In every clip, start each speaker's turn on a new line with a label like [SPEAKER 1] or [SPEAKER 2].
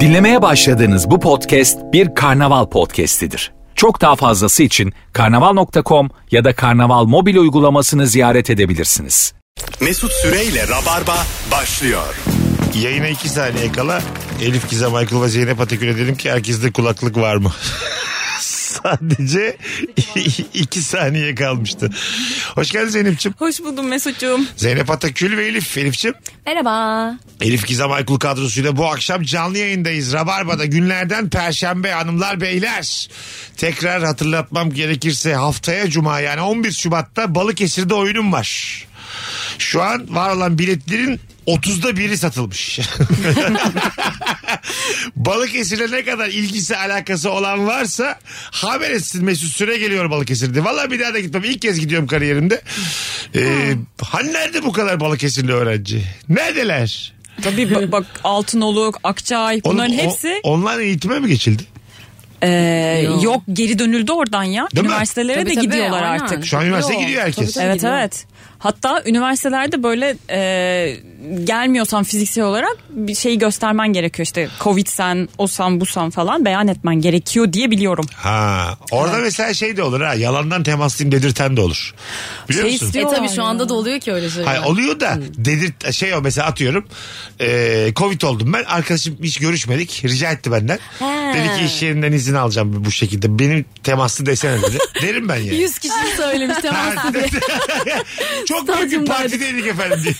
[SPEAKER 1] Dinlemeye başladığınız bu podcast bir karnaval podcastidir. Çok daha fazlası için karnaval.com ya da karnaval mobil uygulamasını ziyaret edebilirsiniz.
[SPEAKER 2] Mesut Süreyle Rabarba başlıyor.
[SPEAKER 3] Yayına iki saniye kala Elif Gizem Michael ve Zeynep Atakül'e dedim ki herkeste kulaklık var mı? Sadece iki saniye kalmıştı. Hoş geldin Zeynep'ciğim.
[SPEAKER 4] Hoş buldum Mesut'cum.
[SPEAKER 3] Zeynep Atakül ve Elif. Elif'ciğim.
[SPEAKER 4] Merhaba.
[SPEAKER 3] Elif Gizem Aykul kadrosuyla bu akşam canlı yayındayız. Rabarba'da günlerden Perşembe hanımlar beyler. Tekrar hatırlatmam gerekirse haftaya Cuma yani 11 Şubat'ta Balıkesir'de oyunum var. Şu an var olan biletlerin 30'da biri satılmış. Balıkesir'e ne kadar ilgisi alakası olan varsa haber etsin Mesut Süre geliyor Balıkesir'de. Valla bir daha da gitmem. İlk kez gidiyorum kariyerimde. Ee, hani nerede bu kadar Balıkesirli öğrenci? Neredeler?
[SPEAKER 4] Tabii bak, bak Altınoluk, Akçay
[SPEAKER 3] Oğlum,
[SPEAKER 4] bunların
[SPEAKER 3] o-
[SPEAKER 4] hepsi
[SPEAKER 3] online eğitime mi geçildi?
[SPEAKER 4] Ee, yok. geri dönüldü oradan ya.
[SPEAKER 3] Değil mi?
[SPEAKER 4] Üniversitelere
[SPEAKER 5] Tabii
[SPEAKER 4] de
[SPEAKER 5] tabii,
[SPEAKER 4] gidiyorlar
[SPEAKER 5] aynen.
[SPEAKER 4] artık.
[SPEAKER 3] Şu an üniversiteye
[SPEAKER 5] Yok.
[SPEAKER 3] gidiyor herkes.
[SPEAKER 5] Tabii, tabii.
[SPEAKER 4] Evet
[SPEAKER 5] gidiyor.
[SPEAKER 4] evet. Hatta üniversitelerde böyle e, gelmiyorsan fiziksel olarak bir şeyi göstermen gerekiyor işte Covid sen, o sen, bu sen falan beyan etmen gerekiyor diye biliyorum.
[SPEAKER 3] Ha, orada mesela şey de olur ha. Yalandan temaslıyım dedirten de olur. Biliyor
[SPEAKER 4] Şey
[SPEAKER 3] musun?
[SPEAKER 4] istiyor-
[SPEAKER 5] E tabii
[SPEAKER 4] Diyorlar
[SPEAKER 5] şu
[SPEAKER 4] ya.
[SPEAKER 5] anda da oluyor ki öyle şeyler.
[SPEAKER 3] Hayır, oluyor da dedirt şey o mesela atıyorum e, covid oldum ben arkadaşım hiç görüşmedik rica etti benden
[SPEAKER 5] He.
[SPEAKER 3] dedi ki iş yerinden izin alacağım bu şekilde benim temaslı desene dedi derim ben yani
[SPEAKER 5] 100 kişi söylemiş temas
[SPEAKER 3] Ha,
[SPEAKER 5] diye.
[SPEAKER 3] çok büyük bir
[SPEAKER 5] Stadyumdaydık.
[SPEAKER 3] partideydik efendim diye.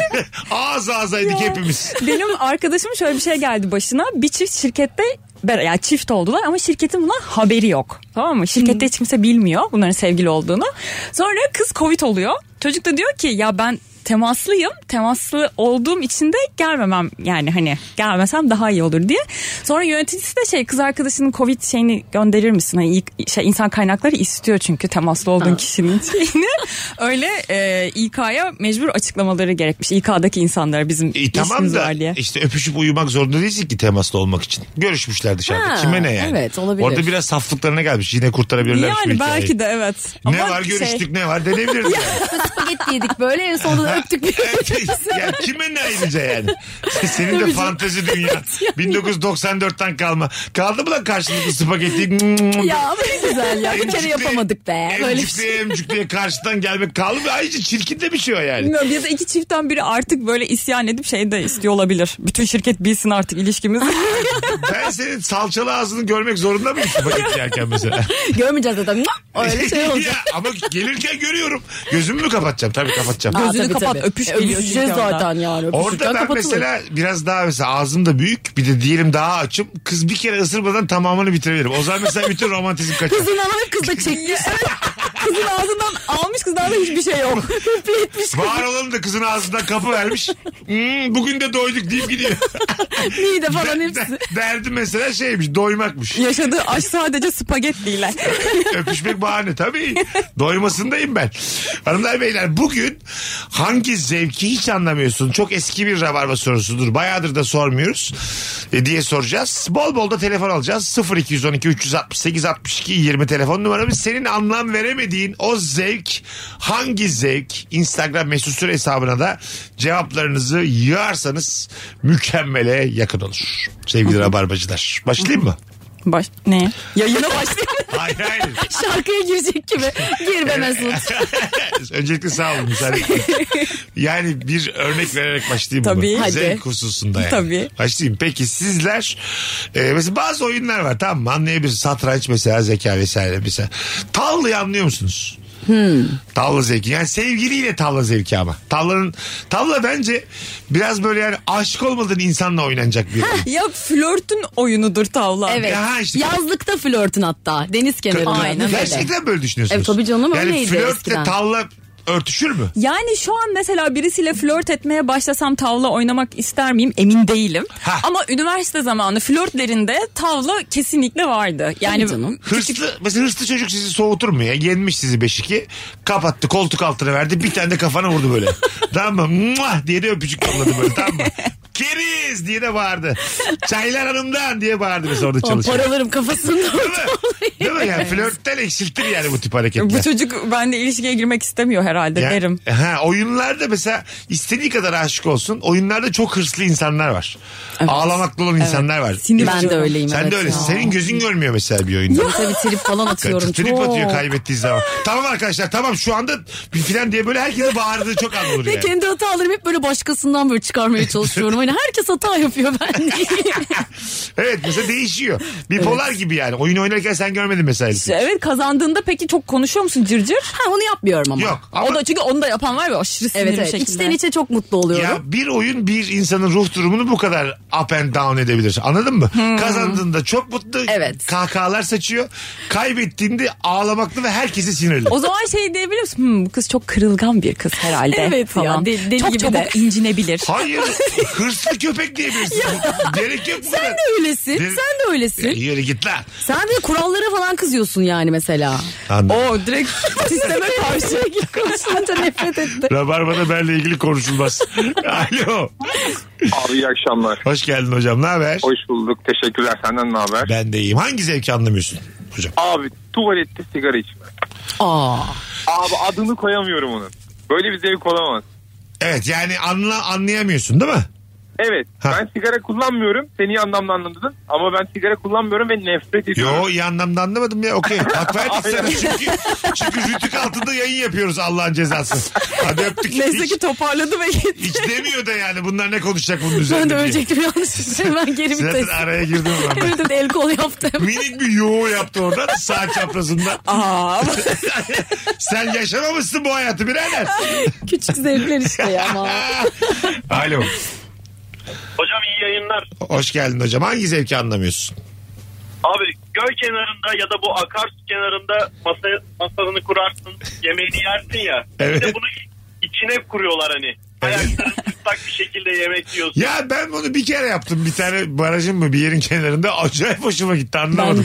[SPEAKER 3] ağız ağzaydık hepimiz
[SPEAKER 4] Benim arkadaşım şöyle bir şey geldi başına. Bir çift şirkette ber- yani çift oldular ama şirketin buna haberi yok. Tamam mı? Şirkette hiç kimse bilmiyor bunların sevgili olduğunu. Sonra kız Covid oluyor. Çocuk da diyor ki ya ben temaslıyım. Temaslı olduğum için de gelmemem yani hani gelmesem daha iyi olur diye. Sonra yöneticisi de şey kız arkadaşının Covid şeyini gönderir misin? Hani ilk- şey, insan kaynakları istiyor çünkü temaslı olduğun kişinin şeyini. Öyle e, İK'ya mecbur açıklamaları gerekmiş. İK'daki insanlara bizim
[SPEAKER 3] E, tamam
[SPEAKER 4] İşimiz
[SPEAKER 3] da
[SPEAKER 4] var diye.
[SPEAKER 3] işte öpüşüp uyumak zorunda değilsin ki temaslı olmak için. Görüşmüşler dışarıda.
[SPEAKER 5] Ha,
[SPEAKER 3] Kime ne yani?
[SPEAKER 5] evet, olabilir.
[SPEAKER 3] Orada biraz saflıklarına gelmiş. Yine kurtarabilirler
[SPEAKER 4] Yani belki de evet.
[SPEAKER 3] şey. Ne var
[SPEAKER 4] şey-
[SPEAKER 3] görüştük ne var denebiliriz yani.
[SPEAKER 5] Spagetti yedik böyle en sonunda da öptük bir
[SPEAKER 3] ya kime ne ayrıca yani? Senin de
[SPEAKER 5] Tabii canım.
[SPEAKER 3] fantezi dünya. 1994'ten kalma. Kaldı mı lan karşılıklı spagetti?
[SPEAKER 5] Ya bu ne güzel ya. Bir kere
[SPEAKER 3] Emcükle-
[SPEAKER 5] yapamadık be. Böyle bir şey.
[SPEAKER 3] Emcükle emcükle Hmm, karşıdan gelmek kaldı mı? Ayrıca çirkin de bir şey o yani.
[SPEAKER 4] Bilmiyorum ya da iki çiftten biri artık böyle isyan edip şey de istiyor olabilir. Bütün şirket bilsin artık ilişkimizi.
[SPEAKER 3] Ben senin salçalı ağzını görmek zorunda mıyım spagetti yerken mesela?
[SPEAKER 5] Görmeyeceğiz zaten. Öyle şey olacak.
[SPEAKER 3] Ya ama gelirken görüyorum. Gözümü mü kapatacağım? Tabii kapatacağım.
[SPEAKER 5] Aa,
[SPEAKER 4] Gözünü
[SPEAKER 5] tabii,
[SPEAKER 4] kapat,
[SPEAKER 5] tabii.
[SPEAKER 4] öpüş
[SPEAKER 5] E,
[SPEAKER 4] geliyor
[SPEAKER 5] Öpüşeceğiz
[SPEAKER 4] çünkü orada.
[SPEAKER 5] zaten yani.
[SPEAKER 3] Orada
[SPEAKER 5] Öpüşürken
[SPEAKER 3] ben
[SPEAKER 5] kapatılır.
[SPEAKER 3] mesela biraz daha mesela ağzım da büyük bir de diyelim daha açım kız bir kere ısırmadan tamamını bitirebilirim. O zaman mesela bütün romantizm kaçar.
[SPEAKER 5] Kızın alanı kız da çekmiş.
[SPEAKER 4] Kızın ağzından almış kızlarda hiçbir şey yok.
[SPEAKER 3] Var olanı da kızın ağzından kapı vermiş. Hmm, bugün de doyduk deyip gidiyor.
[SPEAKER 5] Mide falan
[SPEAKER 3] De-
[SPEAKER 5] hepsi.
[SPEAKER 3] de- derdi mesela şeymiş doymakmış.
[SPEAKER 4] Yaşadığı aşk sadece spagettiyle.
[SPEAKER 3] Öpüşmek bahane tabii. Doymasındayım ben. Hanımlar beyler bugün hangi zevki hiç anlamıyorsun? Çok eski bir rabarba sorusudur. Bayağıdır da sormuyoruz e, diye soracağız. Bol bol da telefon alacağız. 0212 368 62 20 telefon numaramız. Senin anlam veremediğin o zevk hangi zevk? Instagram mesut süre hesabına da cevaplarınızı yığarsanız mükemmele yakın olur. Sevgili rabarbacılar. Başlayayım mı?
[SPEAKER 4] Baş, ne? Yayına başlayalım.
[SPEAKER 3] Hayır hayır.
[SPEAKER 5] Şarkıya girecek gibi. Gir be Mesut.
[SPEAKER 3] Öncelikle sağ olun müsaade ettiğiniz için. Yani bir örnek vererek başlayayım
[SPEAKER 4] Tabii.
[SPEAKER 3] bunu.
[SPEAKER 4] Hadi.
[SPEAKER 3] Zevk hususunda yani.
[SPEAKER 4] Tabii.
[SPEAKER 3] Başlayayım. Peki sizler e, mesela bazı oyunlar var tamam mı? Anlayabilirsin. Satranç mesela zeka vesaire mesela. Tavlayı anlıyor musunuz?
[SPEAKER 5] Hmm.
[SPEAKER 3] Tavla zevki. Yani sevgiliyle tavla zevki ama. Tavlanın, tavla bence biraz böyle yani aşık olmadığın insanla oynanacak bir oyun.
[SPEAKER 4] Ya flörtün oyunudur tavla.
[SPEAKER 5] Evet.
[SPEAKER 3] Ya işte.
[SPEAKER 5] Yazlıkta flörtün hatta. Deniz kenarında.
[SPEAKER 3] Gerçekten böyle düşünüyorsunuz.
[SPEAKER 5] Evet, E, tabii canım,
[SPEAKER 3] Yani
[SPEAKER 5] öyleydi
[SPEAKER 3] flörtle
[SPEAKER 5] eskiden.
[SPEAKER 3] tavla örtüşür mü?
[SPEAKER 4] Yani şu an mesela birisiyle flört etmeye başlasam tavla oynamak ister miyim emin değilim.
[SPEAKER 3] Ha.
[SPEAKER 4] Ama üniversite zamanı flörtlerinde tavla kesinlikle vardı. Yani
[SPEAKER 5] Tabii canım.
[SPEAKER 3] Hırslı, mesela hırslı çocuk sizi soğutur mu ya? Yenmiş sizi 5-2. Kapattı koltuk altına verdi. Bir tane de kafana vurdu böyle. tamam mı? Muah diye de öpücük yolladı böyle tamam mı? Çökeriz diye de bağırdı. Çaylar Hanım'dan diye bağırdı mesela orada çalışan.
[SPEAKER 5] Paralarım kafasında.
[SPEAKER 3] Değil mi? Değil mi? Yani flörtten eksiltir yani bu tip hareketler.
[SPEAKER 4] Bu çocuk bende ilişkiye girmek istemiyor herhalde
[SPEAKER 3] Ya-
[SPEAKER 4] derim.
[SPEAKER 3] Ha, oyunlarda mesela istediği kadar aşık olsun. Oyunlarda çok hırslı insanlar var. Ağlamaklı olan insanlar var.
[SPEAKER 4] Sinir
[SPEAKER 5] ben de öyleyim.
[SPEAKER 3] Sen
[SPEAKER 5] evet
[SPEAKER 3] de öylesin.
[SPEAKER 5] ya.
[SPEAKER 3] Senin gözün görmüyor mesela bir oyunda.
[SPEAKER 5] Tabii tabii trip falan atıyorum.
[SPEAKER 3] Trip
[SPEAKER 5] çok.
[SPEAKER 3] atıyor kaybettiği zaman. Tamam arkadaşlar tamam şu anda bir filan diye böyle herkese bağırdığı çok anılır
[SPEAKER 5] Ve
[SPEAKER 3] yani.
[SPEAKER 5] kendi hatalarımı hep böyle başkasından böyle çıkarmaya çalışıyorum. Hani herkes hata yapıyor ben değil.
[SPEAKER 3] Evet mesela değişiyor. Bipolar gibi yani. Oyun oynarken sen görmedin mesela. herifi.
[SPEAKER 4] Evet kazandığında peki çok konuşuyor musun cırcır?
[SPEAKER 5] ha onu yapmıyorum ama.
[SPEAKER 3] Yok ama
[SPEAKER 4] O da çünkü onu da yapan var ve aşırı sinirli
[SPEAKER 5] Evet evet.
[SPEAKER 4] şekilde.
[SPEAKER 5] İçten içe çok mutlu oluyorum.
[SPEAKER 3] Ya bir oyun bir insanın ruh durumunu bu kadar up and down edebilir. Anladın mı? Kazandığında çok mutlu.
[SPEAKER 5] Hmm. Evet.
[SPEAKER 3] Kahkahalar saçıyor. Kaybettiğinde ağlamaklı ve herkese sinirli.
[SPEAKER 4] O zaman şey diyebilir misin? "Hmm, bu kız çok kırılgan bir kız herhalde.
[SPEAKER 5] Evet ya,
[SPEAKER 4] falan.
[SPEAKER 5] deli- deli
[SPEAKER 4] çok
[SPEAKER 5] gibi
[SPEAKER 4] çabuk
[SPEAKER 5] de.
[SPEAKER 4] incinebilir.
[SPEAKER 3] Hayır. hırslı köpek diyebilirsin. Gerek yok bu
[SPEAKER 5] Sen
[SPEAKER 3] kadar.
[SPEAKER 5] de öylesin.
[SPEAKER 3] Bir-
[SPEAKER 5] Sen de öylesin.
[SPEAKER 3] Yürü git lan.
[SPEAKER 5] Sen de kurallara falan kızıyorsun yani mesela.
[SPEAKER 3] Anladım.
[SPEAKER 4] O direkt sisteme karşı.
[SPEAKER 5] Konuşunca nefret etti.
[SPEAKER 3] Rabarba'da benle ilgili konuşulmaz. Alo.
[SPEAKER 6] Abi iyi akşamlar.
[SPEAKER 3] Hoş geldin hocam. Ne haber?
[SPEAKER 6] Hoş bulduk. Teşekkürler. Senden ne haber?
[SPEAKER 3] Ben de iyiyim. Hangi zevki anlamıyorsun hocam?
[SPEAKER 6] Abi tuvalette sigara içme.
[SPEAKER 5] Aa.
[SPEAKER 6] Abi adını koyamıyorum onun. Böyle bir zevk olamaz.
[SPEAKER 3] Evet yani anla, anlayamıyorsun değil mi?
[SPEAKER 6] Evet.
[SPEAKER 3] Ha.
[SPEAKER 6] Ben sigara kullanmıyorum. Seni iyi anlamda anladın. Ama ben sigara kullanmıyorum ve nefret ediyorum.
[SPEAKER 3] Yo iyi anlamda anlamadım ya okey. Hak verdik sana
[SPEAKER 6] Aynen.
[SPEAKER 3] çünkü, çünkü rütük altında yayın yapıyoruz Allah'ın cezası. Hadi öptük.
[SPEAKER 4] Neyse
[SPEAKER 3] hiç,
[SPEAKER 4] ki toparladı ve gitti.
[SPEAKER 3] hiç demiyor da yani bunlar ne konuşacak bunun üzerine
[SPEAKER 5] Ben de
[SPEAKER 3] diye.
[SPEAKER 5] ölecektim yanlış. Hemen geri
[SPEAKER 3] Zaten
[SPEAKER 5] vites.
[SPEAKER 3] araya girdim ben.
[SPEAKER 5] Evet evet el kol yaptım.
[SPEAKER 3] Minik bir yo yaptı oradan sağ çaprazından.
[SPEAKER 4] Aa,
[SPEAKER 3] Sen yaşamamışsın bu hayatı birader.
[SPEAKER 5] Küçük zevkler işte ya ama.
[SPEAKER 3] Alo.
[SPEAKER 7] Hocam iyi yayınlar.
[SPEAKER 3] Hoş geldin hocam. Hangi zevki anlamıyorsun?
[SPEAKER 7] Abi göl kenarında ya da bu akarsu kenarında masa, masalını kurarsın, yemeğini yersin ya.
[SPEAKER 3] Evet.
[SPEAKER 7] Bir de bunu içine kuruyorlar hani. Ayaklarını tutsak bir şekilde yemek yiyorsun.
[SPEAKER 3] Ya ben bunu bir kere yaptım. Bir tane barajın mı bir yerin kenarında acayip hoşuma gitti anlamadım.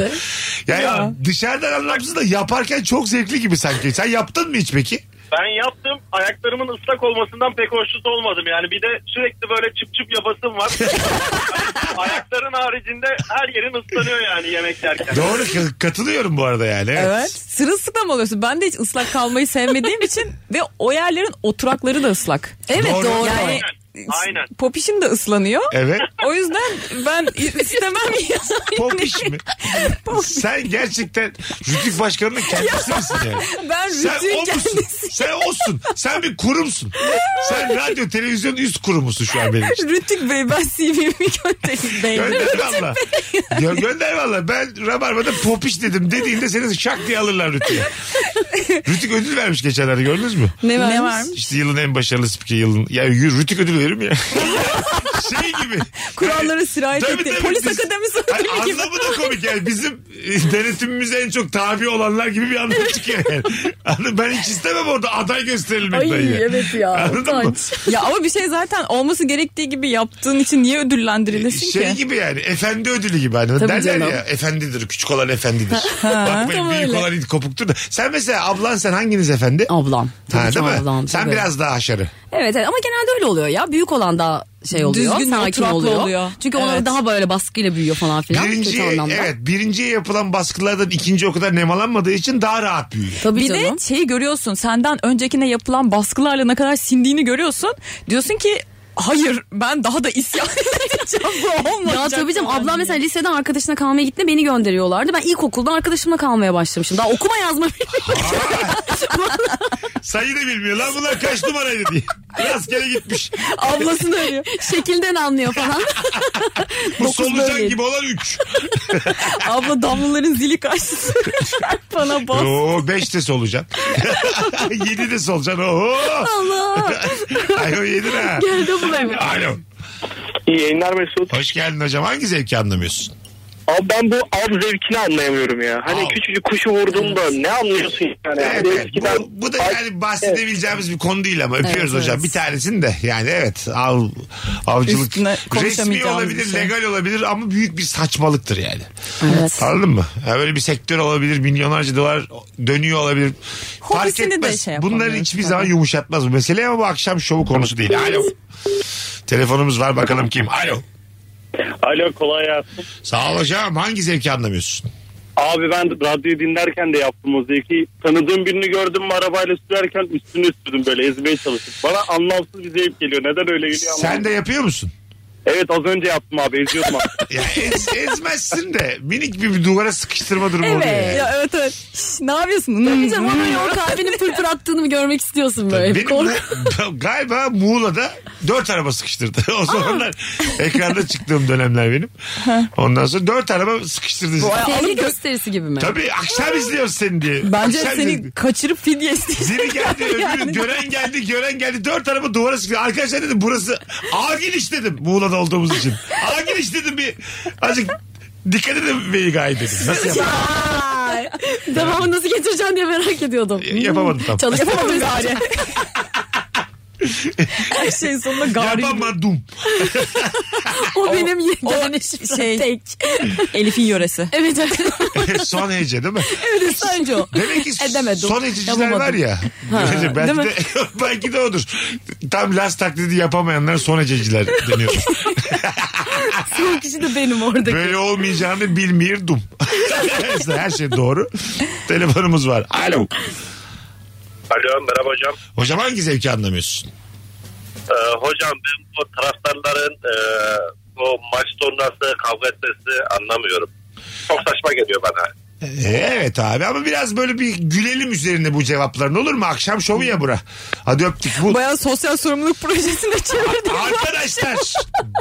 [SPEAKER 5] Ben de.
[SPEAKER 3] Yani dışarıdan anlamsız da yaparken çok zevkli gibi sanki. Sen yaptın mı hiç peki?
[SPEAKER 7] Ben yaptım. Ayaklarımın ıslak olmasından pek hoşnut olmadım. Yani bir de sürekli böyle çıp çıp yapasım var. Hani Ayakların haricinde her yerin ıslanıyor yani yemek yerken.
[SPEAKER 3] Doğru ka- katılıyorum bu arada yani. Evet.
[SPEAKER 4] evet. Sırılsıklam oluyorsun. Ben de hiç ıslak kalmayı sevmediğim için ve o yerlerin oturakları da ıslak.
[SPEAKER 5] Evet
[SPEAKER 3] Doğru.
[SPEAKER 5] doğru.
[SPEAKER 4] Yani
[SPEAKER 7] Aynen.
[SPEAKER 4] popişim de ıslanıyor.
[SPEAKER 3] Evet.
[SPEAKER 4] O yüzden ben istemem ya.
[SPEAKER 3] Pop iş mi? Sen gerçekten Rütük Başkanı'nın kendisi misin yani?
[SPEAKER 4] Ben
[SPEAKER 3] Sen o
[SPEAKER 4] rütüğün
[SPEAKER 3] musun?
[SPEAKER 4] kendisi.
[SPEAKER 3] Sen osun. Sen bir kurumsun. Sen radyo televizyon üst kurumusun şu an benim için.
[SPEAKER 4] Rütük Bey ben CV'mi göndereyim beyler.
[SPEAKER 3] Gönder valla. Gö- gönder valla. Ben Rabarba'da popiş dedim dediğinde seni şak diye alırlar Rütük'e. Rütük ödül vermiş geçenlerde gördünüz mü?
[SPEAKER 5] Ne
[SPEAKER 4] Ne
[SPEAKER 5] var?
[SPEAKER 4] varmış?
[SPEAKER 3] İşte yılın en başarılı spikeri yılın. Ya yürü, Rütük ödül verir mi ya? şey gibi.
[SPEAKER 4] Kurallara sirayet
[SPEAKER 3] Tabii,
[SPEAKER 4] etti.
[SPEAKER 3] tabii.
[SPEAKER 4] Polis
[SPEAKER 3] Biz-
[SPEAKER 4] akademisi
[SPEAKER 3] Hani
[SPEAKER 4] ödülü gibi.
[SPEAKER 3] anlamı da komik yani. Bizim e, denetimimize en çok tabi olanlar gibi bir anlam çıkıyor yani. Anladın- Ben hiç istemem orada aday gösterilmek
[SPEAKER 5] Ay,
[SPEAKER 3] dahi.
[SPEAKER 5] evet ya,
[SPEAKER 3] Anladın mı?
[SPEAKER 5] utanç.
[SPEAKER 4] Ya ama bir şey zaten olması gerektiği gibi yaptığın için niye ödüllendirilirsin
[SPEAKER 3] Şey
[SPEAKER 4] ki?
[SPEAKER 3] gibi yani efendi ödülü gibi hani
[SPEAKER 5] Tabii
[SPEAKER 3] derler
[SPEAKER 5] canım.
[SPEAKER 3] ya efendidir küçük olan efendidir. Bakmayın
[SPEAKER 5] Tam
[SPEAKER 3] büyük
[SPEAKER 5] öyle.
[SPEAKER 3] olan it kopuktur da. Sen mesela ablan sen hanginiz efendi?
[SPEAKER 5] Ablam. Tabii
[SPEAKER 3] Ha,
[SPEAKER 5] ki
[SPEAKER 3] değil mi?
[SPEAKER 5] ablam,
[SPEAKER 3] sen
[SPEAKER 5] tabii.
[SPEAKER 3] biraz daha haşarı.
[SPEAKER 5] Evet, evet ama genelde öyle oluyor ya. Büyük olan daha şey oluyor.
[SPEAKER 4] Düzgün,
[SPEAKER 5] sakin
[SPEAKER 4] oturaklı
[SPEAKER 5] oluyor.
[SPEAKER 4] oluyor.
[SPEAKER 5] Çünkü
[SPEAKER 4] Evet.
[SPEAKER 5] onlar daha böyle baskıyla büyüyor falan filan.
[SPEAKER 3] Birinci,
[SPEAKER 5] kötü anlamda.
[SPEAKER 3] şey, evet, birinciye yapılan baskılardan ikinci o kadar nemalanmadığı için daha rahat büyüyor.
[SPEAKER 5] Tabii
[SPEAKER 4] Bir
[SPEAKER 5] canım.
[SPEAKER 4] de şeyi görüyorsun senden öncekine yapılan baskılarla ne kadar sindiğini görüyorsun. Diyorsun ki hayır ben daha da isyan edeceğim bu olmayacak.
[SPEAKER 5] Ya tabii canım
[SPEAKER 4] falan
[SPEAKER 5] ablam
[SPEAKER 4] diye.
[SPEAKER 5] mesela liseden arkadaşına kalmaya gitti beni gönderiyorlardı. Ben ilkokulda arkadaşımla kalmaya başlamışım. Daha okuma yazma
[SPEAKER 3] Sayı da bilmiyor lan bunlar kaç numaraydı diye. Rastgele gitmiş.
[SPEAKER 5] ablasını arıyor. Şekilden anlıyor falan.
[SPEAKER 3] Bu
[SPEAKER 5] Dokuz
[SPEAKER 3] solucan
[SPEAKER 5] böyleydi.
[SPEAKER 3] gibi olan 3.
[SPEAKER 4] Abla damlaların zili karşısında bana bas.
[SPEAKER 3] Oo 5 de solucan. 7 de solucan. Oo.
[SPEAKER 5] Allah.
[SPEAKER 3] Ay o 7 ha.
[SPEAKER 5] Geldi bu benim.
[SPEAKER 3] Alo.
[SPEAKER 8] İyi yayınlar Mesut.
[SPEAKER 3] Hoş geldin hocam. Hangi zevki anlamıyorsun?
[SPEAKER 8] Abi ben bu av zevkini anlayamıyorum ya. Hani
[SPEAKER 3] Av.
[SPEAKER 8] küçücük kuşu vurdum da ne anlıyorsun yani?
[SPEAKER 3] Evet,
[SPEAKER 8] Hani
[SPEAKER 3] evet.
[SPEAKER 8] eskiden-
[SPEAKER 3] Bu, bu da yani bahsedebileceğimiz bir konu değil ama öpüyoruz
[SPEAKER 5] Evet,
[SPEAKER 3] hocam.
[SPEAKER 5] evet.
[SPEAKER 3] Bir tanesini de yani evet av, avcılık
[SPEAKER 4] Üstüne
[SPEAKER 3] resmi
[SPEAKER 4] konuşamayacağımız
[SPEAKER 3] olabilir,
[SPEAKER 4] bir şey.
[SPEAKER 3] legal olabilir ama büyük bir saçmalıktır yani.
[SPEAKER 5] Evet.
[SPEAKER 3] Anladın mı? Ya böyle bir sektör olabilir, milyonlarca dolar dönüyor olabilir. Fark
[SPEAKER 4] Hobisini de
[SPEAKER 3] etmez.
[SPEAKER 4] şey
[SPEAKER 3] Bunların
[SPEAKER 4] yapamıyoruz
[SPEAKER 3] hiçbir
[SPEAKER 4] tabii.
[SPEAKER 3] zaman yumuşatmaz bu mesele ama bu akşam şovu konusu değil. Alo. Telefonumuz var bakalım kim. Alo.
[SPEAKER 8] Alo kolay gelsin.
[SPEAKER 3] Sağ ol hocam. Hangi zevki anlamıyorsun?
[SPEAKER 8] Abi ben radyoyu dinlerken de yaptım o zevki. Tanıdığım birini gördüm mü arabayla sürerken üstüne üstürdüm böyle ezmeye çalıştım. Bana anlamsız bir zevk geliyor. Neden öyle geliyor
[SPEAKER 3] Sen de yapıyor musun?
[SPEAKER 8] Evet az önce yaptım abi eziyordum abi.
[SPEAKER 3] Ya ez, ezmezsin de minik bir, bir duvara sıkıştırma durumu oluyor.
[SPEAKER 4] Evet.
[SPEAKER 3] yani.
[SPEAKER 4] Ya, evet evet. Şş, ne yapıyorsun? Hmm.
[SPEAKER 5] Canım ama böyle o kalbinin pırpır attığını görmek istiyorsun böyle.
[SPEAKER 3] Benim
[SPEAKER 5] Kork-
[SPEAKER 3] de- galiba Muğla'da dört araba sıkıştırdı. O zamanlar ekranda çıktığım dönemler benim. Ondan sonra dört araba sıkıştırdı.
[SPEAKER 5] Sevgi gösterisi gibi mi?
[SPEAKER 3] Tabii akşam izliyoruz seni diye.
[SPEAKER 4] Bence
[SPEAKER 3] Akşam
[SPEAKER 4] seni
[SPEAKER 3] izliyoruz.
[SPEAKER 4] kaçırıp fidye isteyeceğim.
[SPEAKER 3] Biri geldi öbürü gören geldi gören geldi dört araba duvara sıkıştı. Arkadaşlar dedim burası ağır giriş dedim Muğla'da olduğumuz için. Ağır giriş dedim bir azıcık dikkat edin beni gayet dedim. Nasıl yapayım?
[SPEAKER 5] Ay, Devamı nasıl getireceğim diye merak ediyordum.
[SPEAKER 3] E, Yapamadım tam.
[SPEAKER 5] Çalıştım.
[SPEAKER 4] gari. Her şeyin sonunda gari. gibi.
[SPEAKER 3] Yapamadım.
[SPEAKER 5] o benim yegane
[SPEAKER 4] o
[SPEAKER 5] şifrem
[SPEAKER 4] şey-
[SPEAKER 5] tek.
[SPEAKER 4] Elif'in yöresi.
[SPEAKER 5] Evet evet.
[SPEAKER 3] Son hece değil mi?
[SPEAKER 5] evet sence o.
[SPEAKER 3] Demek ki
[SPEAKER 5] Edemedim.
[SPEAKER 3] son hececiler
[SPEAKER 5] Yapamadım.
[SPEAKER 3] var ya. belki,
[SPEAKER 4] değil mi?
[SPEAKER 3] de, belki de odur. Tam last taklidi yapamayanlar son hececiler deniyor.
[SPEAKER 5] Son kişi de benim oradaki.
[SPEAKER 3] Böyle olmayacağını bilmiyordum. Aslında Her şey doğru. Telefonumuz var. Alo.
[SPEAKER 7] Alo merhaba hocam.
[SPEAKER 3] Hocam hangi zevki anlamıyorsun?
[SPEAKER 7] Ee, hocam ben bu taraftarların e, o maç sonrası kavga etmesi anlamıyorum. Çok saçma geliyor bana.
[SPEAKER 3] Ee, Evet abi ama biraz böyle bir gülelim üzerine bu cevapların olur mu? Akşam şovu ya bura. Hadi öptük. Bu...
[SPEAKER 4] Bayağı sosyal sorumluluk projesine çevirdim.
[SPEAKER 3] Arkadaşlar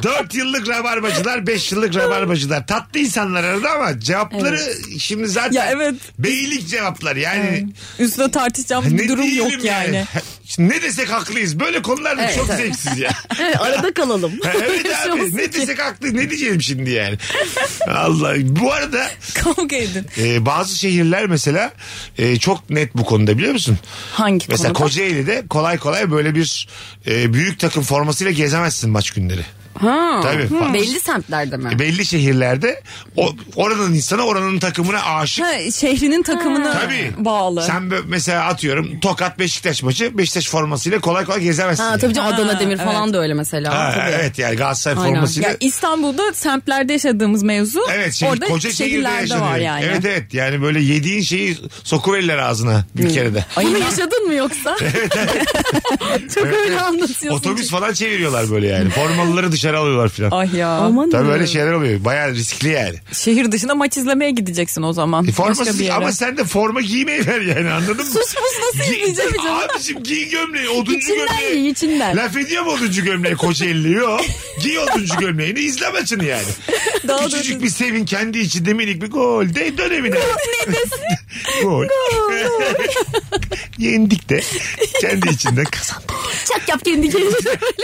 [SPEAKER 3] 4 yıllık rabarbacılar 5 yıllık rabarbacılar tatlı insanlar arada ama cevapları şimdi zaten
[SPEAKER 4] Ya evet.
[SPEAKER 3] beylik cevaplar yani
[SPEAKER 4] Üstüne tartışacağım bir
[SPEAKER 3] ne
[SPEAKER 4] durum
[SPEAKER 3] diyelim
[SPEAKER 4] yok yani.
[SPEAKER 3] Şimdi ne desek haklıyız böyle konular da çok zevksiz ya.
[SPEAKER 5] Evet, Arada kalalım.
[SPEAKER 3] evet
[SPEAKER 4] şey
[SPEAKER 3] abi ne desek haklı ne diyeceğim şimdi yani. Allah bu arada
[SPEAKER 4] Kavga edin.
[SPEAKER 3] e, bazı şehirler mesela e, çok net bu konuda biliyor musun?
[SPEAKER 4] Hangi
[SPEAKER 3] Mesela
[SPEAKER 4] konuda?
[SPEAKER 3] Kocaeli'de kolay kolay böyle bir e, büyük takım formasıyla gezemezsin maç günleri.
[SPEAKER 5] Ha.
[SPEAKER 3] Tabii. Bak-
[SPEAKER 5] Belli semtlerde mi?
[SPEAKER 3] E, belli şehirlerde o, oranın insanı oranın takımına aşık.
[SPEAKER 4] Ha, şehrinin takımına
[SPEAKER 3] Tabii.
[SPEAKER 4] bağlı.
[SPEAKER 3] Sen bö- mesela atıyorum Tokat Beşiktaş maçı Beşiktaş formasıyla kolay kolay gezemezsin.
[SPEAKER 5] Ha
[SPEAKER 3] yani.
[SPEAKER 5] tabii canım Adana Demir
[SPEAKER 4] evet.
[SPEAKER 5] falan da öyle mesela.
[SPEAKER 3] Ha,
[SPEAKER 5] Tabii.
[SPEAKER 3] evet yani Galatasaray
[SPEAKER 5] Aynen.
[SPEAKER 3] formasıyla.
[SPEAKER 4] Ya İstanbul'da semtlerde yaşadığımız mevzu
[SPEAKER 3] Evet şehir,
[SPEAKER 4] orada
[SPEAKER 3] koca şehirde
[SPEAKER 4] şehirlerde
[SPEAKER 3] yaşanıyor.
[SPEAKER 4] var yani.
[SPEAKER 3] Evet evet yani böyle yediğin şeyi sokuverirler ağzına
[SPEAKER 5] Hmm.
[SPEAKER 3] bir kere de.
[SPEAKER 5] Bunu yaşadın mı yoksa? Çok öyle anlatıyorsun.
[SPEAKER 3] Otobüs falan çeviriyorlar böyle yani. Formalıları dışarı alıyorlar filan.
[SPEAKER 4] Ah ya.
[SPEAKER 5] Aman
[SPEAKER 3] Tabii
[SPEAKER 5] Tanrım.
[SPEAKER 3] böyle şeyler oluyor. Bayağı riskli yani.
[SPEAKER 4] Şehir dışına maç izlemeye gideceksin o zaman.
[SPEAKER 3] E,
[SPEAKER 4] Başka
[SPEAKER 3] formasız
[SPEAKER 4] bir yere.
[SPEAKER 3] ama sen de forma giymeyi ver yani anladın mı?
[SPEAKER 5] Sus pus nasıl
[SPEAKER 3] Giy-
[SPEAKER 5] izleyeceğim canım?
[SPEAKER 3] Abicim giy gömleği. Oduncu
[SPEAKER 5] İçinden
[SPEAKER 3] gömleği.
[SPEAKER 5] iyi içinden.
[SPEAKER 3] Laf ediyor mu oduncu gömleği Kocaeli? Yok. Giy oduncu gömleğini izle maçını yani.
[SPEAKER 4] Daha da-
[SPEAKER 3] Küçücük bir sevin kendi içinde minik bir gol. De dön evine. gol. Yendik de kendi içinde kazandık.
[SPEAKER 5] Çak yap kendi kendine.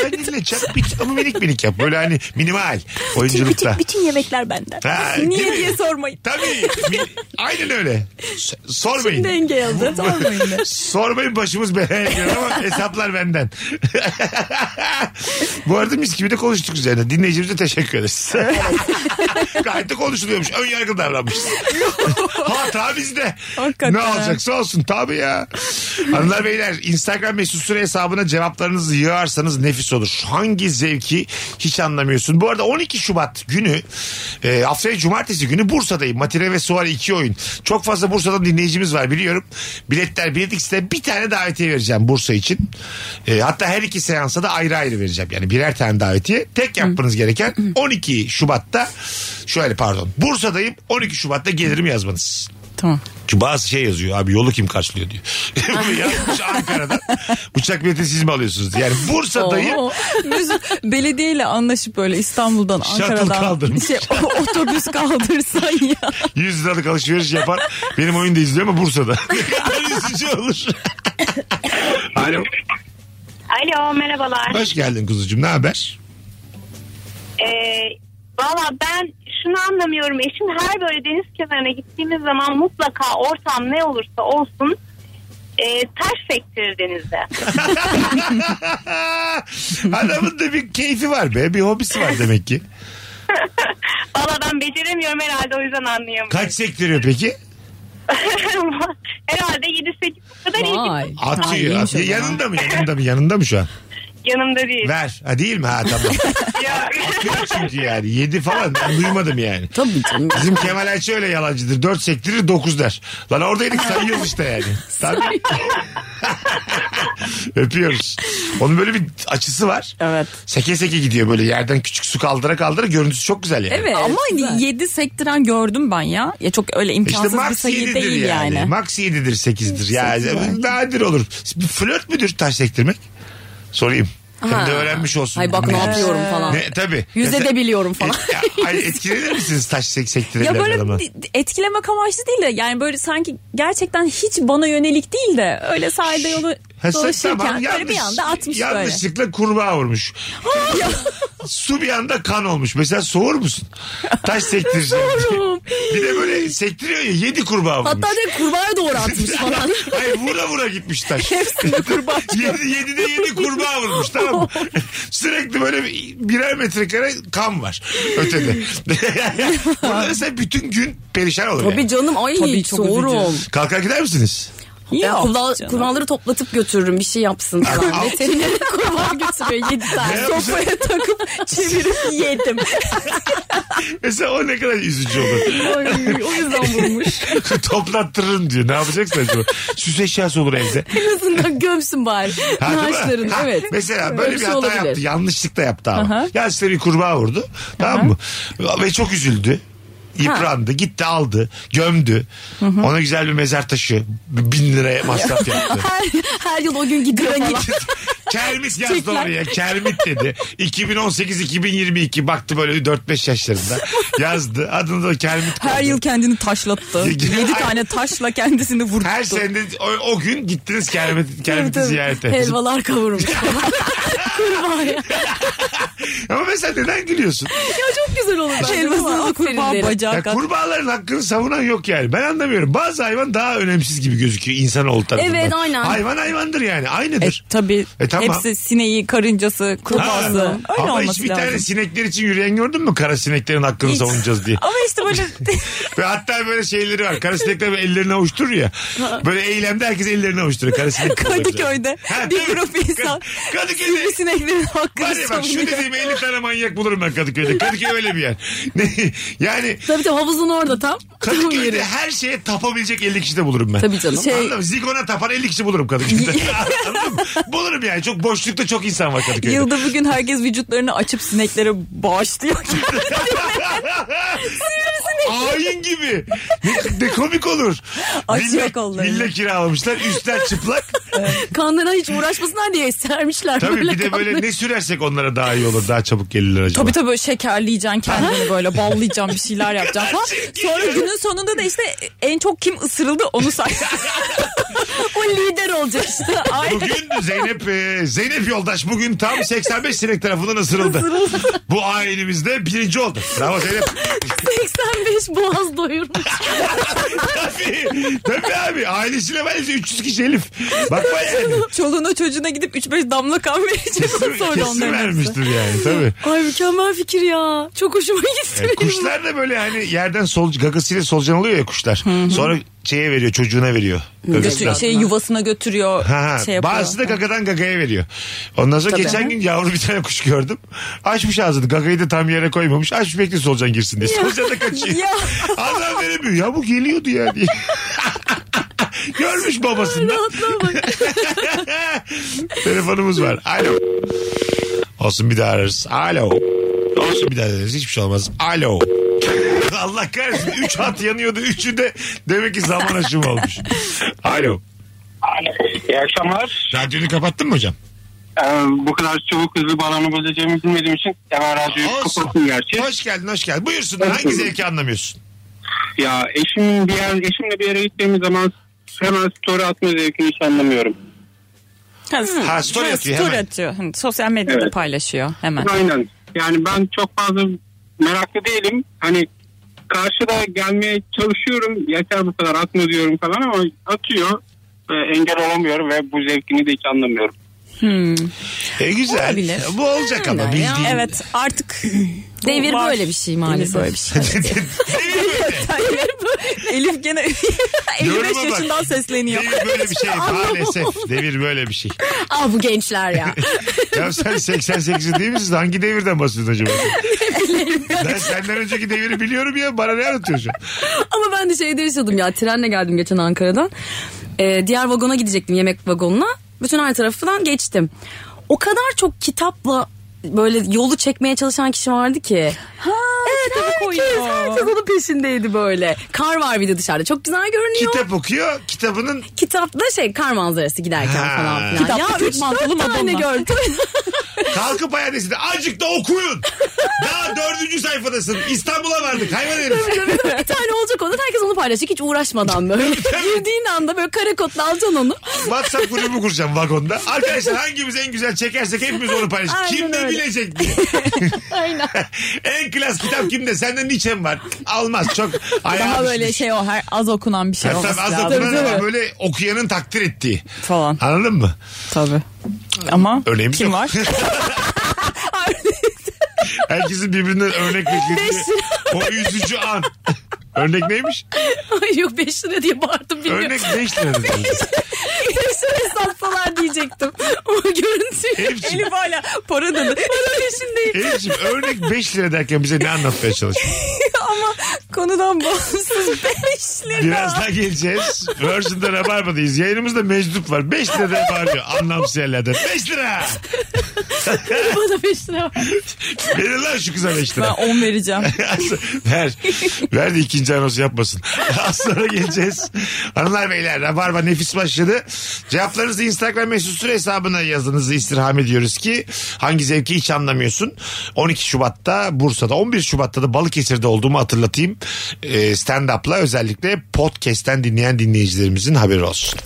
[SPEAKER 3] Kendinle çak bit ama minik minik yap. Böyle hani minimal oyunculukta.
[SPEAKER 4] Bütün yemekler benden.
[SPEAKER 3] Ha, değil
[SPEAKER 4] Niye
[SPEAKER 3] mi?
[SPEAKER 4] diye sormayın.
[SPEAKER 3] Tabii. Min- Aynen öyle. S- sormayın.
[SPEAKER 5] Denge yazdı.
[SPEAKER 4] Sormayın da.
[SPEAKER 3] Sormayın başımız belaya giriyor ama hesaplar benden. Bu arada mis gibi de konuştuk üzerine. Dinleyicimize teşekkür ederiz. Gayet de konuşuluyormuş. Ön yargılı davranmışız. Hata bizde.
[SPEAKER 4] Hakikaten.
[SPEAKER 3] Ne olacaksa olsun tabii ya. Hanımlar beyler Instagram mesut süre hesabına cevaplarınızı yığarsanız nefis olur. Hangi zevki hiç anlamıyorsun. Bu arada 12 Şubat günü e, haftaya cumartesi günü Bursa'dayım. Matine ve Suare iki oyun. Çok fazla Bursa'dan dinleyicimiz var biliyorum. Biletler Bilet X'te bir tane davetiye vereceğim Bursa için. E, hatta her iki seansa da ayrı ayrı vereceğim. Yani birer tane davetiye. Tek yapmanız gereken 12 Şubat'ta şöyle pardon. Bursa'dayım 12 Şubat'ta gelirim yazmanız.
[SPEAKER 4] Tamam.
[SPEAKER 3] Çünkü bazı şey yazıyor abi yolu kim karşılıyor diyor. Bunu yazmış Ankara'dan. Uçak bileti siz mi alıyorsunuz? Yani Bursa'dayım.
[SPEAKER 4] Oo, müzik- belediyeyle anlaşıp böyle İstanbul'dan,
[SPEAKER 3] Shuttle
[SPEAKER 4] Ankara'dan
[SPEAKER 3] kaldırmış.
[SPEAKER 4] şey, o- otobüs kaldırsan ya.
[SPEAKER 3] 100 liralık alışveriş yapar. Benim oyun da izliyor ama Bursa'da. Ne kadar üzücü olur. Alo.
[SPEAKER 9] Alo merhabalar.
[SPEAKER 3] Hoş geldin kuzucuğum. Ne haber?
[SPEAKER 9] Ee, Valla ben şunu anlamıyorum. Eşim her böyle deniz kenarına gittiğimiz zaman mutlaka ortam ne olursa olsun e, taş sektirir denizde.
[SPEAKER 3] Adamın da bir keyfi var be. Bir hobisi var demek ki.
[SPEAKER 9] Valla ben beceremiyorum herhalde o yüzden anlayamıyorum.
[SPEAKER 3] Kaç sektiriyor peki?
[SPEAKER 9] herhalde 7-8 kadar iyi.
[SPEAKER 5] Vay.
[SPEAKER 3] Atıyor.
[SPEAKER 5] Ha, iyiymiş o
[SPEAKER 3] atıyor.
[SPEAKER 5] zaman.
[SPEAKER 3] Yanında mı? Yanında mı? Yanında mı şu an?
[SPEAKER 9] Yanımda değil.
[SPEAKER 3] Ver. Ha değil mi? Ha tamam.
[SPEAKER 9] Ya.
[SPEAKER 3] Yok çünkü yani. Yedi falan ben duymadım yani.
[SPEAKER 5] Tabii canım.
[SPEAKER 3] Bizim Kemal Ayça öyle yalancıdır. Dört sektirir dokuz der. Lan oradaydık sayıyoruz işte yani. Tabii. Öpüyoruz. Onun böyle bir açısı var.
[SPEAKER 4] Evet.
[SPEAKER 3] Seke seke gidiyor böyle yerden küçük su kaldıra kaldıra görüntüsü çok güzel yani.
[SPEAKER 5] Evet.
[SPEAKER 4] Ama
[SPEAKER 5] güzel.
[SPEAKER 4] 7 sektiren gördüm ben ya. Ya çok öyle
[SPEAKER 3] İşte
[SPEAKER 4] imkansız bir
[SPEAKER 3] E max
[SPEAKER 4] sayı
[SPEAKER 3] 7'dir
[SPEAKER 4] değil
[SPEAKER 3] yani.
[SPEAKER 4] yani.
[SPEAKER 3] Max 7'dir 8'dir. Yani nadir olur. Flört müdür taş sektirmek? Sorayım. Hem de
[SPEAKER 5] Ha.
[SPEAKER 3] öğrenmiş olsun.
[SPEAKER 5] Ay bak ne
[SPEAKER 3] dinleyicimiz.
[SPEAKER 5] yapıyorum falan.
[SPEAKER 3] Ne, tabii.
[SPEAKER 5] Yüzde
[SPEAKER 3] Mesela-
[SPEAKER 5] de biliyorum falan.
[SPEAKER 3] Et- ya, ay, etkilenir misiniz taş sek
[SPEAKER 4] Ya
[SPEAKER 3] sektirilen adama?
[SPEAKER 4] böyle di- etkilemek amaçlı değil de yani böyle sanki gerçekten hiç bana yönelik değil de öyle sahilde yolu
[SPEAKER 3] Ha, sen-
[SPEAKER 4] dolaşırken
[SPEAKER 3] tamam,
[SPEAKER 4] böyle bir
[SPEAKER 3] yanlış-
[SPEAKER 4] anda atmış böyle.
[SPEAKER 3] Yanlışlıkla kurbağa vurmuş. Su bir anda kan olmuş. Mesela soğur musun? Taş sektireceğim. diye.
[SPEAKER 5] Soğurum.
[SPEAKER 3] bir de böyle sektiriyor ya yedi kurbağa vurmuş.
[SPEAKER 5] Hatta direkt kurbağaya doğru atmış falan.
[SPEAKER 3] Hayır vura vura gitmiş taş. Hepsinde kurbağa yedi, yedide yedi kurbağa vurmuş tamam mı? Sürekli böyle bir- birer metrekare kan var ötede. Burada mesela bütün gün perişan olur
[SPEAKER 5] Tabii
[SPEAKER 3] yani.
[SPEAKER 5] canım ay
[SPEAKER 4] Tabii, çok
[SPEAKER 5] sorum.
[SPEAKER 3] Kalkar gider misiniz?
[SPEAKER 5] Ya,
[SPEAKER 4] Yok
[SPEAKER 5] kurbağa-
[SPEAKER 4] canım.
[SPEAKER 5] kurbağaları toplatıp götürürüm bir şey yapsın falan. Veterinere kurbağa götürüyor 7
[SPEAKER 3] Ne
[SPEAKER 5] tane.
[SPEAKER 3] yapacak?
[SPEAKER 5] Sofraya takıp çevirip yedim.
[SPEAKER 3] Mesela E o ne kadar üzücü olur.
[SPEAKER 5] Ay, o yüzden bulmuş.
[SPEAKER 3] Toplattırırım diyor. Ne yapacaksın acaba? Süs eşyası olur evde.
[SPEAKER 5] En azından gömsün bari.
[SPEAKER 3] Ha, değil mi?
[SPEAKER 5] Naaşlarını
[SPEAKER 3] Ha,
[SPEAKER 5] evet.
[SPEAKER 3] Mesela böyle
[SPEAKER 5] Öyle
[SPEAKER 3] bir
[SPEAKER 5] şey
[SPEAKER 3] hata
[SPEAKER 5] olabilir.
[SPEAKER 3] yaptı. Yanlışlıkla yaptı ama. Ya size bir kurbağa vurdu. Tamam mı? Ve çok üzüldü. Yıprandı. Gitti aldı. Gömdü. Ona güzel bir mezar taşı. Bin liraya masraf yaptı.
[SPEAKER 5] Her, her yıl o gün gidiyor falan.
[SPEAKER 3] Kermit yazdı oraya. Kermit dedi. 2018-2022 baktı böyle 4-5 yaşlarında. Yazdı. Adını da Kermit koydu.
[SPEAKER 4] Her yıl kendini taşlattı. 7 tane taşla kendisini vurdu.
[SPEAKER 3] Her şey- sene o, o gün gittiniz Kermit, Kermit'i ziyarete.
[SPEAKER 5] Helvalar kavurmuş falan. kurbağaya.
[SPEAKER 3] Ama mesela neden gülüyorsun?
[SPEAKER 5] Ya çok güzel olur.
[SPEAKER 4] Helvasına kurbağa
[SPEAKER 3] şey- Ya
[SPEAKER 4] bacak. at-
[SPEAKER 3] kurbağaların hakkını savunan yok yani. Ben anlamıyorum. Bazı hayvan daha önemsiz gibi gözüküyor insanoğlu tarafından.
[SPEAKER 5] Evet, aynen.
[SPEAKER 3] Hayvan hayvandır yani.
[SPEAKER 4] E,
[SPEAKER 3] Aynıdır.
[SPEAKER 4] tabii.
[SPEAKER 3] E, tamam.
[SPEAKER 4] Hepsi sineği, karıncası, kurbağası.
[SPEAKER 3] Ha.
[SPEAKER 4] E, Öyle
[SPEAKER 3] Ama
[SPEAKER 4] olması
[SPEAKER 3] hiçbir
[SPEAKER 4] lazım.
[SPEAKER 3] tane sinekler için yürüyen gördün mü? Kara sineklerin hakkını
[SPEAKER 4] Hiç.
[SPEAKER 3] savunacağız diye.
[SPEAKER 4] Ama işte böyle
[SPEAKER 3] Ve hatta böyle şeyleri var. Kara sinekler böyle ellerini avuşturur ya. Böyle eylemde herkes ellerini avuşturur. Kara sinek
[SPEAKER 4] Kadıköy'de
[SPEAKER 3] Ha,
[SPEAKER 4] bir
[SPEAKER 3] tabii.
[SPEAKER 4] grup
[SPEAKER 3] Ka-
[SPEAKER 4] insan
[SPEAKER 3] Kadıköy'de-
[SPEAKER 4] sivri sineklerin hakkını
[SPEAKER 3] Var ya bak şu
[SPEAKER 4] savunuyor.
[SPEAKER 3] dediğim 50 tane manyak bulurum ben Kadıköy'de. Kadıköy öyle bir yer. Ne, yani
[SPEAKER 5] Tabii tabii havuzun orada tam. Tam
[SPEAKER 3] Kadıköy'de
[SPEAKER 5] yeri.
[SPEAKER 3] her şeye tapabilecek 50 kişi de bulurum ben.
[SPEAKER 5] Tabii canım.
[SPEAKER 4] Şey-
[SPEAKER 3] Anladın mı? Zigon'a tapan 50 kişi bulurum Kadıköy'de. Anladın mı? Bulurum yani. Çok boşlukta çok insan var Kadıköy'de.
[SPEAKER 4] Yılda bugün herkes vücutlarını açıp sineklere bağışlıyor.
[SPEAKER 3] Hain gibi. Ne, ne komik olur.
[SPEAKER 4] Açıyor
[SPEAKER 3] Villa-
[SPEAKER 4] kollarını.
[SPEAKER 3] Villa kiralamışlar. Üstler çıplak.
[SPEAKER 5] Kanlarına hiç uğraşmasınlar diye sermişler.
[SPEAKER 3] Tabii
[SPEAKER 5] böyle
[SPEAKER 3] bir de böyle
[SPEAKER 5] kanları.
[SPEAKER 3] ne sürersek onlara daha iyi olur. Daha çabuk gelirler acaba.
[SPEAKER 4] tabii tabii böyle şekerleyeceksin kendini böyle ballayacaksın bir şeyler yapacaksın falan. Sonra günün sonunda da işte en çok kim ısırıldı onu say.
[SPEAKER 5] O lider olacak işte. Ay.
[SPEAKER 3] Bugün Zeynep e, Zeynep yoldaş bugün tam 85 sinek tarafından ısırıldı. Bu ailemizde birinci oldu. Bravo Zeynep.
[SPEAKER 5] 85 boğaz doyurmuş.
[SPEAKER 3] tabii, tabii abi. Ailesiyle bence 300 kişi Elif. Bakma yani.
[SPEAKER 4] Çoluğuna çocuğuna gidip 3-5 damla kan vereceksin
[SPEAKER 3] Kesin,
[SPEAKER 4] sonra
[SPEAKER 3] kesin
[SPEAKER 4] onların. hepsi.
[SPEAKER 3] vermiştir yani tabii.
[SPEAKER 5] Ay mükemmel fikir ya. Çok hoşuma gitti.
[SPEAKER 3] Yani
[SPEAKER 5] benim.
[SPEAKER 3] kuşlar da böyle hani yerden sol gagasıyla solucan oluyor ya kuşlar. Sonra şeye veriyor çocuğuna veriyor. Gagasına.
[SPEAKER 4] Götür, şey yuvasına götürüyor.
[SPEAKER 3] Ha, ha.
[SPEAKER 4] şey yapıyor.
[SPEAKER 3] Bazısı da gagadan gagaya veriyor. Ondan sonra geçen gün yavru bir tane kuş gördüm. Açmış ağzını. Gagayı da tam yere koymamış. Açmış bekliyor solucan girsin diye. Solucan da kaçıyor.
[SPEAKER 4] Ya.
[SPEAKER 3] Adam veremiyor. Ya bu geliyordu ya diye. Görmüş babasından. Telefonumuz var. Alo. Olsun bir daha ararız. Alo. Olsun bir daha ararız. Hiçbir şey olmaz. Alo. Allah kahretsin. Üç hat yanıyordu. Üçü de demek ki zaman aşımı olmuş. Alo.
[SPEAKER 7] İyi akşamlar.
[SPEAKER 3] Radyonu kapattın mı hocam?
[SPEAKER 7] Ee, bu kadar çabuk hızlı bağlanı bozacağımı bilmediğim için hemen radyoyu
[SPEAKER 3] Olsun.
[SPEAKER 7] kapattım gerçi.
[SPEAKER 3] Hoş geldin hoş geldin. Buyursun
[SPEAKER 7] Hoş
[SPEAKER 3] hangi
[SPEAKER 7] bulduk.
[SPEAKER 3] zevki anlamıyorsun?
[SPEAKER 7] Ya eşim bir yer, eşimle bir yere gittiğimiz zaman hemen story atma zevkini hiç anlamıyorum.
[SPEAKER 4] Ha,
[SPEAKER 3] Ha, story atıyor
[SPEAKER 4] story
[SPEAKER 3] hemen.
[SPEAKER 4] atıyor. Hı, Sosyal medyada
[SPEAKER 7] Evet.
[SPEAKER 4] paylaşıyor hemen.
[SPEAKER 7] Aynen. Yani ben çok fazla meraklı değilim. Hani karşıda gelmeye çalışıyorum. Yeter bu kadar atma diyorum falan ama atıyor. Ee, engel olamıyorum ve bu zevkini de hiç anlamıyorum.
[SPEAKER 3] E güzel.
[SPEAKER 4] Olabilir.
[SPEAKER 3] Bu olacak ama
[SPEAKER 5] ya.
[SPEAKER 3] bildiğin.
[SPEAKER 4] Evet artık
[SPEAKER 5] Devir
[SPEAKER 4] Var.
[SPEAKER 5] böyle bir şey
[SPEAKER 4] Devir
[SPEAKER 5] maalesef.
[SPEAKER 4] böyle bir şey.
[SPEAKER 3] Değil mi?
[SPEAKER 4] Devir böyle. Elif gene 55
[SPEAKER 3] Yoruma bak.
[SPEAKER 4] yaşından sesleniyor.
[SPEAKER 3] Devir böyle bir şey
[SPEAKER 4] Anlamı
[SPEAKER 3] maalesef. Devir böyle bir şey.
[SPEAKER 5] Ah bu gençler ya.
[SPEAKER 3] Ya sen 88'li değil misin? Hangi devirden bahsediyorsun acaba? ben senden önceki deviri biliyorum ya. Bana ne anlatıyorsun?
[SPEAKER 5] Ama ben de şeyde yaşadım ya trenle geldim geçen Ankara'dan. Ee, diğer vagona gidecektim yemek vagonuna. Bütün her tarafından geçtim. O kadar çok kitapla böyle yolu çekmeye çalışan kişi vardı ki. Ha, evet
[SPEAKER 4] kitabı
[SPEAKER 5] herkes,
[SPEAKER 4] koyuyor.
[SPEAKER 5] herkes onun peşindeydi böyle. Kar var bir de dışarıda çok güzel görünüyor.
[SPEAKER 3] Kitap okuyor. Kitabının
[SPEAKER 5] Kitapta şey kar manzarası giderken
[SPEAKER 3] Ha.
[SPEAKER 5] falan filan.
[SPEAKER 4] Kitapta
[SPEAKER 5] ya
[SPEAKER 4] üç mantolu
[SPEAKER 5] 3-4 tane
[SPEAKER 4] Madonna.
[SPEAKER 5] gördüm.
[SPEAKER 3] kalkıp hayatesinde azıcık da okuyun. Daha dördüncü sayfadasın. İstanbul'a vardık hayvan herif.
[SPEAKER 5] bir tane olacak olur herkes onu paylaşacak hiç uğraşmadan böyle. Girdiğin anda böyle kare kotla alacaksın onu.
[SPEAKER 3] WhatsApp grubu kuracağım vagonda. Arkadaşlar hangimiz en güzel çekersek hepimiz onu paylaşırız.
[SPEAKER 5] Aynen
[SPEAKER 3] Kim ne
[SPEAKER 5] öyle.
[SPEAKER 3] bilecek diye.
[SPEAKER 5] Aynen.
[SPEAKER 3] En klas kitap kimde? Senden Nietzsche'm var. Almaz çok ayağa
[SPEAKER 4] Daha böyle
[SPEAKER 3] düşmüş.
[SPEAKER 4] şey o her az okunan bir şey
[SPEAKER 3] Ya
[SPEAKER 4] olması
[SPEAKER 3] tabii az
[SPEAKER 4] lazım.
[SPEAKER 3] okunan
[SPEAKER 4] Tabii,
[SPEAKER 3] ama
[SPEAKER 4] tabii.
[SPEAKER 3] böyle okuyanın takdir ettiği.
[SPEAKER 4] Falan
[SPEAKER 3] Anladın mı?
[SPEAKER 4] tabii. Ama
[SPEAKER 3] Örneğimiz
[SPEAKER 4] kim
[SPEAKER 3] yok.
[SPEAKER 4] var?
[SPEAKER 3] Herkesin birbirinden örnek beklediği o üzücü an. Örnek neymiş?
[SPEAKER 5] Ay yok 5 lira diye bağırdım bilmiyorum.
[SPEAKER 3] Örnek 5 lira dedi.
[SPEAKER 5] Hepsini satsalar diyecektim. O görüntü.
[SPEAKER 3] Elif'ciğim,
[SPEAKER 4] Elif hala para dedi.
[SPEAKER 5] peşindeyim.
[SPEAKER 3] Elif'ciğim örnek 5 lira derken bize ne anlatmaya çalışıyor?
[SPEAKER 4] Ama konudan bağımsız 5 lira.
[SPEAKER 3] Birazdan geleceğiz. Virgin'de Rabarba'dayız. Yayınımızda meczup var. 5 lira diye bağırıyor. Anlamsız yerlerde. 5 lira!
[SPEAKER 5] Bana 5 lira var.
[SPEAKER 3] Verin lan şu kıza 5
[SPEAKER 4] Ben
[SPEAKER 3] lira.
[SPEAKER 4] 10 vereceğim.
[SPEAKER 3] ver. Ver de ikinci anonsu yapmasın. Az sonra geleceğiz. Hanımlar beyler Rabarba nefis başladı. Cevaplarınızı Instagram mesut süre hesabına yazınızı istirham ediyoruz ki hangi zevki hiç anlamıyorsun. 12 Şubat'ta Bursa'da 11 Şubat'ta da Balıkesir'de olduğumu hatırlatayım. Ee, Stand-up'la özellikle podcast'ten dinleyen dinleyicilerimizin haberi olsun.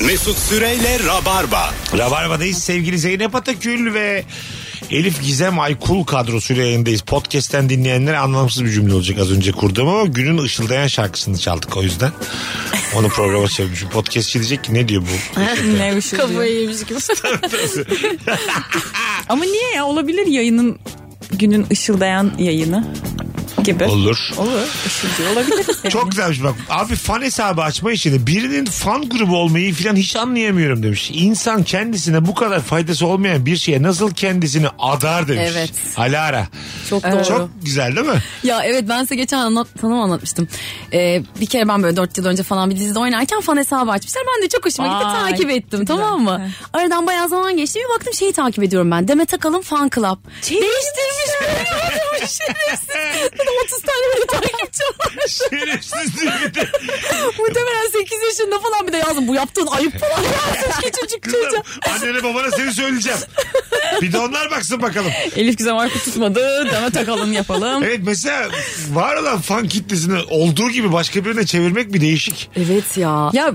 [SPEAKER 2] Mesut Süreyle Rabarba.
[SPEAKER 3] Rabarba'dayız. Sevgili Zeynep Atakül ve Elif Gizem Aykul kadrosuyla yayındayız. Podcast'ten dinleyenlere anlamsız bir cümle olacak az önce kurduğum ama günün ışıldayan şarkısını çaldık o yüzden. Onu programa çevirmişim. Podcastçi diyecek ki ne diyor bu?
[SPEAKER 4] ne bir şey diyor.
[SPEAKER 5] Kafayı yemiş gibi.
[SPEAKER 4] Ama niye ya olabilir yayının günün ışıldayan yayını gibi.
[SPEAKER 3] Olur.
[SPEAKER 4] Olur. Işılcı olabilir.
[SPEAKER 3] Çok güzelmiş bak. Abi fan hesabı açma işini birinin fan grubu olmayı falan hiç anlayamıyorum demiş. İnsan kendisine bu kadar faydası olmayan bir şeye nasıl kendisini adar demiş.
[SPEAKER 5] Evet.
[SPEAKER 3] Alara.
[SPEAKER 5] Çok doğru.
[SPEAKER 3] Çok güzel değil mi?
[SPEAKER 5] Ya evet ben size geçen anlat, tanım anlatmıştım. Ee, bir kere ben böyle 4 yıl önce falan bir dizide oynarken fan hesabı açmışlar. Ben de çok hoşuma gitti
[SPEAKER 4] Vay,
[SPEAKER 5] takip ettim tamam mı? Aradan bayağı zaman geçti bir baktım şeyi takip ediyorum ben. Demet Akalın fan club. Değiştirmiş beni. Şerefsiz. Ben Şey de 30 tane böyle takipçi var.
[SPEAKER 3] Şerefsiz değil mi?
[SPEAKER 5] Muhtemelen 8 yaşında falan bir de yazdım. Bu yaptığın ayıp falan yazmış küçücük çocuğa.
[SPEAKER 3] Kızım annene babana seni söyleyeceğim. Bir de onlar baksın bakalım.
[SPEAKER 4] Elif Gizem Arku tutmadı. Deme takalım yapalım.
[SPEAKER 3] Evet mesela var olan fan kitlesini olduğu gibi başka birine çevirmek bir değişik.
[SPEAKER 5] Evet ya.
[SPEAKER 4] Ya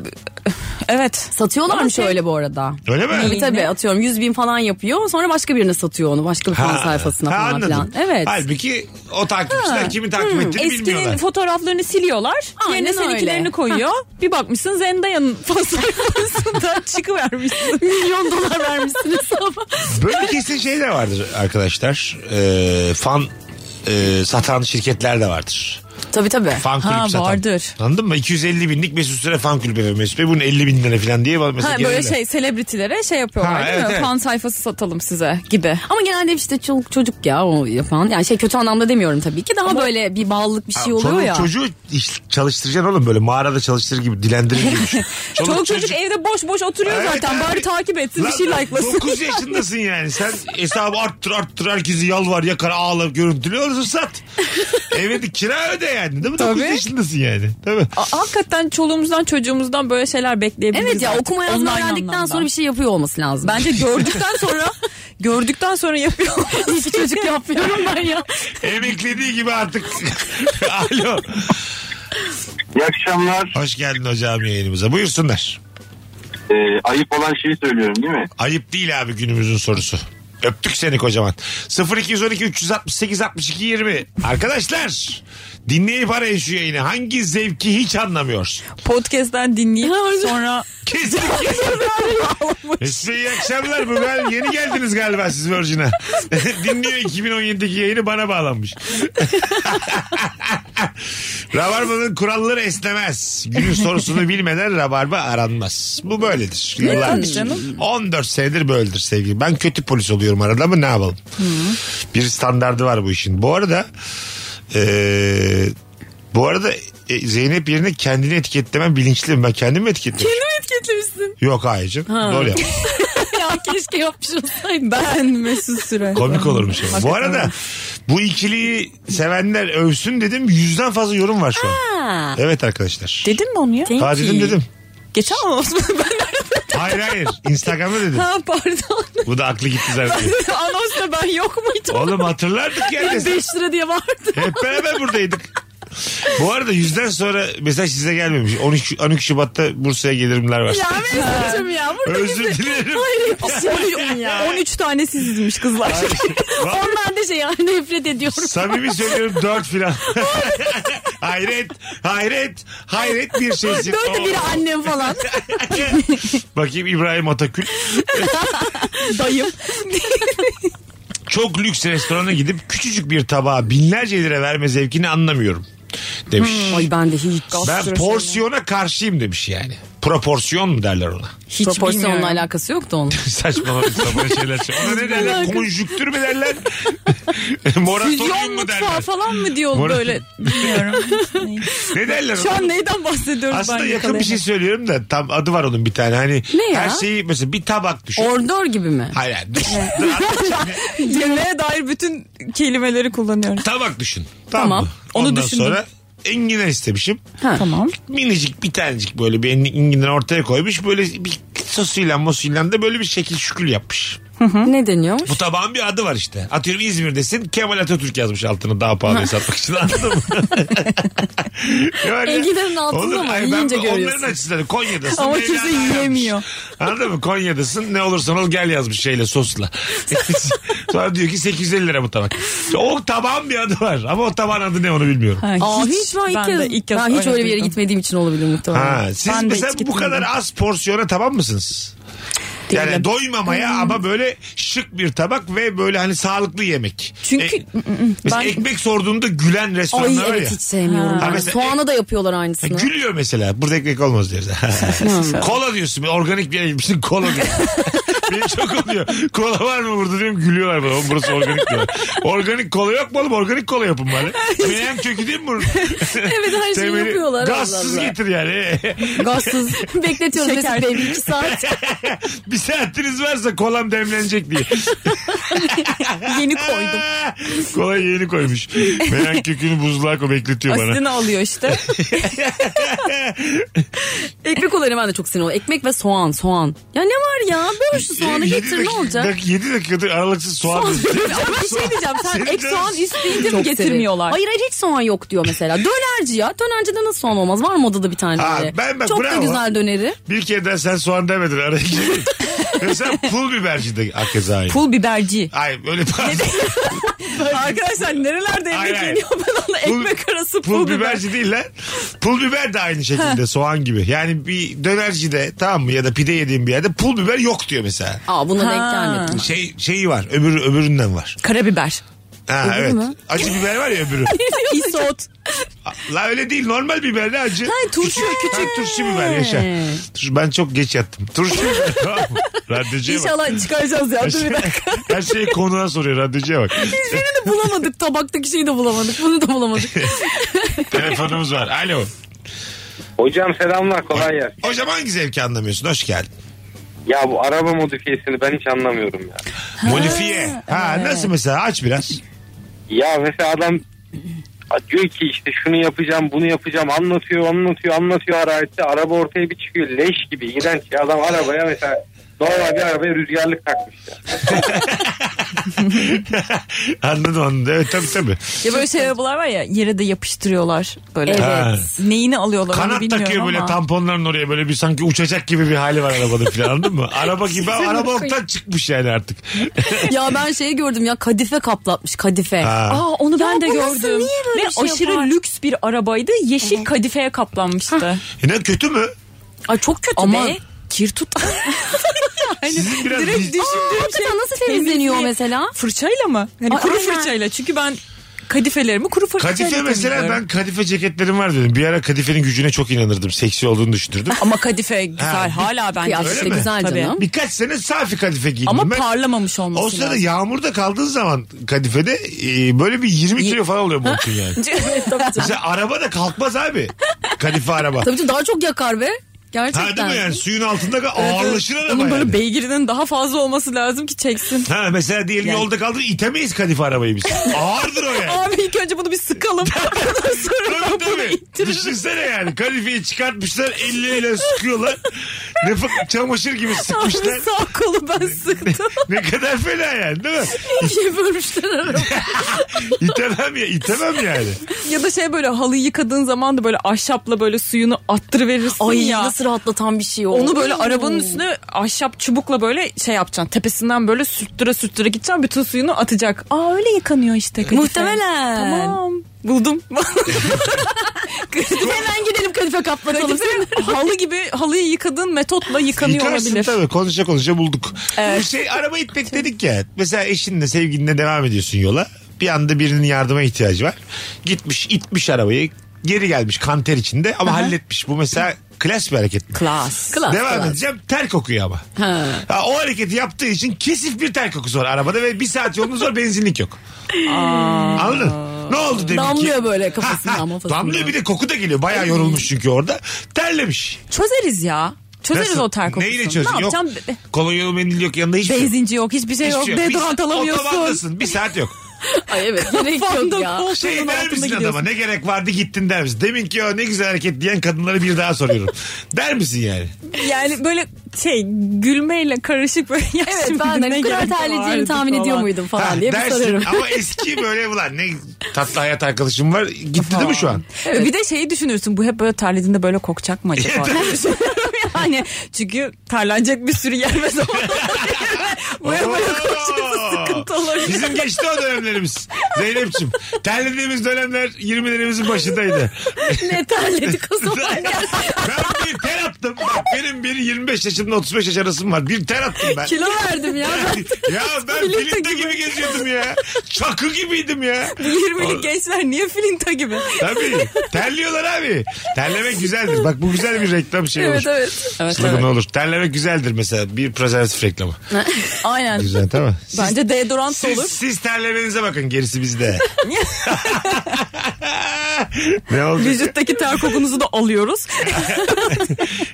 [SPEAKER 4] evet.
[SPEAKER 5] Satıyorlarmış
[SPEAKER 4] Ama şey-
[SPEAKER 5] öyle bu arada.
[SPEAKER 3] Öyle mi?
[SPEAKER 5] Tabii tabii atıyorum 100 bin falan yapıyor sonra başka birine satıyor onu başka bir fan sayfasına
[SPEAKER 3] ha,
[SPEAKER 5] falan
[SPEAKER 3] anladım.
[SPEAKER 5] filan. Evet. Hmm,
[SPEAKER 3] Halbuki o takipçiler kimi takip ettiğini
[SPEAKER 4] Eskinin
[SPEAKER 3] bilmiyorlar.
[SPEAKER 4] fotoğraflarını siliyorlar.
[SPEAKER 5] Aynen
[SPEAKER 4] yerine
[SPEAKER 5] öyle.
[SPEAKER 4] seninkilerini koyuyor. Bir bakmışsın Zendaya'nın fotoğrafında çıkıvermişsin.
[SPEAKER 5] Milyon dolar vermişsin hesaba.
[SPEAKER 3] Böyle kesin şey de vardır arkadaşlar. Ee, fan e, satan şirketler de vardır.
[SPEAKER 5] tabii tabii.
[SPEAKER 3] Fan kulüp
[SPEAKER 4] Ha,
[SPEAKER 3] satan.
[SPEAKER 4] vardır.
[SPEAKER 3] Anladın mı? 250 binlik Mesut Süre fan kulübü ve Mesut Bey bunun 50 bin lira falan diye mesela
[SPEAKER 4] Ha, böyle
[SPEAKER 3] gelirler.
[SPEAKER 4] şey celebritilere şey yapıyorlar
[SPEAKER 3] Ha,
[SPEAKER 4] değil
[SPEAKER 3] evet,
[SPEAKER 4] mi?
[SPEAKER 3] evet.
[SPEAKER 4] Fan sayfası satalım size gibi.
[SPEAKER 5] Ama genelde işte çoluk çocuk ya o yapan. Yani şey kötü anlamda demiyorum tabii ki. Daha böyle bir bağlılık bir şey oluyor
[SPEAKER 3] Çoluk
[SPEAKER 5] ya.
[SPEAKER 3] Çocuğu iş- çalıştıracaksın oğlum böyle mağarada çalıştırır gibi dilendirir gibi. Çoluk,
[SPEAKER 4] Çoluk çocuk, evde boş boş oturuyor
[SPEAKER 3] Evet,
[SPEAKER 4] zaten.
[SPEAKER 3] abi.
[SPEAKER 4] Bari takip etsin bir şey like'lasın.
[SPEAKER 3] 9 yaşındasın yani. Sen hesabı arttır arttır herkesi yalvar yakar ağla görüntülü olursun sat. Evet kira öde yani değil mi? 9
[SPEAKER 4] Tabii.
[SPEAKER 3] yaşındasın yani. Tabii.
[SPEAKER 4] A- hakikaten çoluğumuzdan çocuğumuzdan böyle şeyler bekleyebiliriz.
[SPEAKER 5] Evet ya
[SPEAKER 4] artık.
[SPEAKER 5] okuma
[SPEAKER 4] Online
[SPEAKER 5] yazma öğrendikten
[SPEAKER 4] anlamda.
[SPEAKER 5] sonra bir şey yapıyor olması lazım.
[SPEAKER 4] Bence gördükten sonra gördükten sonra yapıyor.
[SPEAKER 5] hiç çocuk yapmıyorum ben ya.
[SPEAKER 3] Emeklediği gibi artık. Alo.
[SPEAKER 8] İyi akşamlar.
[SPEAKER 3] Hoş geldin hocam yayınımıza. Buyursunlar.
[SPEAKER 8] Ee, ayıp olan şeyi söylüyorum değil mi?
[SPEAKER 3] Ayıp değil abi günümüzün sorusu. Öptük seni kocaman. 0212 368 62 20. Arkadaşlar dinleyip arayın şu yayını. Hangi zevki hiç anlamıyorsun?
[SPEAKER 4] Podcast'ten dinleyip sonra
[SPEAKER 3] Kesinlikle. E Size iyi akşamlar. Bu ben yeni geldiniz galiba siz Virgin'e. Dinliyor 2017'deki yayını bana bağlanmış. Rabarba'nın kuralları esnemez. Günün sorusunu bilmeden rabarba aranmaz. Bu böyledir.
[SPEAKER 4] tabii canım.
[SPEAKER 3] 14 senedir böyledir sevgili. Ben kötü polis oluyorum arada ama ne yapalım? Bir standardı var bu işin. Bu arada eee, bu arada e, Zeynep yerine kendini etiketlemem bilinçliyim. Ben kendimi etiketledim.
[SPEAKER 5] Kendimi etiketlemişsin.
[SPEAKER 3] Yok hayır Doğru yaptın.
[SPEAKER 5] ya keşke yapmış olsaydım.
[SPEAKER 4] Ben Mesut Süre.
[SPEAKER 3] Komik olurmuş. ama. Bu arada bu ikiliyi sevenler övsün dedim. Yüzden fazla yorum var şu an.
[SPEAKER 5] Ha.
[SPEAKER 3] Evet arkadaşlar.
[SPEAKER 4] Dedim mi onu ya?
[SPEAKER 5] Thank
[SPEAKER 3] Ha dedim
[SPEAKER 5] you.
[SPEAKER 3] dedim.
[SPEAKER 4] Geçen mi olsun? Ben
[SPEAKER 3] Hayır hayır. Instagram'da dedim.
[SPEAKER 4] ha pardon.
[SPEAKER 3] Bu da aklı gitti zaten.
[SPEAKER 4] Anonsta ben yok muydum?
[SPEAKER 3] Oğlum hatırlardık yani.
[SPEAKER 5] 5 lira diye vardı.
[SPEAKER 3] Hep beraber buradaydık. Bu arada yüzden sonra mesaj size gelmemiş. 13, 12 Şubat'ta Bursa'ya gelirimler var.
[SPEAKER 5] ya Mesut'cum şey ya. Burada
[SPEAKER 3] Özür dilerim.
[SPEAKER 5] Hayır şey ya.
[SPEAKER 4] 13 tane sizizmiş kızlar.
[SPEAKER 3] Vallahi
[SPEAKER 5] Ondan da şey ya nefret ediyorum.
[SPEAKER 3] Samimi söylüyorum 4 filan. hayret, hayret, hayret bir şeysin.
[SPEAKER 5] Dört de biri annem falan.
[SPEAKER 3] Bakayım İbrahim Atakül.
[SPEAKER 5] Dayım.
[SPEAKER 3] Çok lüks restorana gidip küçücük bir tabağa binlerce lira verme zevkini anlamıyorum. Demiş.
[SPEAKER 5] Hmm. Ay ben de hiç.
[SPEAKER 3] ben porsiyona karşıyım demiş yani. Proporsiyon mu derler ona?
[SPEAKER 5] Hiç
[SPEAKER 4] Proporsyonla
[SPEAKER 5] Proporsyonla alakası yoktu onun.
[SPEAKER 3] Saçmalama sapan şeyler. şey. Ona ne derler? Konjüktür mü derler? Moratorium mu derler?
[SPEAKER 5] falan mı diyor
[SPEAKER 3] Morat-
[SPEAKER 5] böyle.
[SPEAKER 3] Ne derler?
[SPEAKER 4] Şu
[SPEAKER 3] ona?
[SPEAKER 4] an neyden bahsediyoruz?
[SPEAKER 3] Aslında yakın bir şey söylüyorum da tam adı var onun bir tane. Hani
[SPEAKER 5] Ne ya?
[SPEAKER 3] her şeyi mesela bir tabak düşün.
[SPEAKER 5] Ordor gibi mi?
[SPEAKER 3] Hayır hayır. Dur, dur, şimdi
[SPEAKER 4] Yemeğe dair bütün kelimeleri kullanıyorum.
[SPEAKER 3] tabak düşün.
[SPEAKER 5] Tamam.
[SPEAKER 3] mı?
[SPEAKER 4] Onu
[SPEAKER 3] Ondan
[SPEAKER 4] düşündüm.
[SPEAKER 3] sonra enginar istemişim.
[SPEAKER 5] Ha.
[SPEAKER 4] Tamam.
[SPEAKER 3] Minicik bir tanecik böyle bir enginar ortaya koymuş. Böyle bir sosuyla mosuyla da böyle bir şekil şükül yapmış.
[SPEAKER 5] Ne deniyor?
[SPEAKER 3] Bu tabağın bir adı var işte. Atıyorum İzmir'desin. Kemal Atatürk yazmış altını daha pahalıya satmak için anladın mı? Yani-
[SPEAKER 5] Enginlerin altında mı?
[SPEAKER 3] Ay ben
[SPEAKER 5] Yiyince
[SPEAKER 3] bu-
[SPEAKER 5] görüyorsun.
[SPEAKER 3] Onların açısından Konya'dasın.
[SPEAKER 4] Ama
[SPEAKER 3] Mevlana
[SPEAKER 4] kimse
[SPEAKER 3] yazmış.
[SPEAKER 4] yiyemiyor.
[SPEAKER 3] Anladın mı? Konya'dasın ne olursan ol gel yazmış şeyle sosla. Sonra diyor ki 850 lira bu tabak. O tabağın bir adı var ama o tabağın adı ne onu bilmiyorum.
[SPEAKER 4] Ha,
[SPEAKER 5] Aa, hiç, ben ilk
[SPEAKER 4] ben
[SPEAKER 5] kez,
[SPEAKER 4] de ilk kez
[SPEAKER 5] ben hiç öyle bir yere
[SPEAKER 4] duydum.
[SPEAKER 5] gitmediğim için olabilir muhtemelen.
[SPEAKER 3] Ha, siz
[SPEAKER 4] Ben de
[SPEAKER 3] mesela
[SPEAKER 4] hiç
[SPEAKER 3] bu
[SPEAKER 4] gitmedim.
[SPEAKER 3] kadar az porsiyona tamam mısınız? Yani
[SPEAKER 4] Değilim.
[SPEAKER 3] doymamaya
[SPEAKER 5] Hmm.
[SPEAKER 3] ama böyle şık bir tabak ve böyle hani sağlıklı yemek.
[SPEAKER 4] Çünkü-
[SPEAKER 5] Mm,
[SPEAKER 3] E, mesela
[SPEAKER 4] Ben-
[SPEAKER 3] ekmek sorduğunda gülen restoranlar
[SPEAKER 5] Ay
[SPEAKER 3] var
[SPEAKER 5] evet
[SPEAKER 3] ya.
[SPEAKER 5] hiç sevmiyorum.
[SPEAKER 3] Ha,
[SPEAKER 5] ben.
[SPEAKER 3] mesela-
[SPEAKER 5] Soğana da yapıyorlar
[SPEAKER 3] Ha,
[SPEAKER 5] aynısını.
[SPEAKER 3] Gülüyor mesela. Burada ekmek olmaz diyoruz. kola diyorsun. Ben Organik bir yere gitmişsin kola diyor. Benim çok oluyor. Kola var mı burada diyorum gülüyorlar bana. Oğlum Burası organik diyor. Organik kola yok mu oğlum? Organik kola yapın bari. Meyan kökü değil mi bunun?
[SPEAKER 5] evet her şeyi
[SPEAKER 3] Temeli-
[SPEAKER 5] yapıyorlar.
[SPEAKER 3] Gazsız
[SPEAKER 5] Allah Allah.
[SPEAKER 3] getir yani.
[SPEAKER 5] Gazsız. Bekletiyoruz
[SPEAKER 4] Şeker.
[SPEAKER 5] Mesut Bey bir iki saat.
[SPEAKER 3] bir saatiniz varsa kolam demlenecek diye.
[SPEAKER 4] Yeni koydum.
[SPEAKER 3] Kola yeni koymuş. Meyan kökünü buzluğa koy bekletiyor bana.
[SPEAKER 4] Aslını alıyor işte.
[SPEAKER 5] Ekmek olayına ben de çok sinir oluyorum. Ekmek ve soğan soğan. Ya ne var ya? Böl şu soğanı
[SPEAKER 3] Yedi
[SPEAKER 5] getir ne
[SPEAKER 3] dakika-
[SPEAKER 5] olacak?
[SPEAKER 3] dak- Yedi dakikadır aralıksız şey, soğan.
[SPEAKER 4] Ama bir şey diyeceğim. Sen
[SPEAKER 3] Senin
[SPEAKER 4] ek
[SPEAKER 3] canın-
[SPEAKER 4] soğan isteyince mi
[SPEAKER 5] Çok
[SPEAKER 4] getirmiyorlar?
[SPEAKER 5] severim. Hayır hayır hiç soğan yok diyor mesela. Dönerci ya. Dönercide nasıl soğan olmaz? Var mı odada bir tane?
[SPEAKER 3] Ha,
[SPEAKER 5] böyle?
[SPEAKER 3] ben bak,
[SPEAKER 5] Çok
[SPEAKER 3] bravo.
[SPEAKER 5] da güzel döneri.
[SPEAKER 3] Bir kere daha sen soğan demedin araya girdin. Mesela pul biberci de hakeza aynı.
[SPEAKER 4] Pul biberci.
[SPEAKER 3] Ay öyle pardon.
[SPEAKER 4] Arkadaşlar nerelerde
[SPEAKER 3] Hayır,
[SPEAKER 4] yemek
[SPEAKER 3] hayır.
[SPEAKER 4] yeniyor ben onunla ekmek arası
[SPEAKER 3] pul, biberci değil lan. Pul biber de aynı şekilde soğan gibi. Yani bir dönerci de tamam mı ya da pide yediğim bir yerde pul biber yok diyor mesela.
[SPEAKER 5] Aa buna denk gelmedim.
[SPEAKER 3] Şey şeyi var. Öbürü öbüründen var.
[SPEAKER 4] Karabiber.
[SPEAKER 3] Ha evet.
[SPEAKER 5] mü?
[SPEAKER 3] Acı biber var ya öbürü.
[SPEAKER 4] Isot.
[SPEAKER 3] La öyle değil normal biber ne acı.
[SPEAKER 4] Hayır, turşu,
[SPEAKER 3] Ha,
[SPEAKER 4] küçük.
[SPEAKER 3] turşu biber yaşa. Turşu, ben çok geç yattım. Turşu biber tamam mı? Radyocuya bak.
[SPEAKER 5] Hmm.
[SPEAKER 4] İnşallah çıkaracağız ya.
[SPEAKER 3] Her,
[SPEAKER 4] Dur bir
[SPEAKER 3] şey,
[SPEAKER 4] dakika.
[SPEAKER 3] her şeyi konuğa soruyor radyocuya bak.
[SPEAKER 5] Birini de bulamadık. Tabaktaki şeyi de bulamadık. Bunu da bulamadık.
[SPEAKER 3] Telefonumuz var. Alo.
[SPEAKER 6] Hocam selamlar kolay gelsin.
[SPEAKER 3] Hocam hangi zevki anlamıyorsun? Hoş geldin.
[SPEAKER 6] Ya bu araba modifiyesini ben hiç anlamıyorum ya.
[SPEAKER 3] Modifiye. Ha nasıl mesela aç biraz.
[SPEAKER 6] Ya mesela adam diyor ki işte şunu yapacağım bunu yapacağım anlatıyor anlatıyor anlatıyor hararetle araba ortaya bir çıkıyor leş gibi iğrenç ya adam arabaya mesela normal bir arabaya rüzgarlık takmış ya.
[SPEAKER 3] anladım anladım. Evet tabii tabii.
[SPEAKER 4] Ya böyle şey arabalar var ya yere de yapıştırıyorlar böyle.
[SPEAKER 5] Evet.
[SPEAKER 3] Ha.
[SPEAKER 4] Neyini alıyorlar onu
[SPEAKER 3] Kanat
[SPEAKER 4] bilmiyorum
[SPEAKER 3] takıyor
[SPEAKER 4] ama.
[SPEAKER 3] böyle tamponların oraya böyle bir sanki uçacak gibi bir hali var arabada filan anladın mı? Araba gibi araba ortadan çıkmış yani artık.
[SPEAKER 5] ya ben şeyi gördüm ya. Kadife kaplatmış. Kadife.
[SPEAKER 3] Ha.
[SPEAKER 4] Aa onu ben de
[SPEAKER 5] bu nasıl,
[SPEAKER 4] gördüm.
[SPEAKER 5] niye böyle
[SPEAKER 4] Ve
[SPEAKER 5] bir şey
[SPEAKER 4] aşırı
[SPEAKER 5] yapar?
[SPEAKER 4] lüks bir arabaydı. Yeşil kadifeye kaplanmıştı.
[SPEAKER 3] E ne kötü mü?
[SPEAKER 5] Ay çok kötü
[SPEAKER 4] ama
[SPEAKER 5] be.
[SPEAKER 4] kir tut.
[SPEAKER 3] Sizin biraz
[SPEAKER 4] Direkt
[SPEAKER 3] biz-
[SPEAKER 4] düşündüğüm şey.
[SPEAKER 5] Hakikaten nasıl temizleniyor
[SPEAKER 4] temizliği-
[SPEAKER 5] mesela?
[SPEAKER 4] Fırçayla mı? Hani
[SPEAKER 5] Ay,
[SPEAKER 4] kuru
[SPEAKER 5] aynen.
[SPEAKER 4] fırçayla. Çünkü ben kadifelerimi kuru fırçayla
[SPEAKER 3] Kadife mesela
[SPEAKER 4] temizliyorum.
[SPEAKER 3] ben kadife ceketlerim var dedim. Bir ara kadifenin gücüne çok inanırdım. Seksi olduğunu düşünürdüm.
[SPEAKER 4] Ama kadife güzel
[SPEAKER 3] Ha,
[SPEAKER 4] hala bence. şey
[SPEAKER 5] kıyafet
[SPEAKER 3] de
[SPEAKER 5] güzel
[SPEAKER 4] Tabii.
[SPEAKER 5] canım.
[SPEAKER 3] Birkaç sene safi kadife giydim
[SPEAKER 4] Ama
[SPEAKER 3] ben.
[SPEAKER 4] parlamamış olması
[SPEAKER 3] O sırada
[SPEAKER 4] lazım.
[SPEAKER 3] yağmurda kaldığın zaman kadifede e, böyle bir 20 kilo falan oluyor montun yani. Mesela araba da kalkmaz abi. Kadife araba.
[SPEAKER 5] Tabii ki daha çok yakar be.
[SPEAKER 3] Ha değil
[SPEAKER 5] Gerçekten.
[SPEAKER 3] mi yani suyun altında kal- ağırlaşır araba
[SPEAKER 4] Onun böyle
[SPEAKER 3] yani.
[SPEAKER 4] beygirinin daha fazla olması lazım ki çeksin.
[SPEAKER 3] Ha mesela diyelim yolda kaldır itemeyiz kadife arabayı biz. Ağırdır o yani.
[SPEAKER 4] Abi ilk önce bunu bir sıkalım. Ondan sonra
[SPEAKER 3] Tabii
[SPEAKER 4] bunu
[SPEAKER 3] tabii.
[SPEAKER 4] ittiririz.
[SPEAKER 3] Düşünsene yani. Kadifeyi çıkartmışlar elleriyle sıkıyorlar. Ne fa- çamaşır gibi
[SPEAKER 4] Abi
[SPEAKER 3] sıkmışlar.
[SPEAKER 4] sağ kolu ben sıktım.
[SPEAKER 3] Ne kadar fena yani değil mi?
[SPEAKER 5] Bir şey bölmüşler arada.
[SPEAKER 3] İtemem ya, itemem yani.
[SPEAKER 4] ya da şey böyle halıyı yıkadığın zaman da böyle ahşapla böyle suyunu attırıverirsin
[SPEAKER 5] Ay
[SPEAKER 4] ya.
[SPEAKER 5] nasıl rahatlatan bir şey o.
[SPEAKER 4] Onu böyle arabanın üstüne ahşap çubukla böyle şey yapacaksın. Tepesinden böyle sürttüre sürttüre gideceksin. Bütün suyunu atacak. Aa öyle yıkanıyor işte. kadife.
[SPEAKER 5] Muhtemelen.
[SPEAKER 4] Tamam. Buldum.
[SPEAKER 5] Hemen gidelim kadife kaplatalım.
[SPEAKER 4] Kadife halı gibi halıyı yıkadığın metotla yıkanıyor
[SPEAKER 3] Yıkarsın
[SPEAKER 4] olabilir.
[SPEAKER 3] tabii. Konuşa konuşa bulduk. Bir şey araba itmek dedik ya. Mesela eşinle sevgilinle devam ediyorsun yola. Bir anda birinin yardıma ihtiyacı var. Gitmiş itmiş arabayı. Geri gelmiş kanter içinde ama halletmiş. Bu mesela klas bir hareket.
[SPEAKER 4] Klas.
[SPEAKER 5] Klas,
[SPEAKER 3] Devam
[SPEAKER 5] klas.
[SPEAKER 3] edeceğim. Ter kokuyor ama.
[SPEAKER 5] Ha.
[SPEAKER 3] Ha, o hareketi yaptığı için kesif bir ter kokusu var arabada ve bir saat yolunuz var benzinlik yok. Anladın? Ne oldu demin ki?
[SPEAKER 5] Damlıyor böyle kafasından,
[SPEAKER 3] Ha, ha,
[SPEAKER 5] kafasından.
[SPEAKER 3] Damlıyor bir de koku da geliyor. Bayağı yorulmuş çünkü orada. Terlemiş.
[SPEAKER 4] Çözeriz ya. Çözeriz
[SPEAKER 3] Nasıl?
[SPEAKER 4] o ter kokusunu.
[SPEAKER 3] Neyle çözün?
[SPEAKER 4] Ne
[SPEAKER 3] yok.
[SPEAKER 4] yapacağım?
[SPEAKER 3] Kolonyalı mendil yok yanında hiçbir şey yok.
[SPEAKER 4] Benzinci yok, hiçbir şey
[SPEAKER 3] Hiçbir
[SPEAKER 4] yok.
[SPEAKER 3] şey yok. Bir
[SPEAKER 4] Deodorant
[SPEAKER 3] saat
[SPEAKER 4] alamıyorsun.
[SPEAKER 3] Otobandasın. Bir saat yok.
[SPEAKER 5] Ay evet gerek yok ya.
[SPEAKER 4] koltuğunun
[SPEAKER 3] Şey der
[SPEAKER 4] altında
[SPEAKER 3] misin adama
[SPEAKER 4] gidiyorsun.
[SPEAKER 3] ne gerek vardı gittin der misin? Demin ki o ne güzel hareket diyen kadınlara bir daha soruyorum. der misin yani?
[SPEAKER 4] Yani böyle şey gülmeyle karışık böyle ya
[SPEAKER 5] Evet
[SPEAKER 4] şimdi
[SPEAKER 5] ben
[SPEAKER 4] ne
[SPEAKER 5] hani bu kadar
[SPEAKER 4] gerek
[SPEAKER 5] terleyeceğini
[SPEAKER 4] vardı
[SPEAKER 5] tahmin ediyor
[SPEAKER 4] falan.
[SPEAKER 5] muydum falan
[SPEAKER 3] Ha,
[SPEAKER 5] diye bir
[SPEAKER 3] dersin.
[SPEAKER 5] sorarım.
[SPEAKER 3] Ama eski böyle ulan ne tatlı hayat arkadaşım var. Gitti değil mi şu an?
[SPEAKER 4] Bir de şeyi düşünürsün bu hep böyle terlediğinde böyle kokacak mı acaba? diye düşünüyorum yani çünkü terlenecek bir sürü yer ve zaman. bu hep böyle kokacak
[SPEAKER 3] Oo.
[SPEAKER 4] sıkıntı olabilir.
[SPEAKER 3] Bizim geçti o dönemlerimiz. Zeynep'ciğim. Terlediğimiz dönemler 20'lerimizin başındaydı.
[SPEAKER 5] ne terledik o zaman.
[SPEAKER 3] ben bir ter attım. Bak benim bir 25 yaşımda 35 yaş arasım var. Bir ter attım ben.
[SPEAKER 5] Kilo verdim ya. Ben
[SPEAKER 3] ya ben
[SPEAKER 4] Filinta
[SPEAKER 3] filinte gibi.
[SPEAKER 4] gibi
[SPEAKER 3] geziyordum ya. Çakı gibiydim ya.
[SPEAKER 4] 20'lik gençler niye filinta gibi?
[SPEAKER 3] Tabii. Terliyorlar abi. Terlemek güzeldir. Bak bu güzel bir reklam şeyi
[SPEAKER 5] evet
[SPEAKER 3] olur.
[SPEAKER 5] evet.
[SPEAKER 3] Slogan olur. Terlemek güzeldir mesela. Bir prezervatif reklamı.
[SPEAKER 4] Aynen.
[SPEAKER 3] Güzel tamam.
[SPEAKER 4] Bence deodorant da
[SPEAKER 3] Siz,
[SPEAKER 4] olur.
[SPEAKER 3] siz terlemenize bakın gerisi bizde. ne olacak?
[SPEAKER 4] Vücuttaki ter kokunuzu da alıyoruz.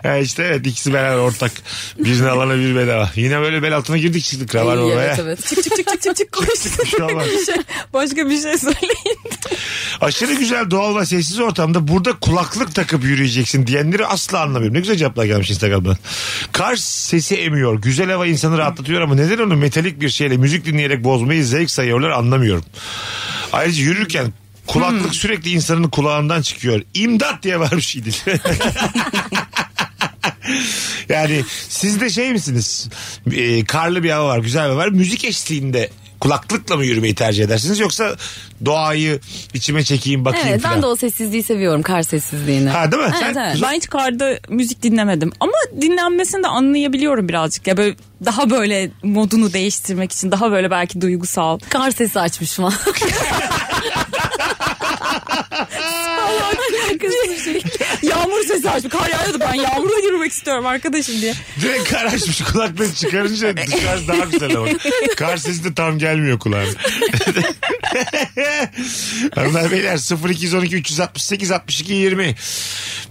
[SPEAKER 3] Ha işte evet ikisi beraber ortak. Birini alana bir bedava. Yine böyle bel altına girdik çıktık. Ravar
[SPEAKER 5] İyi,
[SPEAKER 3] babaya.
[SPEAKER 5] evet evet.
[SPEAKER 4] çık çık çık çık çık çık koş.
[SPEAKER 3] şey olmaz.
[SPEAKER 4] Bir şey- Başka bir şey söyleyin.
[SPEAKER 3] Aşırı güzel doğal ve sessiz ortamda burada kulaklık takıp yürüyeceksin diyenleri asla anlamıyorum. Ne güzel cevaplar gelmiş Instagram'dan. Kar sesi emiyor. Güzel hava insanı rahatlatıyor ama neden onu metalik bir şeyle müzik dinleyerek bozmayı zevk sayıyorlar anlamıyorum. Ayrıca yürürken kulaklık
[SPEAKER 5] Hmm.
[SPEAKER 3] sürekli insanın kulağından çıkıyor. İmdat diye şey varmış İdil. yani siz de şey misiniz? Ee, karlı bir hava var, güzel bir hava var. Müzik eşliğinde kulaklıkla mı yürümeyi tercih edersiniz yoksa doğayı içime çekeyim bakayım
[SPEAKER 5] Evet
[SPEAKER 3] falan.
[SPEAKER 5] ben de o sessizliği seviyorum kar sessizliğini.
[SPEAKER 3] Ha değil mi?
[SPEAKER 5] Evet,
[SPEAKER 3] Sen-
[SPEAKER 5] evet.
[SPEAKER 4] Ben hiç karda müzik dinlemedim. Ama dinlenmesini de anlayabiliyorum birazcık. Ya böyle daha böyle modunu değiştirmek için daha böyle belki duygusal.
[SPEAKER 5] Kar sesi açmış falan.
[SPEAKER 4] Yağmur sesi açtı. Kar yağıyordu ben yağmura yürümek istiyorum arkadaşım diye.
[SPEAKER 3] Direkt kar açmış kulaklığı çıkarınca dışarısı daha güzel ama. Kar sesi de tam gelmiyor kulağına. Hanımlar beyler 0212 368 62 20.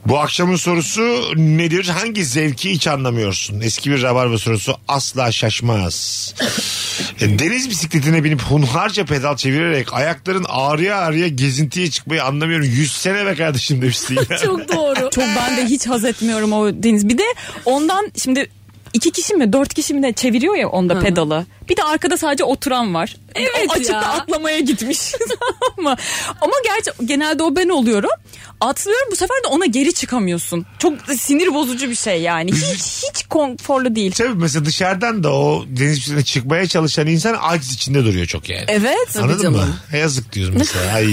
[SPEAKER 3] Bu akşamın sorusu nedir? Hangi zevki hiç anlamıyorsun? Eski bir rabarba sorusu asla şaşmaz. E, Deniz bisikletine binip hunharca pedal çevirerek ayakların ağrıya ağrıya gezintiye çıkmayı anlamıyorum. 100 sene be kardeşim demişsin ya.
[SPEAKER 5] Çok doğru.
[SPEAKER 4] Çok ben de hiç haz etmiyorum o deniz. Bir de ondan şimdi iki kişi mi dört kişi mi ne çeviriyor ya onda pedalı. Bir de arkada sadece oturan var.
[SPEAKER 5] Evet
[SPEAKER 4] o açıkta
[SPEAKER 5] ya.
[SPEAKER 4] atlamaya gitmiş. Tamam mı? Ama gerçi genelde o ben oluyorum. atlıyorum bu sefer de ona geri çıkamıyorsun. Çok sinir bozucu bir şey yani. Hiç hiç konforlu değil.
[SPEAKER 3] Tabii Şey, mesela dışarıdan da o deniz piscine çıkmaya çalışan insan aciz içinde duruyor çok yani.
[SPEAKER 5] Evet. Tabii
[SPEAKER 3] Anladın
[SPEAKER 5] canım.
[SPEAKER 3] mı? Yazık diyoruz mesela. Ay.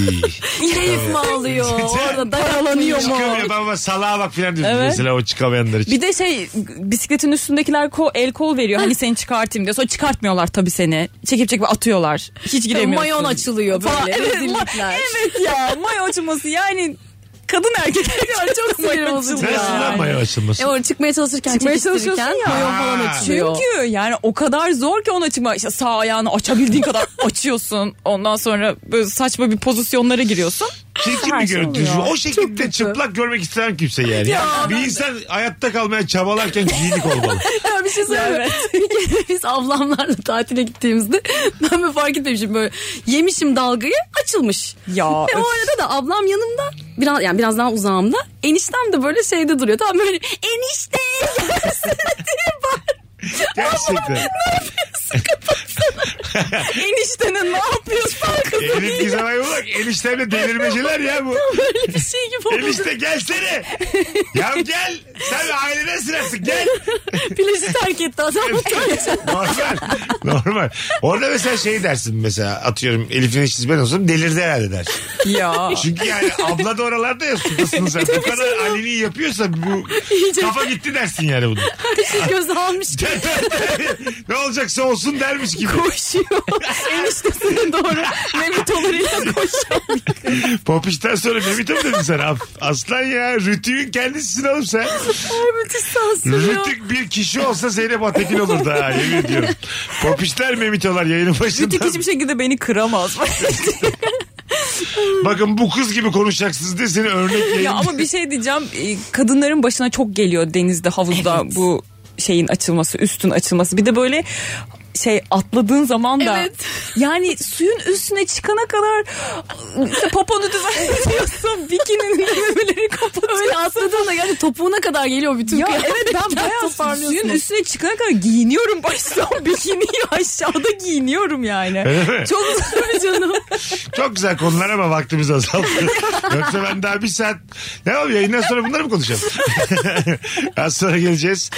[SPEAKER 5] Keyif mi alıyor? Orada dayaklanıyor mu?
[SPEAKER 3] Çıkamıyor baba salağa bak filan diyoruz
[SPEAKER 4] Evet.
[SPEAKER 3] mesela o çıkamayanlar için.
[SPEAKER 4] Bir de şey bisikletin üstündekiler ko, el kol veriyor. Hani seni çıkartayım diye. Sonra çıkartmıyorlar tabii seni. Çekip çekip atıyorlar. Hiç giremiyorsun.
[SPEAKER 5] Mayon açılıyor böyle.
[SPEAKER 4] Falan. Evet, ma-
[SPEAKER 5] rezillikler.
[SPEAKER 4] evet ya mayo açılması yani kadın erkek çok
[SPEAKER 5] sinir bozucu
[SPEAKER 3] Sen
[SPEAKER 5] ya.
[SPEAKER 3] sulanmaya yani.
[SPEAKER 5] E orada çıkmaya çalışırken
[SPEAKER 4] Çıkmaya
[SPEAKER 5] çekiştirirken
[SPEAKER 4] çalışıyorsun ya.
[SPEAKER 5] mayon falan
[SPEAKER 3] Ha.
[SPEAKER 5] açıyor.
[SPEAKER 4] Çünkü yani o kadar zor ki ona çıkmak. İşte sağ ayağını açabildiğin kadar açıyorsun. Ondan sonra böyle saçma bir pozisyonlara giriyorsun.
[SPEAKER 3] Çirkin
[SPEAKER 4] Her
[SPEAKER 3] bir
[SPEAKER 4] şey
[SPEAKER 3] görüntü.
[SPEAKER 4] oluyor.
[SPEAKER 3] O şekilde çıplak görmek istemem kimse yani. bir insan hayatta kalmaya çabalarken giyinik olmalı.
[SPEAKER 5] Ya bir şey söyleyeyim. mi? Bir kere biz ablamlarla tatile gittiğimizde ben bir fark etmemişim böyle yemişim dalgayı açılmış.
[SPEAKER 4] Ya,
[SPEAKER 5] Ve o
[SPEAKER 4] öf.
[SPEAKER 5] arada da ablam yanımda biraz yani biraz daha uzağımda eniştem de böyle şeyde duruyor. Tam böyle enişte gelsene diye bağır.
[SPEAKER 3] Gerçekten.
[SPEAKER 4] Eniştenin ne yapıyorsun?
[SPEAKER 3] Elif Gizem'e bak. Eniştemle delirmeceler ya bu.
[SPEAKER 5] Böyle bir şey gibi oldu.
[SPEAKER 3] Enişte gelsene. ya gel. Sen ailene sırası gel.
[SPEAKER 5] Plajı terk etti adam.
[SPEAKER 3] normal. Normal. Orada mesela şey dersin mesela atıyorum Elif'in eşsiz ben olsam delirdi herhalde dersin.
[SPEAKER 4] ya.
[SPEAKER 3] Çünkü yani abla da oralarda ya sudasın sen. bu kadar aleni yapıyorsa bu kafa gitti dersin yani bunu.
[SPEAKER 5] Göz almış
[SPEAKER 3] ne olacaksa olsun dermiş gibi.
[SPEAKER 5] koşuyor. Eniştesine doğru Mehmet Olur'uyla koşuyor.
[SPEAKER 3] Popiş'ten sonra Mehmet'e mi dedin sen? Af- Aslan ya Rütü'nün kendisisin oğlum sen.
[SPEAKER 5] Ay müthiş sansür ya.
[SPEAKER 3] Rütük bir kişi olsa Zeynep Atekin olurdu ha yemin ediyorum. Popişler Memitolar yayının başında.
[SPEAKER 4] Rütük hiçbir şekilde beni kıramaz.
[SPEAKER 3] Bakın bu kız gibi konuşacaksınız diye seni örnek yayın.
[SPEAKER 4] şey- ya ama bir şey diyeceğim. e, Kadınların başına çok geliyor denizde, havuzda bu şeyin açılması, üstün açılması. Bir de böyle şey atladığın zaman da
[SPEAKER 5] Evet.
[SPEAKER 4] yani suyun üstüne çıkana kadar işte poponu düzeltiyorsun bikininin düğmeleri kapatıyorsun.
[SPEAKER 5] Öyle atladığında yani topuğuna kadar geliyor bütün
[SPEAKER 4] Ya
[SPEAKER 5] kıyafet.
[SPEAKER 4] evet ben bayağı
[SPEAKER 5] toparlıyorsun.
[SPEAKER 4] suyun üstüne çıkana kadar giyiniyorum baştan bikiniyi aşağıda giyiniyorum yani.
[SPEAKER 3] Öyle mi?
[SPEAKER 4] Çok zor canım.
[SPEAKER 3] Çok güzel konular ama vaktimiz azaldı. Yoksa ben daha bir saat... Ne oluyor? Yayından sonra bunları mı konuşalım? Az sonra geleceğiz.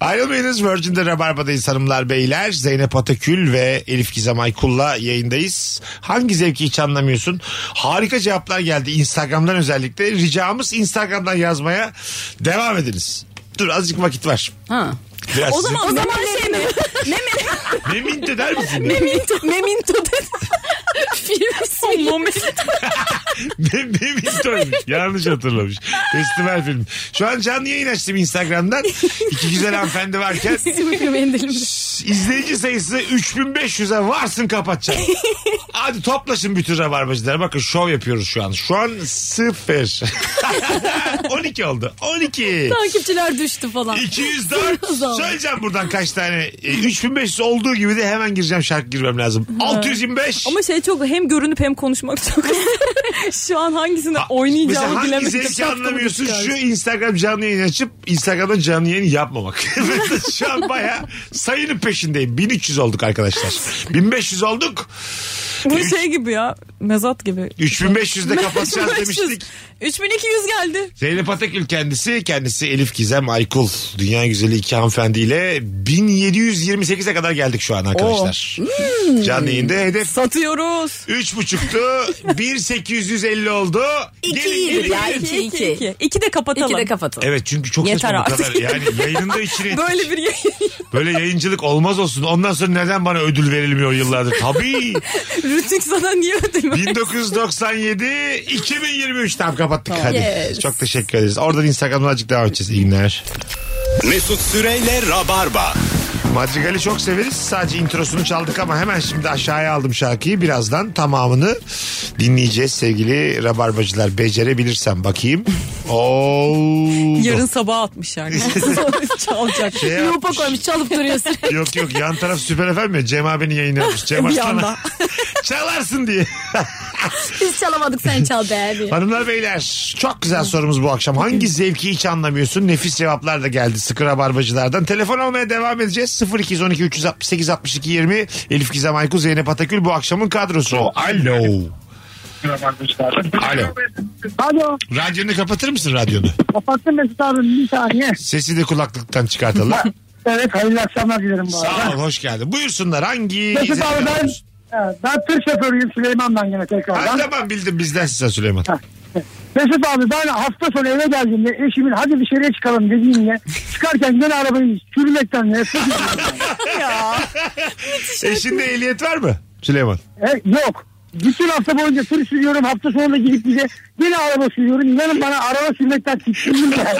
[SPEAKER 3] Ayrılmayınız. Virgin'de Rabarba'dayız hanımlar beyler. Zeynep Atakül ve Elif Gizem Aykul'la yayındayız. Hangi zevki hiç anlamıyorsun? Harika cevaplar geldi. Instagram'dan özellikle. Ricamız Instagram'dan yazmaya devam ediniz. Dur azıcık vakit var.
[SPEAKER 5] Ha.
[SPEAKER 3] Biraz
[SPEAKER 4] O zaman o
[SPEAKER 3] sizin-
[SPEAKER 4] zaman şey mi?
[SPEAKER 3] Memento der misin? ya?
[SPEAKER 4] Memento. Memento dedi.
[SPEAKER 5] Film ismi.
[SPEAKER 4] O moment.
[SPEAKER 3] Memitoymuş. Yanlış hatırlamış. Festival filmi. Şu an canlı yayın açtım Instagram'dan. İki güzel hanımefendi varken
[SPEAKER 5] Bizim film endilimde.
[SPEAKER 3] izleyici sayısı 3500'e varsın kapatacağım. Hadi toplaşın bütün rabarbacılar. Bakın şov yapıyoruz şu an. Şu an sıfır. 12 oldu. 12.
[SPEAKER 5] Takipçiler düştü falan.
[SPEAKER 3] 204
[SPEAKER 5] Zor.
[SPEAKER 3] söyleyeceğim buradan kaç tane. E, 3500 olduğu gibi de hemen gireceğim şarkı girmem lazım. 625.
[SPEAKER 4] Ama şey çok hem görünüp hem konuşmak çok. Şu an hangisini
[SPEAKER 3] Mesela
[SPEAKER 4] oynayacağımı
[SPEAKER 3] hangi
[SPEAKER 4] bilemedim.
[SPEAKER 3] zevki anlamıyorsun şu Instagram canlı yayın açıp Instagram'dan canlı yayın yapmamak. Mesela şu an baya sayının peşindeyim. 1300 olduk arkadaşlar. 1500 olduk.
[SPEAKER 4] Bu şey gibi ya. Mezat gibi.
[SPEAKER 3] 3500'de kapatacağız
[SPEAKER 4] 3500.
[SPEAKER 3] demiştik.
[SPEAKER 4] 3200 geldi.
[SPEAKER 3] Zeynep Atakül kendisi, kendisi Elif Gizem Aykul. Dünya güzeli iki hanımefendiyle 1728'e kadar geldik şu an arkadaşlar.
[SPEAKER 4] Oh. Hmm.
[SPEAKER 3] Canlı yayında hedef
[SPEAKER 4] Satıyoruz.
[SPEAKER 3] 3.5'tu. 1850 oldu. Gelin, gelin,
[SPEAKER 5] ya,
[SPEAKER 3] gelin.
[SPEAKER 5] İki, iki.
[SPEAKER 4] 2 de kapatalım.
[SPEAKER 5] İki de kapatalım.
[SPEAKER 3] Evet çünkü çok
[SPEAKER 4] Yeter
[SPEAKER 3] saçma bu
[SPEAKER 4] artık.
[SPEAKER 3] kadar. Yani yayının da içine ettik.
[SPEAKER 4] Böyle bir yayın.
[SPEAKER 3] Böyle yayıncılık olmaz olsun. Ondan sonra neden bana ödül verilmiyor yıllardır? Tabii.
[SPEAKER 4] Rütük sana niye ödeme?
[SPEAKER 3] 1997 2023 tam kapattık hadi.
[SPEAKER 5] Yes.
[SPEAKER 3] Çok teşekkür ederiz. Oradan Instagram'dan azıcık devam edeceğiz. İyi günler.
[SPEAKER 2] Mesut Süreyle Rabarba.
[SPEAKER 3] Madrigal'i çok severiz. Sadece introsunu çaldık ama hemen şimdi aşağıya aldım şarkıyı. Birazdan tamamını dinleyeceğiz sevgili rabarbacılar. Becerebilirsem bakayım. Oldu.
[SPEAKER 4] Yarın sabah atmış yani. Çalacak.
[SPEAKER 3] Şey yap-
[SPEAKER 5] Lupa koymuş çalıp duruyor sürekli.
[SPEAKER 3] Yok yok yan taraf süper efendim ya. Cem abinin yayını yapmış. Cem
[SPEAKER 4] Bir
[SPEAKER 3] Arslan'a-
[SPEAKER 4] anda.
[SPEAKER 3] Çalarsın diye.
[SPEAKER 5] Biz çalamadık sen çal be. diye.
[SPEAKER 3] Hanımlar beyler çok güzel sorumuz bu akşam. Hangi zevki hiç anlamıyorsun? Nefis cevaplar da geldi sıkı rabarbacılardan. Telefon almaya devam edeceğiz. 0212 368 62 20 Elif Gizem Aykuz Zeynep Atakül bu akşamın kadrosu. Alo. Alo.
[SPEAKER 7] Alo
[SPEAKER 3] Radyonu kapatır mısın radyonu?
[SPEAKER 7] kapattım Mesut abi bir saniye.
[SPEAKER 3] Sesi de kulaklıktan çıkartalım.
[SPEAKER 7] Evet hayırlı akşamlar dilerim bu
[SPEAKER 3] Sağ
[SPEAKER 7] arada.
[SPEAKER 3] ol hoş geldin. Buyursunlar hangi...
[SPEAKER 7] Mesut abi ben, evet, ben tır şoförüyüm Süleyman'dan yine
[SPEAKER 3] Ha,
[SPEAKER 7] tekrardan.
[SPEAKER 3] tamam bildim bizden size Süleyman.
[SPEAKER 7] Mesut abi ben hafta sonu eve geldiğimde eşimin hadi dışarıya çıkalım dediğimde çıkarken gene arabayı sürmekten nefret ediyorum.
[SPEAKER 3] Eşinde ehliyet var mı Süleyman?
[SPEAKER 7] E, yok. Bütün hafta boyunca tır sürüyorum. Hafta sonu da gidip bize yine araba sürüyorum. İnanın bana araba sürmekten tiksindim yani.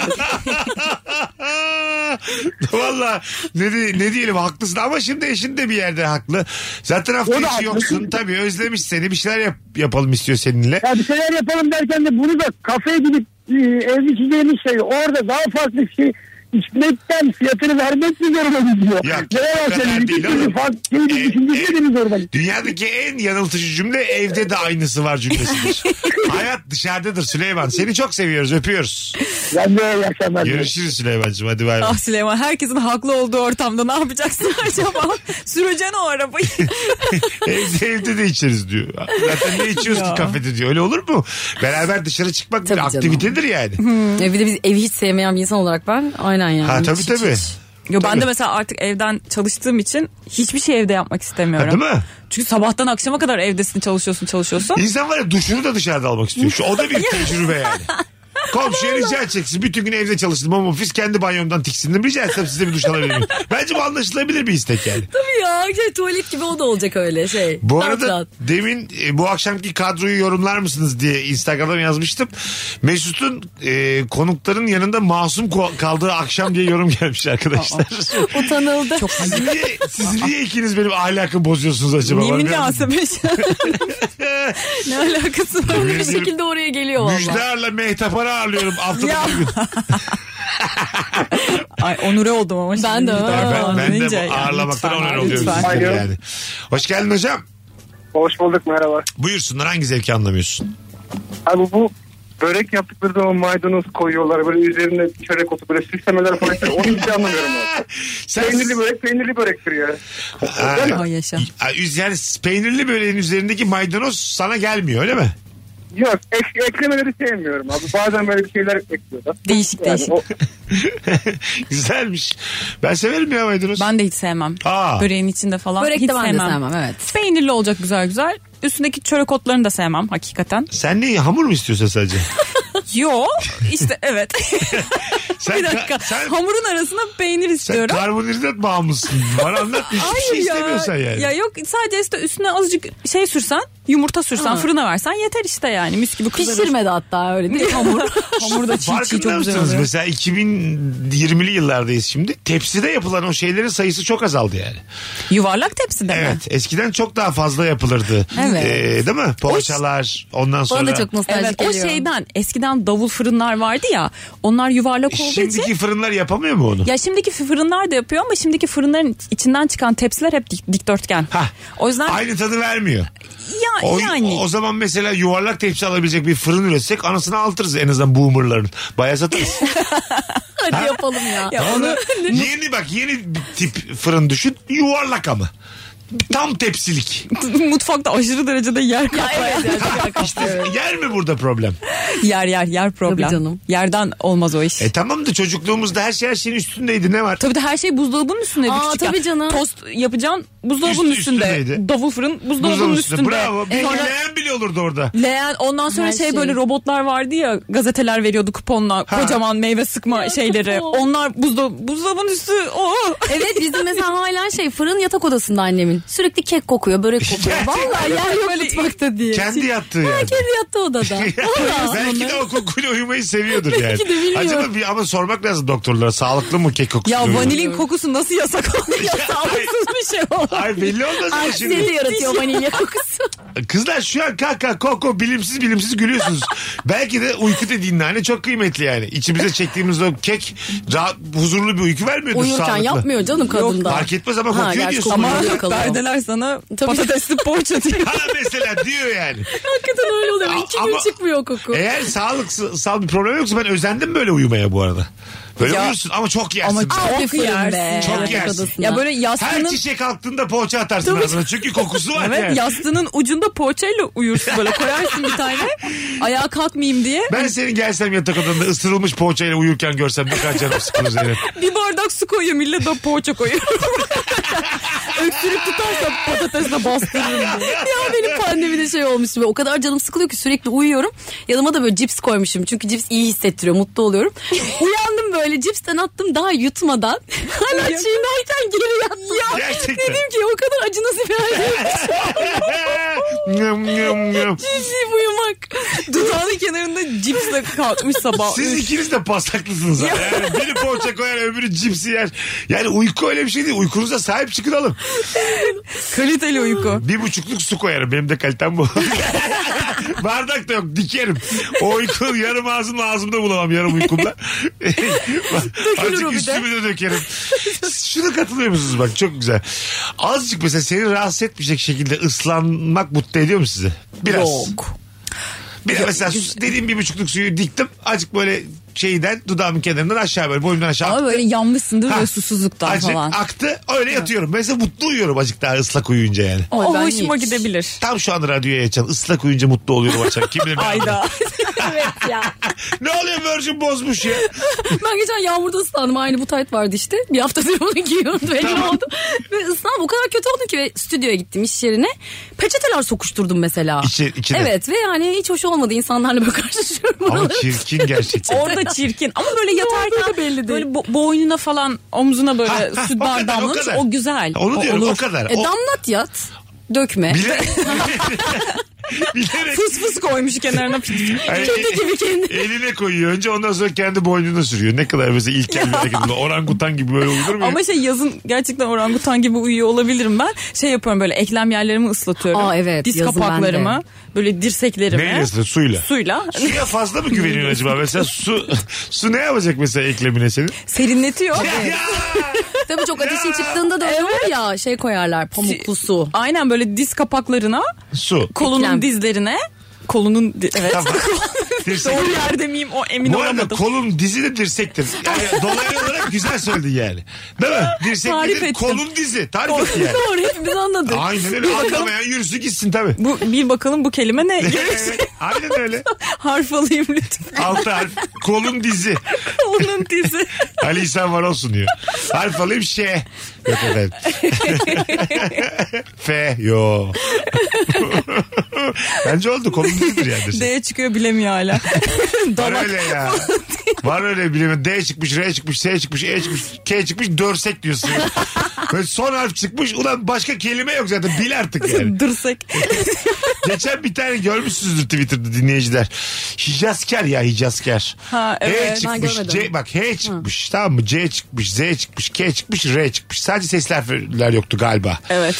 [SPEAKER 3] Valla ne, di- ne diyelim haklısın ama şimdi eşin de bir yerde haklı. Zaten hafta
[SPEAKER 7] O da
[SPEAKER 3] içi
[SPEAKER 7] haklı.
[SPEAKER 3] yoksun tabii özlemiş seni bir şeyler yap- yapalım istiyor seninle.
[SPEAKER 7] Ya bir şeyler yapalım derken de bunu da kafeye gidip e, evin içinde yemiş şey. Orada daha farklı bir şey içmekten fiyatını vermek mi zorunda gidiyor?
[SPEAKER 3] Ya,
[SPEAKER 7] Neler
[SPEAKER 3] o kadar
[SPEAKER 7] var senin?
[SPEAKER 3] değil
[SPEAKER 7] İki türlü
[SPEAKER 3] oğlum.
[SPEAKER 7] farklı şey
[SPEAKER 3] E,
[SPEAKER 7] düşüncesi de mi zorunda gidiyor?
[SPEAKER 3] Dünyadaki en yanıltıcı cümle evde de aynısı var cümlesidir. Hayat dışarıdadır Süleyman. Seni çok seviyoruz öpüyoruz.
[SPEAKER 7] Ben de iyi akşamlar. dilerim.
[SPEAKER 3] Görüşürüz Süleyman'cığım hadi bay bay.
[SPEAKER 4] Ah Süleyman herkesin haklı olduğu ortamda ne yapacaksın acaba? Süreceksin o arabayı.
[SPEAKER 3] evde, evde de içeriz diyor. Zaten ne içiyoruz ki
[SPEAKER 4] Ya.
[SPEAKER 3] kafede diyor öyle olur mu? Beraber dışarı çıkmak bir
[SPEAKER 5] Tabii canım.
[SPEAKER 3] aktivitedir yani.
[SPEAKER 5] E bir de biz evi hiç sevmeyen bir insan olarak ben aynen yani.
[SPEAKER 3] Ha,
[SPEAKER 5] Hiç,
[SPEAKER 3] tabii,
[SPEAKER 5] hiç,
[SPEAKER 3] tabii.
[SPEAKER 5] hiç.
[SPEAKER 4] Yo, ben
[SPEAKER 3] Tabii.
[SPEAKER 4] de mesela artık evden çalıştığım için hiçbir şey evde yapmak istemiyorum.
[SPEAKER 3] Ha, değil mi?
[SPEAKER 4] Çünkü sabahtan akşama kadar evdesin çalışıyorsun çalışıyorsun.
[SPEAKER 3] İnsan var ya duşunu da dışarıda almak istiyor. Şu, o da bir tecrübe yani. Komşuya rica edeceksin. Bütün gün evde çalıştım ama ofis kendi banyomdan tiksindim. Rica etsem size bir duş alabilir miyim? Bence bu anlaşılabilir bir istek yani.
[SPEAKER 5] Tabii ya şey, tuvalet gibi o da olacak öyle şey.
[SPEAKER 3] Bu
[SPEAKER 5] Rahat
[SPEAKER 3] arada
[SPEAKER 5] rahat.
[SPEAKER 3] demin e, bu akşamki kadroyu yorumlar mısınız diye Instagram'dan yazmıştım. Mesut'un e, konukların yanında masum ko- kaldığı akşam diye yorum gelmiş arkadaşlar.
[SPEAKER 5] utanıldı. Çok
[SPEAKER 3] siz, niye, siz niye ikiniz benim ahlakımı bozuyorsunuz acaba?
[SPEAKER 4] Niye
[SPEAKER 3] Bana
[SPEAKER 4] mi
[SPEAKER 3] biraz-
[SPEAKER 4] lazım ne alakası var?
[SPEAKER 5] bir şekilde oraya geliyor
[SPEAKER 3] Müjde
[SPEAKER 5] valla.
[SPEAKER 3] Ar'la Mehtap Ar'ı ağırlıyorum haftada
[SPEAKER 4] Ya.
[SPEAKER 3] bir gün.
[SPEAKER 4] Ay onure oldum ama. şimdi.
[SPEAKER 5] Ben de,
[SPEAKER 4] Lütfen.
[SPEAKER 5] ha.
[SPEAKER 3] Ben, ben
[SPEAKER 4] Deyince
[SPEAKER 3] de bu
[SPEAKER 4] yani
[SPEAKER 3] ağırlamaktan
[SPEAKER 4] lütfen,
[SPEAKER 3] onar oluyorum
[SPEAKER 4] lütfen.
[SPEAKER 3] sizleri
[SPEAKER 6] Alo.
[SPEAKER 3] yani. Hoş geldin hocam.
[SPEAKER 6] Hoş bulduk merhaba.
[SPEAKER 3] Buyursunlar hangi zevki anlamıyorsun?
[SPEAKER 6] Abi bu börek yaptıkları zaman maydanoz koyuyorlar. Böyle üzerine çörek otu böyle süslemeler falan. yapıyor. Onu hiç anlamıyorum abi.
[SPEAKER 3] Sen,
[SPEAKER 6] Peynirli börek peynirli börektir ya.
[SPEAKER 3] Ha,
[SPEAKER 4] Ay yaşa.
[SPEAKER 3] ha, üz- yani peynirli böreğin üzerindeki maydanoz sana gelmiyor öyle mi?
[SPEAKER 6] Yok ek, eklemeleri sevmiyorum abi. Bazen böyle bir şeyler ekliyorlar.
[SPEAKER 4] Değişik değişik.
[SPEAKER 6] o-
[SPEAKER 3] Güzelmiş. Ben severim ya maydanoz.
[SPEAKER 4] Ben de hiç sevmem.
[SPEAKER 3] Aa.
[SPEAKER 4] Böreğin içinde falan
[SPEAKER 5] Börek
[SPEAKER 4] hiç
[SPEAKER 5] de ben de
[SPEAKER 4] sevmem.
[SPEAKER 5] sevmem evet.
[SPEAKER 4] Peynirli olacak güzel güzel. Üstündeki çörek otlarını da sevmem hakikaten.
[SPEAKER 3] Sen ne hamur mu istiyorsun sadece?
[SPEAKER 4] Yo işte evet.
[SPEAKER 3] Sen,
[SPEAKER 4] bir dakika.
[SPEAKER 3] ka- sen,
[SPEAKER 4] Hamurun arasına peynir
[SPEAKER 3] sen
[SPEAKER 4] istiyorum.
[SPEAKER 3] karbonhidrat bağımlısın. Bana anlat. Hiçbir şey istemiyorsun sen yani.
[SPEAKER 4] Ya yok sadece işte üstüne azıcık şey sürsen, yumurta sürsen,
[SPEAKER 5] Ha.
[SPEAKER 4] fırına versen yeter işte yani. Mis gibi kızarır.
[SPEAKER 5] Pişirmedi hatta öyle değil mi? Hamur. Hamur
[SPEAKER 4] şey
[SPEAKER 5] da çiğ çiğ
[SPEAKER 3] Farkında
[SPEAKER 5] çok güzel
[SPEAKER 3] mısınız?
[SPEAKER 5] oluyor.
[SPEAKER 3] Mesela 2020'li yıllardayız şimdi. Tepside yapılan o şeylerin sayısı çok azaldı yani.
[SPEAKER 4] Yuvarlak tepside mi?
[SPEAKER 3] Evet eskiden çok daha fazla yapılırdı.
[SPEAKER 5] Evet.
[SPEAKER 3] Ee, değil mi? Poğaçalar ondan sonra.
[SPEAKER 5] Bana da çok nostaljik
[SPEAKER 4] Evet o
[SPEAKER 5] geliyor.
[SPEAKER 4] şeyden eskiden davul fırınlar vardı ya onlar yuvarlak olduğu için
[SPEAKER 3] Şimdiki fırınlar yapamıyor mu onu?
[SPEAKER 4] Ya şimdiki fırınlar da yapıyor ama şimdiki fırınların içinden çıkan tepsiler hep dik- dikdörtgen.
[SPEAKER 3] Hah.
[SPEAKER 4] O yüzden
[SPEAKER 3] Aynı tadı vermiyor.
[SPEAKER 4] ya,
[SPEAKER 3] O,
[SPEAKER 4] yani
[SPEAKER 3] o zaman mesela yuvarlak tepsi alabilecek bir fırın üretsek anasını altırız en azından boomerların. Bayağı satarız.
[SPEAKER 5] Hadi yapalım ya.
[SPEAKER 4] Ya onu
[SPEAKER 3] yeni bak yeni bir tip fırın düşün yuvarlak ama. Tam tepsilik.
[SPEAKER 4] mutfakta aşırı derecede yer kaplayan.
[SPEAKER 3] İşte yer mi burada problem?
[SPEAKER 4] yer yer yer problem.
[SPEAKER 5] Tabii canım.
[SPEAKER 4] Yerden olmaz o iş.
[SPEAKER 3] E tamam da çocukluğumuzda her şey her şeyin üstündeydi ne var?
[SPEAKER 4] Tabii de her şey buzdolabının üstünde.
[SPEAKER 5] Aa,
[SPEAKER 4] küçükken.
[SPEAKER 5] tabii canım.
[SPEAKER 4] Tost yapacaksın buzdolabının
[SPEAKER 3] Üst-
[SPEAKER 4] üstünde.
[SPEAKER 3] üstündeydi.
[SPEAKER 4] Davul fırın buzdolabının
[SPEAKER 3] Buzdolabının üstünde.
[SPEAKER 4] üstünde.
[SPEAKER 3] Bravo. Bir
[SPEAKER 4] Sonra
[SPEAKER 3] leğen bile olurdu orada.
[SPEAKER 4] leğen ondan sonra
[SPEAKER 5] Her
[SPEAKER 4] şey,
[SPEAKER 5] şey.
[SPEAKER 4] böyle robotlar vardı ya gazeteler veriyordu kuponla
[SPEAKER 3] Ha.
[SPEAKER 4] kocaman meyve sıkma şeyleri.
[SPEAKER 5] kupon.
[SPEAKER 4] Onlar buzda buzdolabının üstü. Oo.
[SPEAKER 5] Evet bizim mesela hala şey fırın yatak odasında annemin. Sürekli kek kokuyor, börek kokuyor. Vallahi yer yok mutfakta diye.
[SPEAKER 3] Kendi yattığı
[SPEAKER 5] Ha,
[SPEAKER 3] yani.
[SPEAKER 5] kendi yattı odada. Vallahi.
[SPEAKER 3] Belki de o kokuyla uyumayı seviyordur yani.
[SPEAKER 5] Belki de bilmiyorum.
[SPEAKER 3] Acaba bir ama sormak lazım doktorlara sağlıklı mı kek kokusu?
[SPEAKER 4] Ya
[SPEAKER 3] duyuyor?
[SPEAKER 4] vanilin kokusu nasıl yasak oldu ya sağlıksız bir şey o.
[SPEAKER 3] Ay belli olmaz ama
[SPEAKER 5] Aksiyeti
[SPEAKER 3] şimdi.
[SPEAKER 5] yaratıyor vanilya kokusu.
[SPEAKER 3] Kızlar şu an kaka koko bilimsiz bilimsiz gülüyorsunuz. Belki de uyku dediğin nane çok kıymetli yani. İçimize çektiğimiz o kek rahat, huzurlu bir uyku vermiyordur
[SPEAKER 5] Uyurken
[SPEAKER 3] sağlıklı.
[SPEAKER 5] yapmıyor canım kadında.
[SPEAKER 3] fark etmez ama kokuyor
[SPEAKER 5] gerçi
[SPEAKER 3] diyorsun.
[SPEAKER 5] kokuyor,
[SPEAKER 4] Ama
[SPEAKER 5] yakalıyor.
[SPEAKER 4] perdeler sana
[SPEAKER 5] Tabii.
[SPEAKER 4] patatesli poğaça diyor.
[SPEAKER 3] Ha mesela diyor yani.
[SPEAKER 5] Hakikaten öyle oluyor. İki
[SPEAKER 3] Ama- e-
[SPEAKER 5] gün çıkmıyor koku.
[SPEAKER 3] Eğer sağlıksal bir problem yoksa ben özendim böyle uyumaya bu arada. Böyle
[SPEAKER 4] Ya-
[SPEAKER 3] uyursun ama çok yersin.
[SPEAKER 4] Ama çok
[SPEAKER 5] Aferin be.
[SPEAKER 4] yersin.
[SPEAKER 3] çok
[SPEAKER 5] Yatak
[SPEAKER 3] yersin.
[SPEAKER 5] odasında.
[SPEAKER 4] Ya böyle
[SPEAKER 3] Her
[SPEAKER 4] yastığının
[SPEAKER 3] çiçek altında poğaça atarsın
[SPEAKER 4] Tabii.
[SPEAKER 3] ağzına. Çünkü kokusu var
[SPEAKER 4] Evet
[SPEAKER 3] yani.
[SPEAKER 4] yastığının ucunda poğaçayla uyursun böyle koyarsın bir tane ayağa kalkmayayım diye.
[SPEAKER 3] Ben seni gelsem yatak odanda ısırılmış poğaçayla uyurken görsem ne kadar canım sıkılır Zeynep.
[SPEAKER 4] Bir bardak su koyuyorum ille de poğaça koyuyorum.
[SPEAKER 5] Öksürük tutarsa patatesle bastırırım diye. ya benim pandemide şey olmuştu. Böyle O kadar canım sıkılıyor ki sürekli uyuyorum. Yanıma da böyle cips koymuşum. Çünkü cips iyi hissettiriyor. Mutlu oluyorum. Uyandım böyle cipsten attım daha yutmadan. Hala çiğnerken geri yattım. Ya,
[SPEAKER 3] Gerçekten.
[SPEAKER 5] Dedim ki o kadar acı nasıl bir halde
[SPEAKER 3] Nyam, nyam, nyam.
[SPEAKER 5] ciddiyim uyumak.
[SPEAKER 4] Dudağının kenarında cipsle kalkmış sabah.
[SPEAKER 3] Siz ikiniz de paslaklısınız. ha. Yani biri poğaça koyar öbürü cipsi yer. Yani uyku öyle bir şey değil. Uykunuza sahip çıkın oğlum.
[SPEAKER 4] Kaliteli uyku.
[SPEAKER 3] Bir buçukluk su koyarım. Benim de kalitem bu. Bardak da yok dikerim. O uyku yarım ağzımla ağzımda bulamam yarım uykumda.
[SPEAKER 4] o
[SPEAKER 3] Azıcık
[SPEAKER 4] bir de.
[SPEAKER 3] üstümü de dökerim. Şuna katılıyor musunuz bak çok güzel. Azıcık mesela seni rahatsız etmeyecek şekilde ıslanmak mutlu ediyor mu sizi? Biraz.
[SPEAKER 4] Yok.
[SPEAKER 3] Bir de mesela su- dediğim bir buçukluk suyu diktim. Azıcık böyle şeyden dudağımın kenarından aşağı böyle boynumdan aşağı.
[SPEAKER 4] Ama böyle yanmışsındır
[SPEAKER 3] Ha.
[SPEAKER 4] ve susuzluktan
[SPEAKER 3] Azıcık
[SPEAKER 4] falan.
[SPEAKER 3] aktı öyle yatıyorum. Mesela mutlu uyuyorum azıcık daha ıslak uyuyunca yani.
[SPEAKER 4] O
[SPEAKER 5] ben
[SPEAKER 4] hoşuma
[SPEAKER 5] hiç.
[SPEAKER 4] gidebilir.
[SPEAKER 3] Tam şu an radyoya açan ıslak uyuyunca mutlu oluyorum açan. Kim bilir ne
[SPEAKER 4] Ayda.
[SPEAKER 3] yaptı?
[SPEAKER 5] evet ya.
[SPEAKER 3] Ne oluyor Virgin bozmuş ya.
[SPEAKER 5] Ben geçen yağmurda ıslandım. Aynı bu tayt vardı işte. Bir haftadır onu giyiyorum. Belli oldu. Ve ıslandım. O kadar kötü oldum ki. Ve stüdyoya gittim iş yerine. Peçeteler sokuşturdum mesela.
[SPEAKER 3] İçi- içine.
[SPEAKER 5] Evet ve yani hiç hoş olmadı. insanlarla böyle karşılaşıyorum.
[SPEAKER 3] Ama
[SPEAKER 5] Oraları-
[SPEAKER 3] çirkin gerçekten.
[SPEAKER 4] Orada çirkin ama böyle yatarken
[SPEAKER 5] olduğu belli değil.
[SPEAKER 4] böyle bo- boynuna falan omzuna böyle
[SPEAKER 3] Ha, ha,
[SPEAKER 4] süt
[SPEAKER 3] o kadar,
[SPEAKER 4] bardağı
[SPEAKER 3] o
[SPEAKER 4] damlamış
[SPEAKER 3] kadar.
[SPEAKER 4] o güzel.
[SPEAKER 3] Onu
[SPEAKER 4] O
[SPEAKER 3] diyorum o
[SPEAKER 4] olur.
[SPEAKER 3] kadar.
[SPEAKER 5] E,
[SPEAKER 3] O-
[SPEAKER 5] damlat yat. Dökme.
[SPEAKER 3] bilerek, bilerek
[SPEAKER 4] Fıs fıs koymuş kenarına.
[SPEAKER 3] Ay,
[SPEAKER 5] Kendi gibi kendi.
[SPEAKER 3] eline koyuyor önce ondan sonra kendi boynuna sürüyor. Ne kadar mesela ilkel bir hareket. Ulan Orangutan gibi böyle olur mu? ya?
[SPEAKER 4] Ama şey yazın gerçekten orangutan gibi uyuyor olabilirim ben. Şey yapıyorum böyle eklem yerlerimi ıslatıyorum.
[SPEAKER 5] Aa, evet,
[SPEAKER 4] Diz
[SPEAKER 5] yazın
[SPEAKER 4] kapaklarımı, böyle dirseklerimi.
[SPEAKER 3] Neyle ısıtıyor? Suyla.
[SPEAKER 4] Suyla
[SPEAKER 3] Suya fazla mı güveniyorsun acaba? Mesela su su ne yapacak mesela eklemine senin?
[SPEAKER 4] serinletiyor.
[SPEAKER 3] Ya!
[SPEAKER 5] Tabii çok ateşin çıktığında da öyle olur ya. Şey koyarlar pamuklu su.
[SPEAKER 4] Aynen böyle diz kapaklarına,
[SPEAKER 3] Su.
[SPEAKER 4] kolunun
[SPEAKER 5] Eklem.
[SPEAKER 4] dizlerine, kolunun di- evet.
[SPEAKER 3] Tamam.
[SPEAKER 4] Doğru yerde miyim o emin
[SPEAKER 3] Bu arada
[SPEAKER 4] olamadım.
[SPEAKER 3] kolun dizi de dirsektir. Yani dolaylı olarak güzel söyledin yani. Değil mi? Dirsek
[SPEAKER 4] Tarif
[SPEAKER 3] nedir?
[SPEAKER 4] ettim.
[SPEAKER 3] kolun dizi. Tarif et yani.
[SPEAKER 5] Doğru hepimiz anladık.
[SPEAKER 3] Aynen öyle. Anlamayan yürüsü gitsin tabii.
[SPEAKER 4] Bu, bir bakalım bu kelime ne?
[SPEAKER 3] Evet, Aynen öyle.
[SPEAKER 4] Harf alayım lütfen.
[SPEAKER 3] Altı harf. Kolun dizi.
[SPEAKER 4] Kolunun dizi.
[SPEAKER 3] Ali İhsan var olsun diyor. Harf alayım şey. Yok efendim. F. Yo. Bence oldu. Kolun dizidir yani. dirsek.
[SPEAKER 4] D'ye çıkıyor bilemiyor hala.
[SPEAKER 3] Var
[SPEAKER 4] Dalak.
[SPEAKER 3] öyle ya. Var öyle bileme. D çıkmış, R çıkmış, S çıkmış, E çıkmış, K çıkmış, dörsek diyorsun. Böyle son harf çıkmış. Ulan başka kelime yok zaten. Bil artık yani.
[SPEAKER 4] Dırsek.
[SPEAKER 3] Geçen bir tane görmüşsünüzdür Twitter'da dinleyiciler. Hicazker ya Hicazker.
[SPEAKER 4] Ha,
[SPEAKER 3] H
[SPEAKER 4] evet, ben
[SPEAKER 3] çıkmış.
[SPEAKER 5] görmedim.
[SPEAKER 3] C, bak H çıkmış. Tamam mı? C çıkmış, Z çıkmış, K çıkmış, R çıkmış. Sadece sesler yoktu galiba.
[SPEAKER 4] Evet.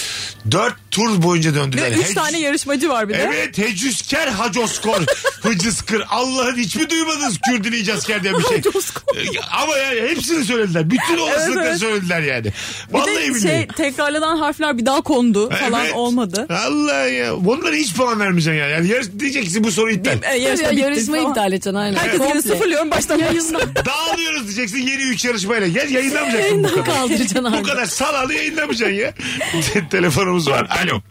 [SPEAKER 3] Dört tur boyunca döndüler.
[SPEAKER 4] Ve üç
[SPEAKER 3] Hec-
[SPEAKER 4] tane yarışmacı var bir de.
[SPEAKER 3] Evet hecüzker hacoskor hıcıskır Allah'ın hiç mi duymadınız Kürdün icazker diye bir şey. Ee, Ama yani hepsini söylediler. Bütün olasılıkları
[SPEAKER 4] evet.
[SPEAKER 3] söylediler yani.
[SPEAKER 4] Bir
[SPEAKER 3] Vallahi
[SPEAKER 4] de
[SPEAKER 3] billahi.
[SPEAKER 4] şey, tekrarlanan harfler bir daha kondu falan
[SPEAKER 3] Evet.
[SPEAKER 4] olmadı.
[SPEAKER 3] Allah ya. Onlara hiç puan vermeyeceksin yani. yani yarış, diyeceksin bu soru iptal.
[SPEAKER 4] E, yarışma
[SPEAKER 5] Ya,
[SPEAKER 4] bitti
[SPEAKER 5] yarışmayı
[SPEAKER 4] falan.
[SPEAKER 5] iptal edeceksin aynen.
[SPEAKER 4] Herkes yine sıfırlıyorum baştan başlıyorum.
[SPEAKER 3] Dağılıyoruz diyeceksin yeni 3 yarışmayla. Gel yayınlamayacaksın bu kadar.
[SPEAKER 5] kaldıracaksın
[SPEAKER 3] Bu
[SPEAKER 5] abi.
[SPEAKER 3] kadar salalı yayınlamayacaksın ya. Telefonumuz var. Alo.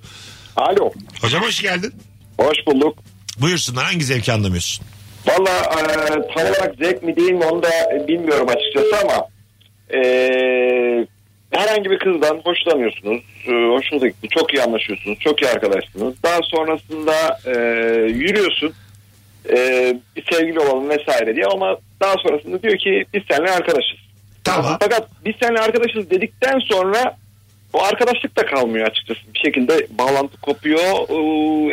[SPEAKER 8] Alo.
[SPEAKER 3] Hocam hoş geldin.
[SPEAKER 8] Hoş bulduk.
[SPEAKER 3] Buyursunlar hangi zevki anlamıyorsun?
[SPEAKER 8] Valla e, tam olarak zevk mi değil mi onu da bilmiyorum açıkçası ama e, herhangi bir kızdan hoşlanıyorsunuz. E, hoşunuza gitti. Çok iyi anlaşıyorsunuz. Çok iyi arkadaşsınız. Daha sonrasında e, yürüyorsun. E, bir sevgili olalım vesaire diye ama daha sonrasında diyor ki biz seninle arkadaşız.
[SPEAKER 3] Tamam.
[SPEAKER 8] Fakat biz seninle arkadaşız dedikten sonra o arkadaşlık da kalmıyor açıkçası. Bir şekilde bağlantı kopuyor. e,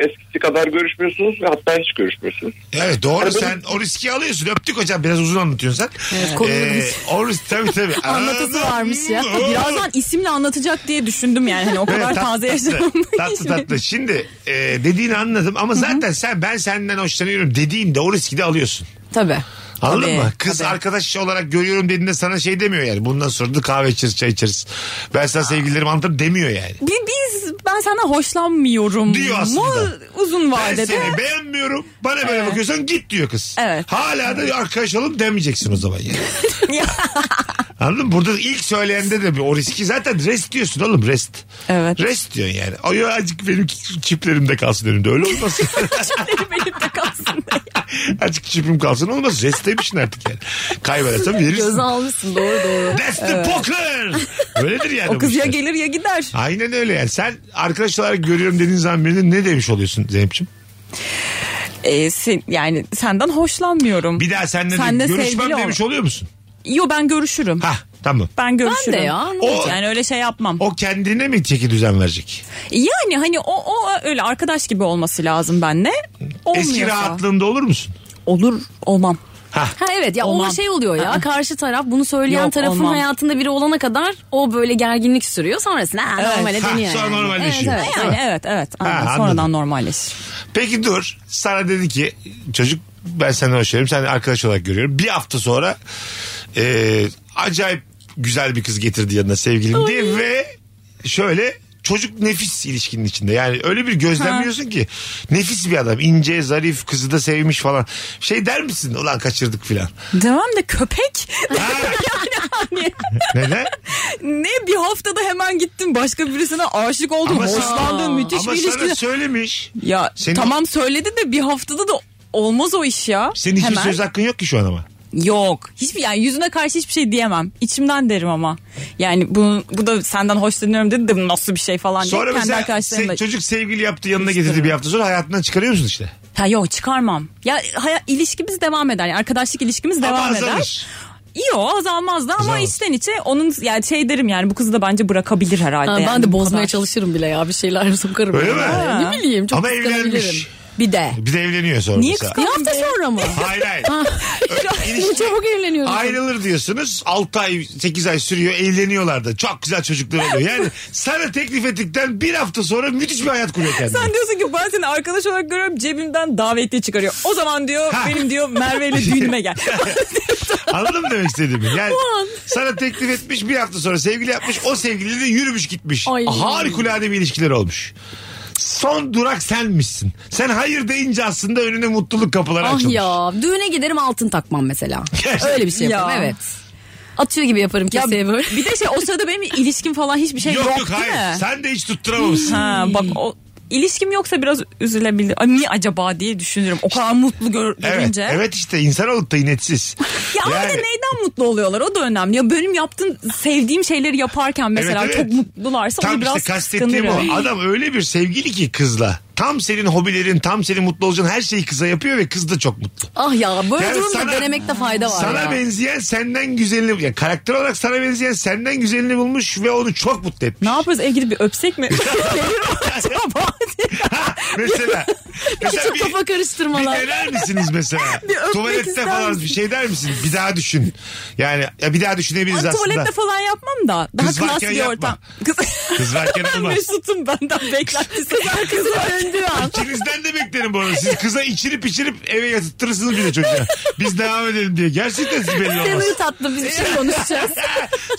[SPEAKER 8] Eskisi kadar görüşmüyorsunuz ve hatta hiç görüşmüyorsunuz.
[SPEAKER 3] Evet doğru
[SPEAKER 8] Arada-
[SPEAKER 3] sen o riski alıyorsun. Öptük hocam biraz uzun anlatıyorsun sen. Ee,
[SPEAKER 5] Evet, konuyu bilmiş.
[SPEAKER 3] o risk tabii tabii.
[SPEAKER 5] Anlatısı varmış ya.
[SPEAKER 3] Anladım.
[SPEAKER 4] Birazdan isimle anlatacak diye düşündüm yani. Hani o
[SPEAKER 3] Evet,
[SPEAKER 4] kadar
[SPEAKER 3] tat-
[SPEAKER 4] taze
[SPEAKER 3] tatlı,
[SPEAKER 4] yaşamamı
[SPEAKER 3] Tatlı tatlı. Şimdi e, dediğini anladım ama zaten sen ben senden hoşlanıyorum dediğinde o riski de alıyorsun.
[SPEAKER 5] Tabii.
[SPEAKER 3] Anladın
[SPEAKER 4] Tabii,
[SPEAKER 3] mı? Kız
[SPEAKER 4] tabii.
[SPEAKER 3] arkadaş olarak görüyorum dediğinde sana şey demiyor yani. Bundan sonra da kahve içeriz çay içeriz. Ben sana sevgililerimi anlatırım demiyor yani.
[SPEAKER 4] Bi- Biz ben senden hoşlanmıyorum
[SPEAKER 3] Diyor
[SPEAKER 4] mu
[SPEAKER 3] aslında.
[SPEAKER 4] uzun
[SPEAKER 3] Ben
[SPEAKER 4] vadede?
[SPEAKER 3] seni beğenmiyorum. Bana böyle bakıyorsan git diyor kız.
[SPEAKER 4] Evet.
[SPEAKER 3] Hala da arkadaş olalım demeyeceksin o zaman yani. Anladın mı? Burada ilk söyleyende de bir o riski zaten rest diyorsun oğlum rest.
[SPEAKER 4] Evet.
[SPEAKER 3] Rest diyorsun yani. Ay azıcık benim çiplerimde kalsın önümde öyle olmaz.
[SPEAKER 4] Benim de kalsın.
[SPEAKER 3] azıcık çipim kalsın olmaz. Rest demişsin artık yani. Kaybedersen verirsin.
[SPEAKER 5] Göze almışsın doğru doğru.
[SPEAKER 3] That's the poker. Öyledir yani.
[SPEAKER 4] O
[SPEAKER 3] bu
[SPEAKER 4] kız ya
[SPEAKER 3] işler.
[SPEAKER 4] gelir ya gider.
[SPEAKER 3] Aynen öyle yani. Sen arkadaş olarak görüyorum dediğin zaman birine ne demiş oluyorsun Zeynep'ciğim?
[SPEAKER 4] Ee, sen- yani senden hoşlanmıyorum.
[SPEAKER 3] Bir daha seninle de
[SPEAKER 4] Seninle sevgili
[SPEAKER 3] görüşmem
[SPEAKER 4] ol.
[SPEAKER 3] demiş oluyor musun?
[SPEAKER 4] Yo ben görüşürüm.
[SPEAKER 3] Hah tamam.
[SPEAKER 4] Ben görüşürüm.
[SPEAKER 5] Ben de ya, ne
[SPEAKER 3] O-
[SPEAKER 4] Hiç Yani öyle şey yapmam.
[SPEAKER 3] O kendine mi çeki düzen verecek?
[SPEAKER 4] Yani hani o, o öyle arkadaş gibi olması lazım benle. Olmuyorsa.
[SPEAKER 3] Eski rahatlığında olur musun?
[SPEAKER 4] Olur olmam.
[SPEAKER 5] Ha evet ya
[SPEAKER 4] Olmam.
[SPEAKER 5] o şey oluyor ya karşı taraf bunu söyleyen
[SPEAKER 4] Yok,
[SPEAKER 5] tarafın
[SPEAKER 4] olmam.
[SPEAKER 5] hayatında biri olana kadar o böyle gerginlik sürüyor sonrasında ha,
[SPEAKER 4] Evet.
[SPEAKER 5] normale
[SPEAKER 3] Ha,
[SPEAKER 5] dönüyor.
[SPEAKER 3] sonra
[SPEAKER 5] yani.
[SPEAKER 3] normalleşiyor.
[SPEAKER 5] Evet, evet.
[SPEAKER 4] Yani evet evet. aynen.
[SPEAKER 3] anladım.
[SPEAKER 4] Sonradan normalleşir.
[SPEAKER 3] Peki dur. Sana dedi ki çocuk ben senden hoşlanıyorum. Sen arkadaş olarak görüyorum. Bir hafta sonra e, acayip güzel bir kız getirdi yanına sevgilim diye ve şöyle çocuk nefis ilişkinin içinde. Yani öyle bir gözlemliyorsun ki nefis bir adam. ince, zarif, kızı da sevmiş falan. Şey der misin? Ulan kaçırdık falan.
[SPEAKER 4] Devam de köpek. yani hani
[SPEAKER 3] Neden?
[SPEAKER 4] ne bir haftada hemen gittim başka birisine aşık oldum.
[SPEAKER 3] Ama sana-
[SPEAKER 4] hoşlandım müthiş
[SPEAKER 3] Ama
[SPEAKER 4] bir ilişki.
[SPEAKER 3] sana söylemiş.
[SPEAKER 4] Ya
[SPEAKER 3] Senin-
[SPEAKER 4] tamam söyledi de bir haftada da olmaz o iş ya.
[SPEAKER 3] Senin hiçbir
[SPEAKER 4] Hemen. Hani
[SPEAKER 3] söz hakkın yok ki şu an ama.
[SPEAKER 4] Yok. Hiçbir yani yüzüne karşı hiçbir şey diyemem. İçimden derim ama. Yani bu bu da senden hoşlanıyorum dedim nasıl bir şey falan diye
[SPEAKER 3] Sonra
[SPEAKER 4] kendi
[SPEAKER 3] mesela
[SPEAKER 4] arkadaşlarımla.
[SPEAKER 3] se- çocuk sevgili yaptı yanına getirdi bir hafta sonra hayatından çıkarıyor musun işte?
[SPEAKER 4] Ha yok çıkarmam. Ya haya, ilişkimiz devam eder. Yani arkadaşlık ilişkimiz
[SPEAKER 3] Ama
[SPEAKER 4] devam eder.
[SPEAKER 3] azalır.
[SPEAKER 4] Yok azalmaz da ama
[SPEAKER 3] Azalmaz.
[SPEAKER 4] içten içe onun yani şey derim yani bu kızı da bence bırakabilir herhalde.
[SPEAKER 5] Ha,
[SPEAKER 4] yani
[SPEAKER 5] ben de
[SPEAKER 4] bu
[SPEAKER 5] bozmaya
[SPEAKER 4] kadar.
[SPEAKER 5] çalışırım bile ya bir şeyler sokarım.
[SPEAKER 3] Öyle
[SPEAKER 5] ya.
[SPEAKER 3] mi?
[SPEAKER 5] Ha. Ne bileyim çok
[SPEAKER 3] Ama
[SPEAKER 5] kıskanabilirim.
[SPEAKER 3] evlenmiş.
[SPEAKER 5] Bir de.
[SPEAKER 3] Bir de evleniyor sonra
[SPEAKER 4] Niye
[SPEAKER 3] mesela.
[SPEAKER 4] kıskan-
[SPEAKER 5] Bir hafta sonra mı?
[SPEAKER 3] Hayır hayır.
[SPEAKER 5] Bu çabuk evleniyoruz.
[SPEAKER 3] Ayrılır diyorsunuz. 6 ay 8 ay sürüyor evleniyorlar da. Çok güzel çocuklar oluyor. Yani sana teklif ettikten bir hafta sonra müthiş bir hayat kuruyor kendine.
[SPEAKER 4] Sen diyorsun ki ben seni arkadaş olarak görüyorum cebimden davetiye çıkarıyor. O zaman diyor
[SPEAKER 3] Ha.
[SPEAKER 4] benim diyor Merve ile düğünüme gel.
[SPEAKER 3] Anladın mı demek istediğimi? Yani sana teklif etmiş bir hafta sonra sevgili yapmış. O sevgiliyle yürümüş gitmiş.
[SPEAKER 5] Ay.
[SPEAKER 3] Harikulade bir ilişkiler olmuş. Son durak senmişsin. Sen hayır deyince aslında önüne mutluluk kapıları
[SPEAKER 5] Ah
[SPEAKER 3] açılmış.
[SPEAKER 5] ya düğüne giderim altın takmam mesela.
[SPEAKER 3] Gerçekten.
[SPEAKER 5] Öyle bir şey yaparım
[SPEAKER 4] Ya.
[SPEAKER 5] evet. Atıyor gibi yaparım keseye böyle.
[SPEAKER 4] bir de şey o sırada benim ilişkim falan hiçbir şey
[SPEAKER 3] yok
[SPEAKER 4] yok,
[SPEAKER 3] yok,
[SPEAKER 4] değil
[SPEAKER 3] hayır.
[SPEAKER 4] mi?
[SPEAKER 3] Sen de hiç tutturamamışsın.
[SPEAKER 4] Ha bak o ilişkim yoksa biraz üzülebilir. Ay, niye acaba diye düşünürüm. O kadar mutlu gör,
[SPEAKER 3] Evet,
[SPEAKER 4] görünce.
[SPEAKER 3] evet işte insan olup da inetsiz.
[SPEAKER 4] Ya ama
[SPEAKER 3] Yani-
[SPEAKER 4] da neyden mutlu oluyorlar o da önemli. Ya benim yaptığım sevdiğim şeyleri yaparken mesela
[SPEAKER 3] Evet, evet.
[SPEAKER 4] çok mutlularsa
[SPEAKER 3] Tam
[SPEAKER 4] onu biraz
[SPEAKER 3] işte kastettiğim
[SPEAKER 4] kıskanırım.
[SPEAKER 3] o. Adam öyle bir sevgili ki kızla. Tam senin hobilerin, tam senin mutlu olacağın her şeyi kıza yapıyor ve kız da çok mutlu.
[SPEAKER 5] Ah ya böyle
[SPEAKER 3] Yani
[SPEAKER 5] durumda
[SPEAKER 3] sana-
[SPEAKER 5] denemekte fayda var
[SPEAKER 3] Sana
[SPEAKER 5] ya.
[SPEAKER 3] benzeyen senden güzelini, ya karakter olarak sana benzeyen senden güzelini bulmuş ve onu çok mutlu etmiş.
[SPEAKER 4] Ne yaparız evgili bir öpsek mi? Gelir mi acaba diye.
[SPEAKER 3] mesela. mesela
[SPEAKER 5] Çok
[SPEAKER 3] bir,
[SPEAKER 5] kafa
[SPEAKER 3] bir
[SPEAKER 5] karıştırmalar.
[SPEAKER 3] dener misiniz mesela?
[SPEAKER 4] Bir öpmek
[SPEAKER 3] Tuvalette
[SPEAKER 4] ister
[SPEAKER 3] falan
[SPEAKER 4] misin?
[SPEAKER 3] bir şey der misin? Bir daha düşün. Yani ya bir daha düşünebiliriz
[SPEAKER 4] Ben
[SPEAKER 3] aslında.
[SPEAKER 4] tuvalette falan yapmam da. Daha
[SPEAKER 3] Kız
[SPEAKER 4] klas
[SPEAKER 3] varken
[SPEAKER 4] bir
[SPEAKER 3] yapma.
[SPEAKER 4] ortam. Kız,
[SPEAKER 3] Kız varken olmaz.
[SPEAKER 4] Mesut'un benden beklentisi. Kızı döndüğü an.
[SPEAKER 3] İçinizden de beklerim bu arada. Siz kıza içirip içirip eve yatırtırsınız bile çocuğa. Biz devam edelim diye. Gerçekten siz belli
[SPEAKER 5] Sen
[SPEAKER 3] olmaz.
[SPEAKER 5] uyu tatlı biz bir şey konuşacağız.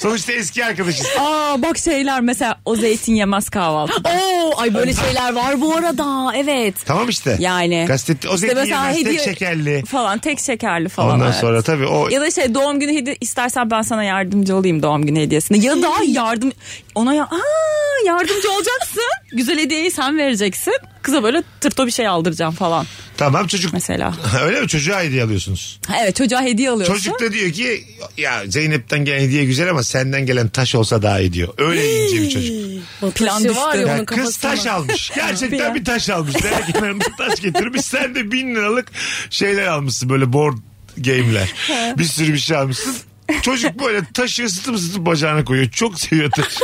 [SPEAKER 3] Sonuçta eski arkadaşız.
[SPEAKER 4] Aa bak şeyler mesela o zeytin yemez kahvaltı.
[SPEAKER 5] Oo ay böyle şeyler var bu arada evet.
[SPEAKER 3] Tamam işte.
[SPEAKER 4] Yani.
[SPEAKER 3] Kastetti. O
[SPEAKER 4] İşte
[SPEAKER 3] zeytin
[SPEAKER 4] mesela
[SPEAKER 3] yemez, tek
[SPEAKER 4] hediye-
[SPEAKER 3] şekerli.
[SPEAKER 4] Falan tek şekerli falan.
[SPEAKER 3] Ondan
[SPEAKER 4] evet.
[SPEAKER 3] sonra tabii o...
[SPEAKER 4] Ya da şey doğum günü hediye istersen ben sana yardımcı olayım doğum günü hediyesinde. Ya da yardım ona ya aa, yardımcı olacaksın. Güzel hediyeyi sen vereceksin. Kıza böyle tırto bir şey aldıracağım falan
[SPEAKER 3] Tamam çocuk.
[SPEAKER 4] mesela.
[SPEAKER 3] Öyle mi? Çocuğa hediye alıyorsunuz.
[SPEAKER 4] Ha, Evet çocuğa hediye alıyorsun.
[SPEAKER 3] Çocuk da diyor ki ya Zeynep'ten gelen hediye güzel ama senden gelen taş olsa daha iyi diyor. Öyle ince bir çocuk.
[SPEAKER 4] Plan düştü.
[SPEAKER 5] şey var ya
[SPEAKER 3] Ya
[SPEAKER 5] onun
[SPEAKER 3] kız
[SPEAKER 5] kafasına.
[SPEAKER 3] taş almış. Gerçekten
[SPEAKER 4] Ya.
[SPEAKER 3] bir taş almış. Dere kenarında taş getirmiş. Sen de bin liralık şeyler almışsın böyle board game'ler. bir sürü bir şey almışsın. Çocuk böyle taşı ısıtıp ısıtıp bacağına koyuyor. Çok seviyor taşı.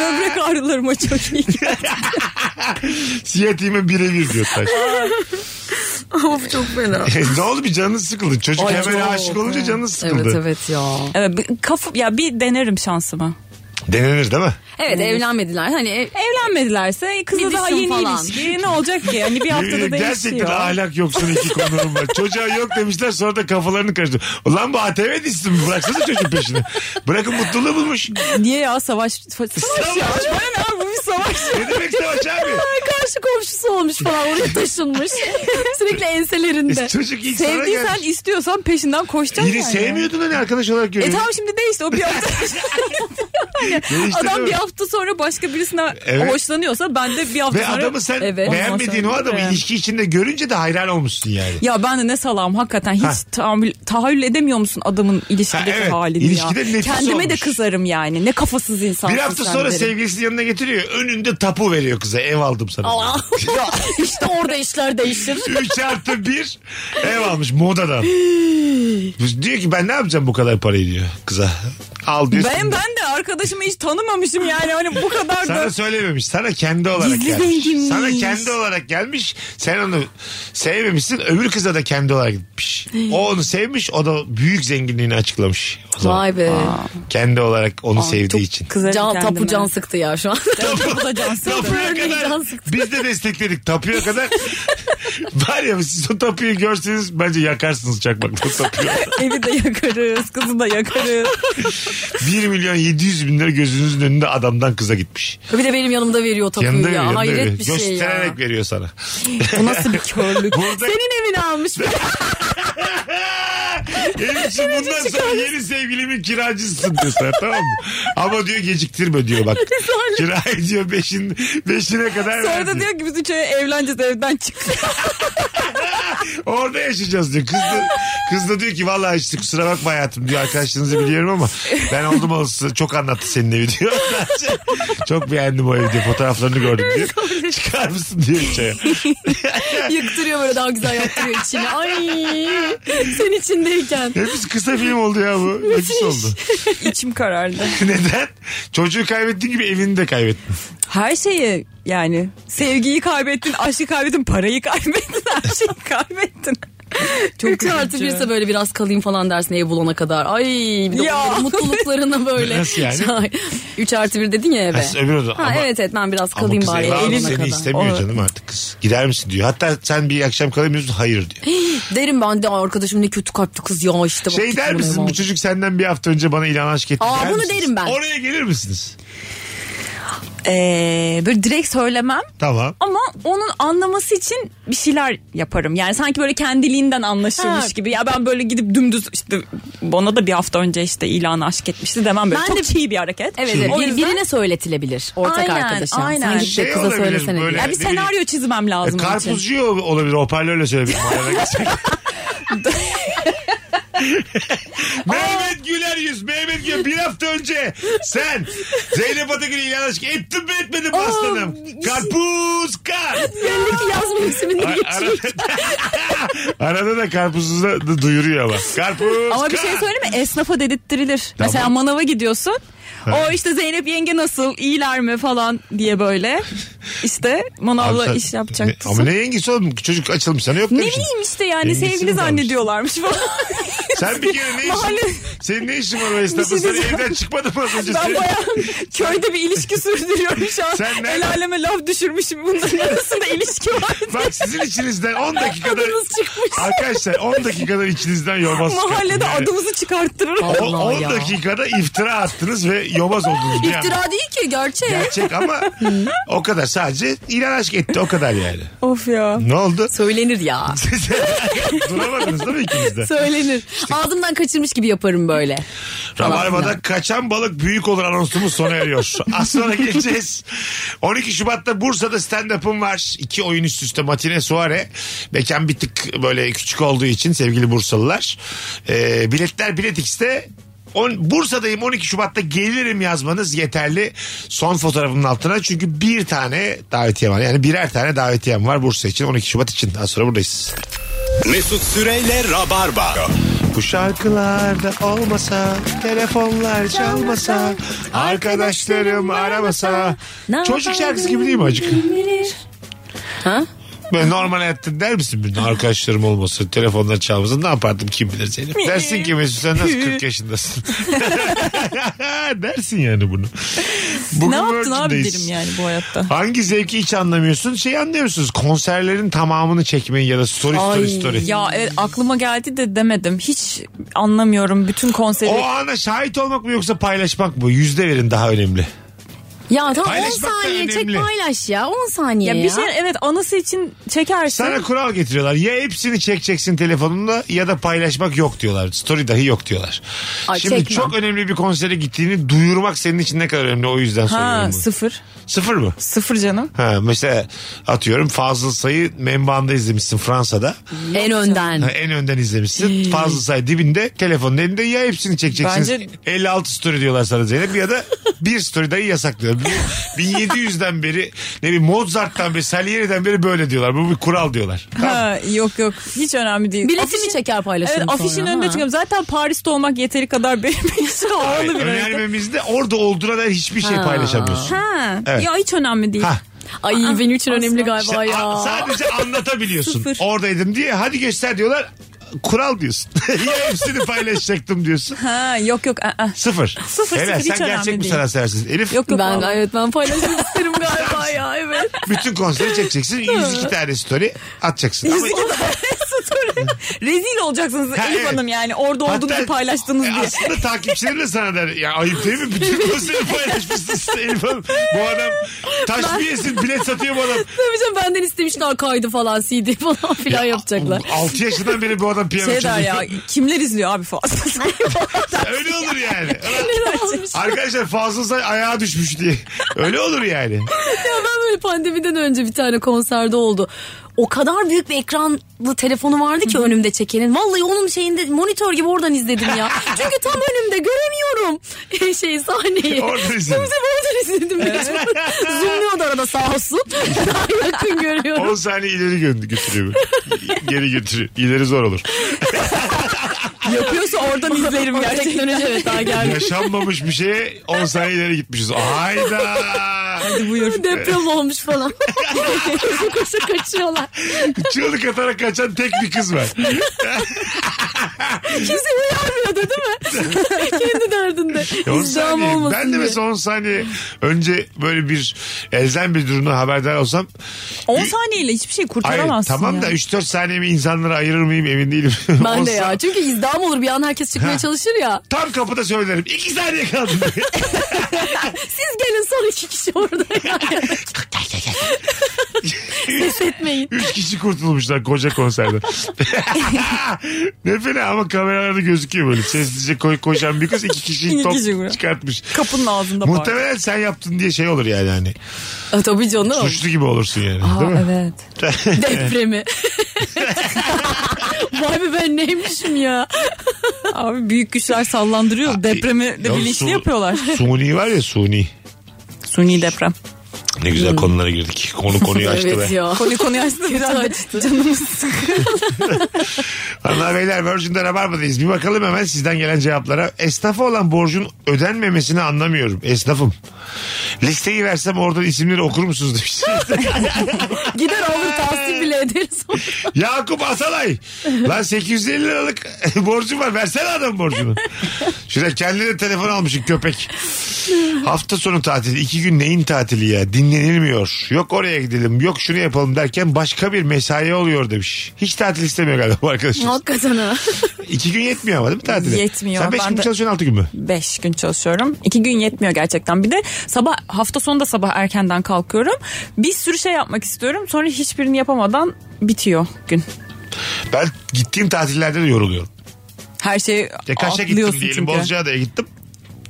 [SPEAKER 4] Böbrek ağrılarıma çok iyi.
[SPEAKER 3] Siyatiğime birebir diyor taş. E,
[SPEAKER 5] Of çok fena.
[SPEAKER 3] ne oldu bir canın sıkıldı. Çocuk
[SPEAKER 5] Ay,
[SPEAKER 3] hemen
[SPEAKER 5] çok.
[SPEAKER 3] aşık olunca canın sıkıldı.
[SPEAKER 5] Evet evet ya.
[SPEAKER 4] evet, bir- kafa, ya bir denerim şansımı.
[SPEAKER 3] Denenir değil mi?
[SPEAKER 5] Evet evlenmediler. Hani ev-
[SPEAKER 4] Evlenmedilerse kızla
[SPEAKER 5] Bir
[SPEAKER 4] daha
[SPEAKER 5] düşsün
[SPEAKER 4] yeni
[SPEAKER 5] falan.
[SPEAKER 4] ilişki ne olacak ki? Hani bir haftada
[SPEAKER 3] Yemin ederim Ee, Gerçekten
[SPEAKER 4] değişiyor.
[SPEAKER 3] ahlak yoksun iki konuğum var. Çocuğa yok demişler sonra da kafalarını karıştı. Ulan bu ATV dizisi mi? Bıraksanıza çocuğun peşini. Bırakın mutluluğu bulmuş.
[SPEAKER 4] Niye ya savaş? Savaş,
[SPEAKER 3] Savaş.
[SPEAKER 4] ya. Ben abi bu bir savaş.
[SPEAKER 3] Ne demek savaş abi?
[SPEAKER 5] karşı komşusu olmuş falan oraya taşınmış. Sürekli enselerinde.
[SPEAKER 3] E, Çocuk ilk sana
[SPEAKER 4] Sevdiysen
[SPEAKER 3] gelmiş.
[SPEAKER 4] istiyorsan peşinden koşacaksın.
[SPEAKER 3] Yine
[SPEAKER 4] yani.
[SPEAKER 3] sevmiyordun hani arkadaş olarak
[SPEAKER 4] E
[SPEAKER 3] görüyordun.
[SPEAKER 4] tamam şimdi değişti o bir hafta. Yani
[SPEAKER 3] Değişti
[SPEAKER 4] adam
[SPEAKER 3] değil
[SPEAKER 4] bir
[SPEAKER 3] mi?
[SPEAKER 4] hafta sonra başka birisinden
[SPEAKER 3] Evet.
[SPEAKER 4] hoşlanıyorsa ben de bir hafta
[SPEAKER 3] Ve
[SPEAKER 4] sonra...
[SPEAKER 3] adamı sen
[SPEAKER 4] Evet.
[SPEAKER 3] beğenmediğin o
[SPEAKER 4] Ondan sonra-
[SPEAKER 3] adamı
[SPEAKER 4] Evet.
[SPEAKER 3] ilişki içinde görünce de hayran olmuşsun yani.
[SPEAKER 4] Ya ben de ne salam hakikaten hiç
[SPEAKER 3] Ha.
[SPEAKER 4] tahammül, tahayyül edemiyor musun adamın ilişkideki
[SPEAKER 3] Ha, evet.
[SPEAKER 4] halini
[SPEAKER 3] İlişkide
[SPEAKER 4] ya.
[SPEAKER 3] nefis
[SPEAKER 4] Kendime de
[SPEAKER 3] olmuş.
[SPEAKER 4] kızarım yani. Ne kafasız insansın
[SPEAKER 3] bir hafta
[SPEAKER 4] sen
[SPEAKER 3] sonra
[SPEAKER 4] derim.
[SPEAKER 3] sevgilisini yanına getiriyor. Önünde tapu veriyor kıza. Ev aldım sana.
[SPEAKER 5] işte orada işler değişir.
[SPEAKER 3] 3 artı 1 ev almış modadan. diyor ki ben ne yapacağım bu kadar parayı diyor kıza. Al diyor.
[SPEAKER 4] Ben ben de arkadaşımı hiç tanımamışım yani hani bu kadar da
[SPEAKER 3] Sana söylememiş. Sana kendi olarak
[SPEAKER 4] Gizli
[SPEAKER 3] gelmiş.
[SPEAKER 4] zenginmiş.
[SPEAKER 3] Sana kendi olarak gelmiş. Sen onu sevmemişsin. Öbür kıza da kendi olarak gitmiş. O onu sevmiş. O da büyük zenginliğini açıklamış. O zaman.
[SPEAKER 5] Vay be.
[SPEAKER 3] Kendi olarak onu sevdiği için.
[SPEAKER 4] kızarım
[SPEAKER 5] Can,
[SPEAKER 4] kendime.
[SPEAKER 5] tapu can sıktı ya şu an.
[SPEAKER 4] Tapu da can sıktı.
[SPEAKER 3] Tapuya
[SPEAKER 5] Örneğin
[SPEAKER 3] kadar
[SPEAKER 5] can sıktı.
[SPEAKER 3] biz de destekledik. Tapuya kadar var ya siz o tapuyu görseniz bence yakarsınız çakmakla tapuyu.
[SPEAKER 4] Evi de yakarız, kızı da yakarız.
[SPEAKER 3] 1 milyon 700 bin lira gözünüzün önünde adamdan kıza gitmiş.
[SPEAKER 5] Bir de benim yanımda veriyor tapuyu
[SPEAKER 3] Yanında
[SPEAKER 5] ya.
[SPEAKER 3] veriyor. yanında
[SPEAKER 5] Hayret
[SPEAKER 3] veriyor.
[SPEAKER 5] bir şey ya.
[SPEAKER 3] Göstererek veriyor sana.
[SPEAKER 4] Bu nasıl bir körlük?
[SPEAKER 3] Burada
[SPEAKER 5] Senin evini almış.
[SPEAKER 3] Benim için bundan sonra yeni sevgilimin kiracısısın diyor sana tamam mı? Ama diyor geciktirme diyor bak. Kirayı diyor beşin, beşine kadar
[SPEAKER 4] Sonra
[SPEAKER 3] ver
[SPEAKER 4] da
[SPEAKER 3] diyor.
[SPEAKER 4] diyor ki biz üçe evleneceğiz evden çık.
[SPEAKER 3] Orada yaşayacağız diyor. Kız da, kız da diyor ki vallahi işte kusura bakma hayatım diyor arkadaşlarınızı biliyorum ama ben oldum olası çok anlattı senin evi diyor. çok beğendim o evi diyor fotoğraflarını gördüm diyor. Çıkar mısın diyor içeri.
[SPEAKER 5] Yıktırıyor böyle daha güzel yaptırıyor içini. Ay sen içindeyken.
[SPEAKER 3] Hepsi kısa film oldu ya bu. Hepsi oldu.
[SPEAKER 4] İçim karardı.
[SPEAKER 3] Neden? Çocuğu kaybettiğin gibi evini de kaybettin.
[SPEAKER 4] Her şeyi yani sevgiyi kaybettin, aşkı kaybettin, parayı kaybettin, her şeyi kaybettin. Çok
[SPEAKER 5] Üç artı
[SPEAKER 4] üzücü.
[SPEAKER 5] birse böyle biraz kalayım falan dersin ev bulana kadar. Ay bir de
[SPEAKER 4] Ya.
[SPEAKER 5] onların mutluluklarına böyle.
[SPEAKER 3] Nasıl yani?
[SPEAKER 5] Şey, Üç artı bir dedin ya eve.
[SPEAKER 3] Ha, öbür oda.
[SPEAKER 5] Ha,
[SPEAKER 3] Ama-
[SPEAKER 5] evet evet ben biraz
[SPEAKER 3] Ama
[SPEAKER 5] kalayım
[SPEAKER 3] kız
[SPEAKER 5] bari.
[SPEAKER 3] evli
[SPEAKER 5] ev
[SPEAKER 3] abi
[SPEAKER 5] bulana
[SPEAKER 3] seni
[SPEAKER 5] kadar.
[SPEAKER 3] istemiyor
[SPEAKER 4] Evet.
[SPEAKER 3] canım artık kız. Gider misin diyor. Hatta sen bir akşam kalamıyorsun hayır diyor.
[SPEAKER 5] Derim ben de arkadaşım ne kötü kalpli kız ya işte. Bak,
[SPEAKER 3] Şey der
[SPEAKER 5] tutmadım
[SPEAKER 3] misin
[SPEAKER 5] ev
[SPEAKER 3] bu
[SPEAKER 5] aldım."
[SPEAKER 3] çocuk senden bir hafta önce bana ilan aşk etti.
[SPEAKER 5] Aa,
[SPEAKER 3] der
[SPEAKER 5] bunu
[SPEAKER 3] misiniz?
[SPEAKER 5] derim ben.
[SPEAKER 3] Oraya gelir misiniz?
[SPEAKER 4] Ee, böyle direkt söylemem
[SPEAKER 3] Tamam.
[SPEAKER 4] ama onun anlaması için bir şeyler yaparım. Yani sanki böyle kendiliğinden anlaşılmış
[SPEAKER 5] Ha.
[SPEAKER 4] gibi. Ya ben böyle gidip dümdüz işte bana da bir hafta önce işte ilanı aşk etmişti demem böyle.
[SPEAKER 5] Ben
[SPEAKER 4] Çok
[SPEAKER 5] de-
[SPEAKER 4] çiğ bir hareket.
[SPEAKER 5] Evet, evet.
[SPEAKER 4] O
[SPEAKER 5] Bir-
[SPEAKER 4] yüzden-
[SPEAKER 5] birine söyletilebilir ortak
[SPEAKER 4] Aynen,
[SPEAKER 5] arkadaşa.
[SPEAKER 4] aynen.
[SPEAKER 5] Sen git de
[SPEAKER 3] Şey
[SPEAKER 5] kıza
[SPEAKER 3] olabilir
[SPEAKER 5] söylesene
[SPEAKER 3] böyle.
[SPEAKER 5] diye.
[SPEAKER 4] Ya bir
[SPEAKER 3] Ne bileyim.
[SPEAKER 4] senaryo çizmem lazım.
[SPEAKER 3] E,
[SPEAKER 4] onun için.
[SPEAKER 3] karpuzcu yol olabilir hoparlörle söyleyebilirim. Arada geçecek. Mehmet Güler Yüz, Mehmet Güler bir hafta önce sen Zeynep Atakül ilan aşk ettin mi etmedin mi aslanım?
[SPEAKER 5] şey-
[SPEAKER 3] Karpuz kar.
[SPEAKER 5] Belli ki yazma mevsiminde
[SPEAKER 3] Ara-
[SPEAKER 5] geçiyor.
[SPEAKER 3] Arada da karpuzu da, da duyuruyor bak. Karpuz
[SPEAKER 4] Ama bir
[SPEAKER 3] kar.
[SPEAKER 4] şey söyleyeyim mi? Esnafa dedirttirilir. Mesela manava gidiyorsun. O işte Zeynep yenge nasıl iyiler mi falan diye böyle. İşte
[SPEAKER 3] Abi
[SPEAKER 4] manavla
[SPEAKER 3] sen-
[SPEAKER 4] iş yapacaktı.
[SPEAKER 3] Ne, ama ne yengesi oğlum? Çocuk açılmış sana yok şey.
[SPEAKER 4] Ne
[SPEAKER 3] demişsin.
[SPEAKER 4] bileyim işte yani
[SPEAKER 3] Yengesi mi
[SPEAKER 4] sevgili
[SPEAKER 3] kalmış?
[SPEAKER 4] zannediyorlarmış falan.
[SPEAKER 3] Sen bir kere ne işin?
[SPEAKER 4] Mahalle-
[SPEAKER 3] Senin ne işin var o esnafta?
[SPEAKER 4] Bir şey
[SPEAKER 3] Sen
[SPEAKER 4] diyeceğim.
[SPEAKER 3] evden çıkmadın mı az önce?
[SPEAKER 4] ben
[SPEAKER 3] Sen-
[SPEAKER 4] bayağı köyde bir ilişki sürdürüyorum şu an.
[SPEAKER 3] Sen nereden-
[SPEAKER 4] El aleme laf düşürmüşüm. Bunların arasında ilişki var.
[SPEAKER 3] Bak sizin içinizden 10 dakikada...
[SPEAKER 4] Adımız çıkmış.
[SPEAKER 3] Arkadaşlar 10 dakikada içinizden yobaz çıkarttınız.
[SPEAKER 4] Mahallede
[SPEAKER 3] Yani
[SPEAKER 4] adımızı çıkarttırır.
[SPEAKER 3] o-
[SPEAKER 5] Allah
[SPEAKER 3] 10
[SPEAKER 5] ya.
[SPEAKER 3] dakikada iftira attınız ve yobaz oldunuz. bir anda.
[SPEAKER 5] İftira değil ki gerçek.
[SPEAKER 3] Gerçek ama o kadar sadece ilan aşk etti o kadar yani.
[SPEAKER 4] of ya.
[SPEAKER 3] Ne oldu?
[SPEAKER 5] Söylenir ya.
[SPEAKER 3] Duramadınız değil mi ikiniz de?
[SPEAKER 5] Söylenir. Ağzımdan kaçırmış gibi yaparım böyle.
[SPEAKER 3] Rabarba'da kaçan balık büyük olur anonsumuz sona eriyor. Az sonra geleceğiz. 12 Şubat'ta Bursa'da stand-up'ım var. İki oyun üst üste Matine Suare. Mekan bir tık böyle küçük olduğu için sevgili Bursalılar. Ee, biletler Bilet X'te. On, Bursa'dayım 12 Şubat'ta gelirim yazmanız yeterli son fotoğrafımın altına. Çünkü bir tane davetiye var. Yani birer tane davetiyem var Bursa için 12 Şubat için. Az sonra buradayız.
[SPEAKER 2] Mesut Süreyle Rabarba.
[SPEAKER 3] Bu şarkılarda olmasa, telefonlar çalmasa, arkadaşlarım aramasa.
[SPEAKER 5] Ne
[SPEAKER 3] Çocuk
[SPEAKER 5] yapardım
[SPEAKER 3] şarkısı gibi değil mi acık?
[SPEAKER 5] kim bilir? Ha?
[SPEAKER 3] Böyle normal hayatta der misin birine arkadaşlarım olmasın, telefonlar çalmasın ne yapardım kim bilir Zeynep. Dersin ki Mesut sen nasıl 40 yaşındasın. dersin yani bunu. Bugün
[SPEAKER 4] ne yaptın abi
[SPEAKER 3] Virgin'deyiz.
[SPEAKER 4] derim yani bu hayatta.
[SPEAKER 3] Hangi zevki hiç anlamıyorsun? Şey anlıyorsunuz konserlerin tamamını çekmeyi ya da story story story.
[SPEAKER 4] Ya evet, aklıma geldi de demedim. Hiç anlamıyorum bütün konseri.
[SPEAKER 3] O ana şahit olmak mı yoksa paylaşmak mı? Yüzde verin daha önemli.
[SPEAKER 5] Ya tamam 10
[SPEAKER 3] Paylaşmak da
[SPEAKER 5] saniye çek
[SPEAKER 3] önemli.
[SPEAKER 5] paylaş ya 10 saniye
[SPEAKER 4] ya
[SPEAKER 5] ya.
[SPEAKER 4] bir şey evet anısı için çekersin.
[SPEAKER 3] Sana kural getiriyorlar. Ya hepsini çekeceksin telefonunda ya da paylaşmak yok diyorlar. Story dahi yok diyorlar.
[SPEAKER 5] Ay,
[SPEAKER 3] Şimdi
[SPEAKER 5] çekme.
[SPEAKER 3] çok önemli bir konsere gittiğini duyurmak senin için ne kadar önemli o yüzden soruyorum.
[SPEAKER 4] Ha
[SPEAKER 3] bunu.
[SPEAKER 4] sıfır.
[SPEAKER 3] Sıfır mı?
[SPEAKER 4] Sıfır canım.
[SPEAKER 3] Ha, mesela atıyorum Fazıl Say'ı Membanda izlemişsin Fransa'da.
[SPEAKER 5] En önden.
[SPEAKER 3] Ha, en önden izlemişsin. Fazıl Say dibinde telefonun elinde ya hepsini çekeceksin.
[SPEAKER 4] Ee. Bence-
[SPEAKER 3] 56 story diyorlar sana Zeynep ya da bir story dahi yasaklıyor. Bir- 1700'den beri ne bileyim Mozart'tan beri Salieri'den beri böyle diyorlar. Bu bir kural diyorlar.
[SPEAKER 4] Ha, yok yok hiç önemli değil.
[SPEAKER 5] Biletini
[SPEAKER 4] Afişin-
[SPEAKER 5] çeker paylaşırım
[SPEAKER 4] Evet,
[SPEAKER 5] sonra,
[SPEAKER 4] afişin önünde
[SPEAKER 5] ha.
[SPEAKER 4] çıkıyorum. Zaten Paris'te olmak yeteri kadar benim için ağırlı bir hareket.
[SPEAKER 3] Önermemizde orada olduğuna dair hiçbir şey paylaşamıyorsun.
[SPEAKER 4] Ha.
[SPEAKER 3] Evet.
[SPEAKER 4] Ya hiç önemli değil.
[SPEAKER 3] Ha.
[SPEAKER 5] Ay benim için önemli galiba
[SPEAKER 3] İşte
[SPEAKER 5] ya.
[SPEAKER 3] a- sadece anlatabiliyorsun.
[SPEAKER 4] Sıfır.
[SPEAKER 3] Oradaydım diye hadi göster diyorlar. Kural diyorsun. ya hepsini paylaşacaktım diyorsun.
[SPEAKER 4] Ha, yok yok. aa, aa.
[SPEAKER 3] Sıfır.
[SPEAKER 4] Sıfır,
[SPEAKER 3] Helal.
[SPEAKER 4] sıfır, hiç
[SPEAKER 3] Sen
[SPEAKER 4] önemli
[SPEAKER 3] gerçek mi
[SPEAKER 4] değil.
[SPEAKER 3] sanat seversiniz? Elif
[SPEAKER 4] Yok yok.
[SPEAKER 5] ben
[SPEAKER 4] vallahi.
[SPEAKER 5] evet ben paylaşmak isterim galiba ya evet.
[SPEAKER 3] bütün konseri çekeceksin. 102 tane story atacaksın. Ama
[SPEAKER 4] Story. Rezil olacaksınız
[SPEAKER 3] Ha,
[SPEAKER 4] Elif
[SPEAKER 3] evet.
[SPEAKER 4] Hanım yani orada
[SPEAKER 3] Hatta-
[SPEAKER 4] olduğunu paylaştınız
[SPEAKER 3] E,
[SPEAKER 4] diye.
[SPEAKER 3] Aslında takipçilerin de sana der. Ya ayıp değil mi? Bütün konseri paylaşmışsınız Elif Hanım. Bu adam taş mı yesin bilet satıyor bu adam.
[SPEAKER 5] Tabii canım benden istemişler kaydı falan CD falan filan yapacaklar.
[SPEAKER 3] 6 yaşından beri bu adam piyano
[SPEAKER 4] Şey der
[SPEAKER 3] çalıyor.
[SPEAKER 4] ya kimler izliyor abi falan.
[SPEAKER 3] Öyle olur yani.
[SPEAKER 5] Neler olmuş?
[SPEAKER 3] Arkadaşlar Fazıl Say ayağa düşmüş diye. Öyle olur yani.
[SPEAKER 5] Ya ben böyle pandemiden önce bir tane konserde oldu. O kadar büyük bir ekranlı telefonu vardı ki önümde çekenin. Vallahi onun şeyinde monitör gibi oradan izledim ya. Çünkü tam önümde göremiyorum şey sahneyi.
[SPEAKER 3] Oradan izledin.
[SPEAKER 5] Tabii tabii oradan izledim. Zoomluyordu arada sağ olsun. Daha yakın görüyorum.
[SPEAKER 3] 10 saniye ileri gö- götürüyor. böyle. Geri götürüyor. İleri zor olur.
[SPEAKER 4] Yapıyorsa oradan izlerim gerçekten.
[SPEAKER 5] Teknoloji evet daha geldi.
[SPEAKER 3] Yaşanmamış bir şeye 10 saniye ileri gitmişiz. Hayda.
[SPEAKER 5] Deprem olmuş falan. koşa koşa kaçıyorlar.
[SPEAKER 3] Çığlık atarak kaçan tek bir kız var.
[SPEAKER 5] Kimse uyarmıyordu değil mi? Kendi derdinde.
[SPEAKER 3] Ya 10
[SPEAKER 5] İzdiham
[SPEAKER 3] saniye.
[SPEAKER 5] olmasın
[SPEAKER 3] Ben de
[SPEAKER 5] diye.
[SPEAKER 3] mesela 10 saniye önce böyle bir elzem bir durumdan haberdar olsam
[SPEAKER 4] 10 saniyeyle hiçbir şey
[SPEAKER 3] Hayır,
[SPEAKER 4] kurtaramazsın
[SPEAKER 3] tamam
[SPEAKER 4] ya.
[SPEAKER 3] da 3-4 saniyemi insanlara ayırır mıyım emin değilim.
[SPEAKER 5] Ben de
[SPEAKER 3] Olsa-
[SPEAKER 5] ya. Çünkü izdiham olur bir an herkes çıkmaya
[SPEAKER 3] Ha.
[SPEAKER 5] çalışır ya.
[SPEAKER 3] Tam kapıda söylerim. 2 saniye kaldı. diye.
[SPEAKER 5] Siz gelin son iki kişi orada yani. Ses etmeyin.
[SPEAKER 3] Üç kişi kurtulmuşlar koca konserde. ne fena ama kameralarda gözüküyor böyle. Sessizce koy, koşan bir kız iki kişiyi
[SPEAKER 4] İki
[SPEAKER 3] top
[SPEAKER 4] kişi bu.
[SPEAKER 3] çıkartmış.
[SPEAKER 4] Kapının ağzında bağır.
[SPEAKER 3] Muhtemelen sen yaptın diye şey olur yani hani.
[SPEAKER 5] Aa, tabii canım.
[SPEAKER 3] Suçlu gibi olursun yani. değil mi?
[SPEAKER 4] Evet.
[SPEAKER 5] Depremi. Vay be ben neymişim ya.
[SPEAKER 4] Abi büyük güçler sallandırıyor. Depremi de
[SPEAKER 3] Ya
[SPEAKER 4] bilinçli
[SPEAKER 3] su-
[SPEAKER 4] yapıyorlar.
[SPEAKER 3] Suni var ya Suni.
[SPEAKER 4] Suni deprem.
[SPEAKER 3] Ne güzel konulara girdik. Konu konuyu açtı
[SPEAKER 5] Hmm. evet
[SPEAKER 3] be.
[SPEAKER 5] ya.
[SPEAKER 4] Konuyu konuyu açtı. Biraz da canımız
[SPEAKER 3] Hanımlar beyler Virgin'de Rabarba'dayız. Bir bakalım hemen sizden gelen cevaplara. Esnafa olan borcun ödenmemesini anlamıyorum. Esnafım. Listeyi versem oradan isimleri okur musunuz demiş.
[SPEAKER 5] Gider alır tahsil bile ederiz.
[SPEAKER 3] Yakup Atalay. Lan 850 liralık borcum var. Versene adam borcunu. Şurada kendine telefon almışsın köpek. Hafta sonu tatili. iki gün neyin tatili ya? Dinlenilmiyor. Yok oraya gidelim. Yok şunu yapalım derken başka bir mesai oluyor demiş. Hiç tatil istemiyor galiba bu arkadaşımız.
[SPEAKER 5] Hakikaten ha.
[SPEAKER 3] iki gün yetmiyor ama değil mi tatile?
[SPEAKER 4] Yetmiyor.
[SPEAKER 3] Sen beş
[SPEAKER 4] Ben
[SPEAKER 3] gün
[SPEAKER 4] de-
[SPEAKER 3] çalışıyorsun altı gün mü?
[SPEAKER 4] 5 gün çalışıyorum. 2 gün yetmiyor gerçekten. Bir de sabah hafta sonu da sabah erkenden kalkıyorum. Bir sürü şey yapmak istiyorum. Sonra hiçbirini yapamadan bitiyor gün.
[SPEAKER 3] Ben gittiğim tatillerde de yoruluyorum.
[SPEAKER 4] Her şeyi
[SPEAKER 3] Ya kaşa gittim
[SPEAKER 4] atlıyorsun
[SPEAKER 3] diyelim.
[SPEAKER 4] çünkü.
[SPEAKER 3] Bozcaada'ya gittim.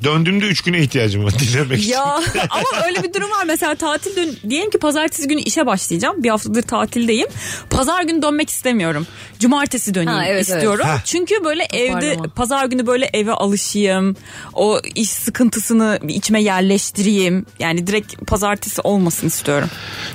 [SPEAKER 3] Döndüğümde üç güne ihtiyacım var dinlenmek için.
[SPEAKER 4] Ya ama öyle bir durum var mesela tatil dön diyelim ki pazartesi günü işe başlayacağım. Bir haftadır tatildeyim. Pazar günü dönmek istemiyorum. Cumartesi döneyim
[SPEAKER 5] Ha, evet,
[SPEAKER 4] istiyorum.
[SPEAKER 3] evet. Ha.
[SPEAKER 4] Çünkü böyle evde
[SPEAKER 5] Toparlama.
[SPEAKER 4] pazar günü böyle eve alışayım. O iş sıkıntısını bir içime yerleştireyim. Yani direkt pazartesi olmasın istiyorum.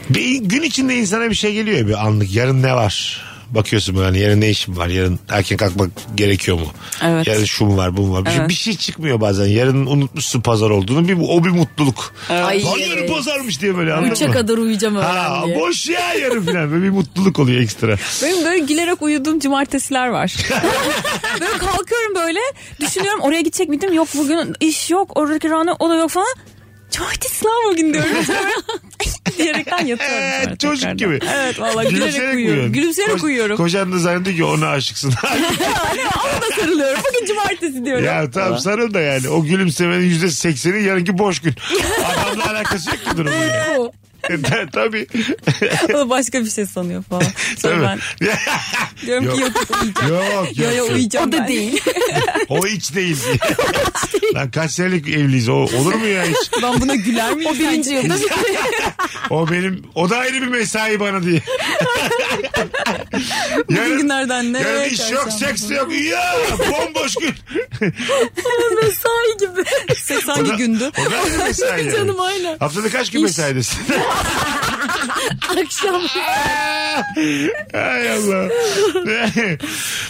[SPEAKER 3] Bir gün içinde insana bir şey geliyor ya bir anlık. Yarın ne var? Bakıyorsun böyle hani yarın ne işim var? Yarın erken kalkmak gerekiyor mu?
[SPEAKER 5] Evet.
[SPEAKER 3] Yarın şu mu var bu mu var? Bir şey-
[SPEAKER 5] Evet.
[SPEAKER 3] Bir şey çıkmıyor bazen. Yarın unutmuşsun pazar olduğunu. Bir, o bir mutluluk.
[SPEAKER 5] Ay.
[SPEAKER 3] Lan yarın pazarmış diye böyle anladın
[SPEAKER 5] Üçe
[SPEAKER 3] mı?
[SPEAKER 5] kadar uyuyacağım öğlen
[SPEAKER 3] Ha,
[SPEAKER 5] diye.
[SPEAKER 3] boş ya yarın falan. Böyle bir mutluluk oluyor ekstra.
[SPEAKER 4] Benim böyle gülerek uyuduğum cumartesiler var. böyle kalkıyorum böyle düşünüyorum oraya gidecek miydim? Yok bugün iş yok oradaki rana o da yok falan. Cumartesi lan bugün diyorum. Diyerekten yatıyorum.
[SPEAKER 3] Evet,
[SPEAKER 4] sonra
[SPEAKER 3] çocuk
[SPEAKER 4] tekrardan.
[SPEAKER 3] gibi.
[SPEAKER 4] Evet vallahi gülerek uyuyorum.
[SPEAKER 3] uyuyorsun.
[SPEAKER 4] Gülümseyerek
[SPEAKER 3] Ko-
[SPEAKER 4] uyuyorum.
[SPEAKER 3] Kocan da zannediyor ki ona aşıksın.
[SPEAKER 4] Ona da sarılıyorum. Bugün cumartesi diyorum.
[SPEAKER 3] ya tamam sarıl da yani. O gülümsemenin yüzde sekseni yarınki boş gün. Adamla alakası yok ki durumun. yani.
[SPEAKER 4] Bu.
[SPEAKER 3] Ta- Tabii.
[SPEAKER 4] O da başka bir şey sanıyor falan. Sonra
[SPEAKER 3] Tabii.
[SPEAKER 4] ben diyorum ki
[SPEAKER 3] Yok.
[SPEAKER 4] yok uyuyacağım.
[SPEAKER 3] yok
[SPEAKER 4] Yo
[SPEAKER 3] yok.
[SPEAKER 4] yo uyuyacağım
[SPEAKER 5] O da
[SPEAKER 4] ben.
[SPEAKER 5] değil.
[SPEAKER 3] O hiç değil. Lan kaç senelik evliyiz o olur mu ya hiç?
[SPEAKER 4] Ben buna güler miyim?
[SPEAKER 5] o birinci yılda
[SPEAKER 3] O benim o da ayrı bir mesai bana diye.
[SPEAKER 4] Bugün günlerden ne?
[SPEAKER 3] Yarın iş yok, seks de yok. Ya bomboş gün.
[SPEAKER 5] mesai gibi.
[SPEAKER 4] 80 gündü.
[SPEAKER 3] O da ayrı mesai. yani.
[SPEAKER 5] Canım aynen.
[SPEAKER 3] Haftada kaç gün
[SPEAKER 5] İş.
[SPEAKER 3] mesaidesin?
[SPEAKER 5] Akşam.
[SPEAKER 3] Hay Allah.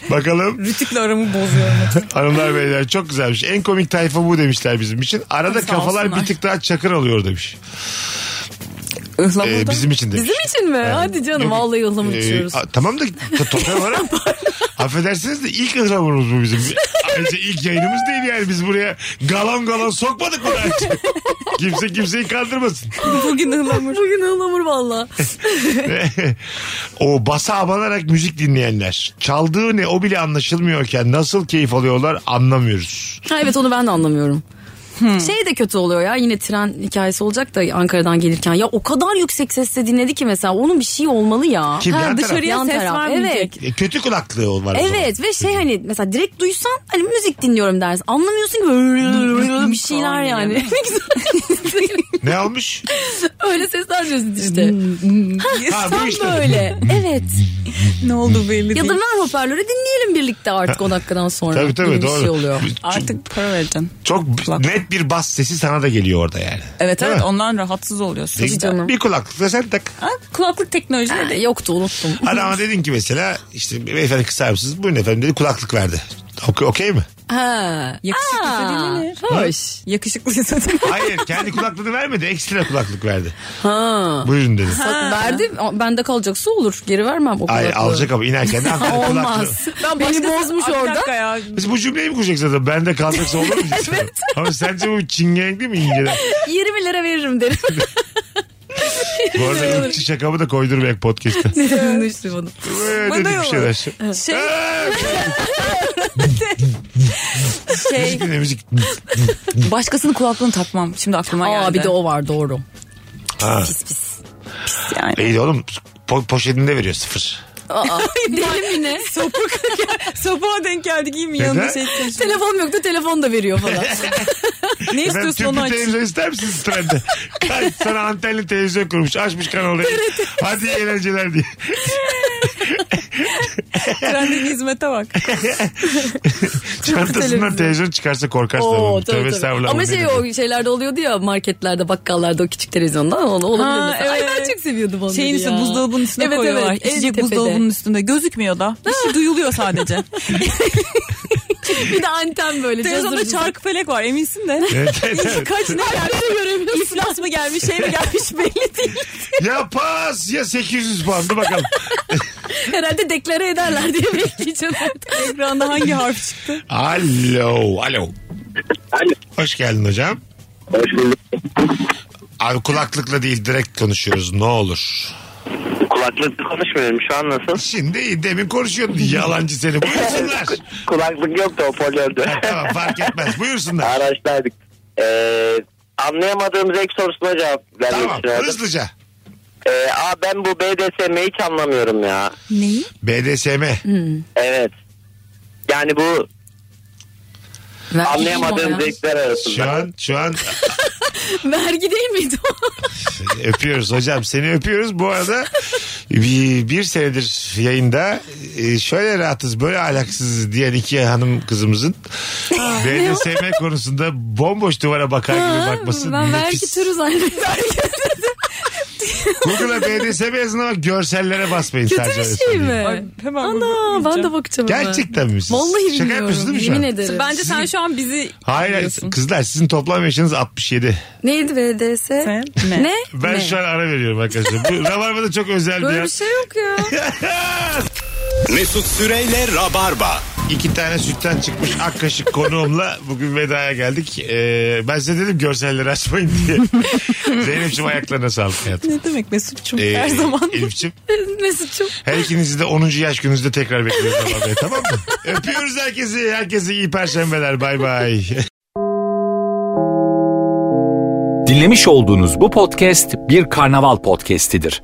[SPEAKER 3] Bakalım
[SPEAKER 4] Rütük'le aramı
[SPEAKER 5] Ee,
[SPEAKER 4] bozuyorum.
[SPEAKER 3] hanımlar beyler çok güzelmiş. En komik tayfa bu demişler bizim için. Arada
[SPEAKER 4] Sağ
[SPEAKER 3] kafalar
[SPEAKER 4] olsunlar.
[SPEAKER 3] bir tık daha çakır alıyor demiş. Ee, bizim için demiş.
[SPEAKER 5] Bizim için mi? Hadi canım
[SPEAKER 3] Yok,
[SPEAKER 5] vallahi ıhlamur
[SPEAKER 3] Ee,
[SPEAKER 5] içiyoruz.
[SPEAKER 3] a- tamam da to- toprağa var ama. Affedersiniz de ilk ıhlamurumuz bu bizim. Ayrıca ilk yayınımız değil yani. Biz buraya galon galon sokmadık bunu ayrıca. Kimse kimseyi kandırmasın.
[SPEAKER 5] Bugün ıhlamur. Bugün ıhlamur valla.
[SPEAKER 3] o basa abanarak müzik dinleyenler. Çaldığı ne o bile anlaşılmıyorken nasıl keyif alıyorlar anlamıyoruz.
[SPEAKER 5] Ha, evet onu ben de anlamıyorum. Şey de kötü oluyor ya yine tren hikayesi olacak da Ankara'dan gelirken. Ya o kadar yüksek sesle dinledi ki mesela onun bir şeyi olmalı ya.
[SPEAKER 3] Kim yan taraf?
[SPEAKER 4] Dışarıya
[SPEAKER 5] Yan
[SPEAKER 4] ses
[SPEAKER 5] taraf,
[SPEAKER 4] vermeyecek.
[SPEAKER 3] E, kötü kulaklığı var. o zaman.
[SPEAKER 5] Evet ve şey hani mesela direkt duysan hani müzik dinliyorum dersin. Anlamıyorsun ki böyle bir şeyler yani. Ne güzel.
[SPEAKER 3] Ne almış?
[SPEAKER 5] Öyle sesler diyorsun işte.
[SPEAKER 3] Hmm, Ha, bu
[SPEAKER 5] Tam
[SPEAKER 3] işte.
[SPEAKER 5] böyle. Evet.
[SPEAKER 4] Ne oldu belli
[SPEAKER 5] Ya da
[SPEAKER 4] değil.
[SPEAKER 5] ver hoparlörü dinleyelim birlikte artık o dakikadan sonra.
[SPEAKER 3] Tabii tabii
[SPEAKER 5] gibi bir
[SPEAKER 3] doğru.
[SPEAKER 5] Şey oluyor.
[SPEAKER 4] Artık para vereceğim.
[SPEAKER 3] Çok
[SPEAKER 4] Kulak.
[SPEAKER 3] net bir bas sesi sana da geliyor orada yani.
[SPEAKER 4] Evet
[SPEAKER 3] Değil
[SPEAKER 4] evet
[SPEAKER 3] mi?
[SPEAKER 4] ondan rahatsız oluyorsun.
[SPEAKER 3] Bir-
[SPEAKER 5] canım.
[SPEAKER 3] Bir kulaklıkla sen tak.
[SPEAKER 4] Ha, kulaklık teknolojileri
[SPEAKER 5] Ha,
[SPEAKER 4] de
[SPEAKER 5] Yoktu unuttum.
[SPEAKER 3] Adama dedin ki mesela işte beyefendi kısar mısınız? Buyurun efendim dedi kulaklık verdi. Okey okey mi?
[SPEAKER 5] Ha.
[SPEAKER 4] yakışıklıysa
[SPEAKER 5] Aa,
[SPEAKER 4] dinlenir.
[SPEAKER 5] Hoş.
[SPEAKER 4] Yakışıklıysa dinlenir.
[SPEAKER 3] Hayır kendi kulaklığını vermedi ekstra kulaklık verdi.
[SPEAKER 5] Ha.
[SPEAKER 3] Buyurun dedi.
[SPEAKER 5] Bak verdim. o- Bende kalacaksa olur. Geri vermem o
[SPEAKER 3] Ay
[SPEAKER 5] kulaklığı.
[SPEAKER 3] alacak ama inerken de hakikaten kulaklığı.
[SPEAKER 5] Olmaz. Ben Beni bozmuş
[SPEAKER 4] Aa, bir
[SPEAKER 5] orada.
[SPEAKER 4] dakika ya.
[SPEAKER 3] Biz bu cümleyi mi kuracak zaten? Bende kalacaksa olur mu? evet. Ama sence bu çingenkli mi İngilizce?
[SPEAKER 5] 20 lira veririm derim.
[SPEAKER 3] Bu arada ırkçı şakamı da koydurmayak podcast'ta.
[SPEAKER 5] Dedim, Düşündüm onu.
[SPEAKER 3] Ee,
[SPEAKER 4] Bu da
[SPEAKER 3] dedik bir
[SPEAKER 4] yok.
[SPEAKER 3] şeyler.
[SPEAKER 4] Şey,
[SPEAKER 3] Ee,
[SPEAKER 4] şey,
[SPEAKER 3] müzik dinle müzik.
[SPEAKER 4] başkasının kulaklığını takmam. Şimdi aklıma geldi.
[SPEAKER 5] Aa bir de o var doğru.
[SPEAKER 3] Ha.
[SPEAKER 5] Pis pis.
[SPEAKER 4] Yani.
[SPEAKER 3] İyi de oğlum po- poşetinde veriyor sıfır.
[SPEAKER 5] Aa, deli mi ne?
[SPEAKER 4] Sopa denk geldi giyim
[SPEAKER 3] Neden?
[SPEAKER 4] yanında şey istiyorsun.
[SPEAKER 5] Telefon yoktu telefon da veriyor falan.
[SPEAKER 4] Ne
[SPEAKER 3] Efendim
[SPEAKER 4] istiyorsun
[SPEAKER 3] tüplü
[SPEAKER 4] onu aç.
[SPEAKER 3] televizyon ister misiniz trende? Kaç sana antenli televizyon kurmuş. Açmış kanalı. Hadi iyi eğlenceler diye.
[SPEAKER 4] Trendin hizmete bak.
[SPEAKER 3] Çantasından
[SPEAKER 4] televizyon.
[SPEAKER 3] televizyon çıkarsa korkarsın.
[SPEAKER 5] Oo,
[SPEAKER 3] Oo,
[SPEAKER 5] tabii, tabii. Ama şey o şeylerde oluyordu ya marketlerde bakkallarda o küçük televizyonda onu olabilir
[SPEAKER 4] Ha,
[SPEAKER 5] mesela. Ay ben
[SPEAKER 4] evet.
[SPEAKER 5] çok seviyordum onları
[SPEAKER 4] Şeyin üstüne
[SPEAKER 5] ya.
[SPEAKER 4] buzdolabının üstüne
[SPEAKER 5] evet,
[SPEAKER 4] koyuyorlar.
[SPEAKER 5] Evet, en
[SPEAKER 4] İçecek
[SPEAKER 5] tepede.
[SPEAKER 4] buzdolabının üstünde. Gözükmüyor da. Bir şey duyuluyor sadece.
[SPEAKER 5] Bir de anten böyle.
[SPEAKER 4] Televizyonda
[SPEAKER 5] cazır cazır.
[SPEAKER 4] çarkı felek var eminsin de.
[SPEAKER 3] Evet, evet,
[SPEAKER 4] İyi ki
[SPEAKER 3] evet.
[SPEAKER 4] Kaç ne gelmiş? İflas mı gelmiş şey mi gelmiş belli değil.
[SPEAKER 3] Ya pas ya 800 puan. Dur bakalım.
[SPEAKER 5] Herhalde deklare ederler diye bekleyeceğim.
[SPEAKER 4] Ekranda hangi harf çıktı?
[SPEAKER 3] Alo. Alo.
[SPEAKER 7] Alo.
[SPEAKER 3] Hoş geldin hocam.
[SPEAKER 7] Hoş bulduk.
[SPEAKER 3] Abi kulaklıkla değil direkt konuşuyoruz ne olur.
[SPEAKER 6] Kulaklıkla konuşmuyorum şu an nasıl?
[SPEAKER 3] Şimdi demin konuşuyordun yalancı seni. Buyursunlar.
[SPEAKER 6] Kulaklık yoktu hoparlördü.
[SPEAKER 3] tamam fark etmez buyursunlar.
[SPEAKER 6] Araçtaydık. Ee, anlayamadığım zevk sorusuna cevap vermek
[SPEAKER 3] Tamam
[SPEAKER 6] istiyordum.
[SPEAKER 3] hızlıca.
[SPEAKER 6] Ee, aa, ben bu BDSM'yi hiç anlamıyorum ya.
[SPEAKER 5] Neyi?
[SPEAKER 3] BDSM.
[SPEAKER 6] Evet. Yani bu anlayamadığım zevkler
[SPEAKER 3] Şu
[SPEAKER 6] arasında.
[SPEAKER 3] an şu an
[SPEAKER 5] Vergi değil miydi o?
[SPEAKER 3] öpüyoruz hocam seni öpüyoruz. Bu arada bir, bir senedir yayında e, şöyle rahatız böyle ahlaksızız diyen iki hanım kızımızın BDSM konusunda bomboş duvara bakar gibi bakması
[SPEAKER 5] ben
[SPEAKER 3] nefis.
[SPEAKER 5] vergi turu zannettim.
[SPEAKER 3] Google'a BDS yazın ama görsellere basmayın.
[SPEAKER 5] Kötü
[SPEAKER 3] sadece öyle
[SPEAKER 5] bir şey
[SPEAKER 3] söyleyeyim.
[SPEAKER 5] mi?
[SPEAKER 4] Ay, hemen
[SPEAKER 5] Ana ben de bakacağım. hemen.
[SPEAKER 3] Gerçekten mi? Siz
[SPEAKER 5] Vallahi
[SPEAKER 3] şaka
[SPEAKER 5] bilmiyorum.
[SPEAKER 3] yapıyorsunuz değil mi şu
[SPEAKER 5] Yemin
[SPEAKER 3] an?
[SPEAKER 5] ederim.
[SPEAKER 4] Bence sen şu an bizi
[SPEAKER 3] Hayır hayır.
[SPEAKER 4] Biliyorsun.
[SPEAKER 3] kızlar sizin toplam yaşınız 67.
[SPEAKER 5] Neydi BDS?
[SPEAKER 4] Sen
[SPEAKER 5] Ne?
[SPEAKER 4] ne?
[SPEAKER 3] Ben
[SPEAKER 5] Ne?
[SPEAKER 3] şu an ara veriyorum arkadaşlar. Bu Rabarba'da çok özel bir
[SPEAKER 5] Böyle
[SPEAKER 3] yer.
[SPEAKER 5] bir şey yok ya.
[SPEAKER 2] Mesut Süreyle Rabarba.
[SPEAKER 3] İki tane sütten çıkmış ak kaşık konuğumla bugün vedaya geldik. Ee, ben size dedim görselleri açmayın diye. Zeynep'ciğim ayaklarına sağlık hayatım.
[SPEAKER 4] Ne demek Mesut'cum
[SPEAKER 3] Ee,
[SPEAKER 4] her zaman.
[SPEAKER 3] Elif'ciğim
[SPEAKER 5] Mesut'cum.
[SPEAKER 3] her ikinizi de 10. yaş gününüzde tekrar bekliyoruz. Rabarba'ya, tamam mı? Öpüyoruz herkesi. Herkese iyi perşembeler. Bay bay.
[SPEAKER 1] Dinlemiş olduğunuz bu podcast bir karnaval podcastidir.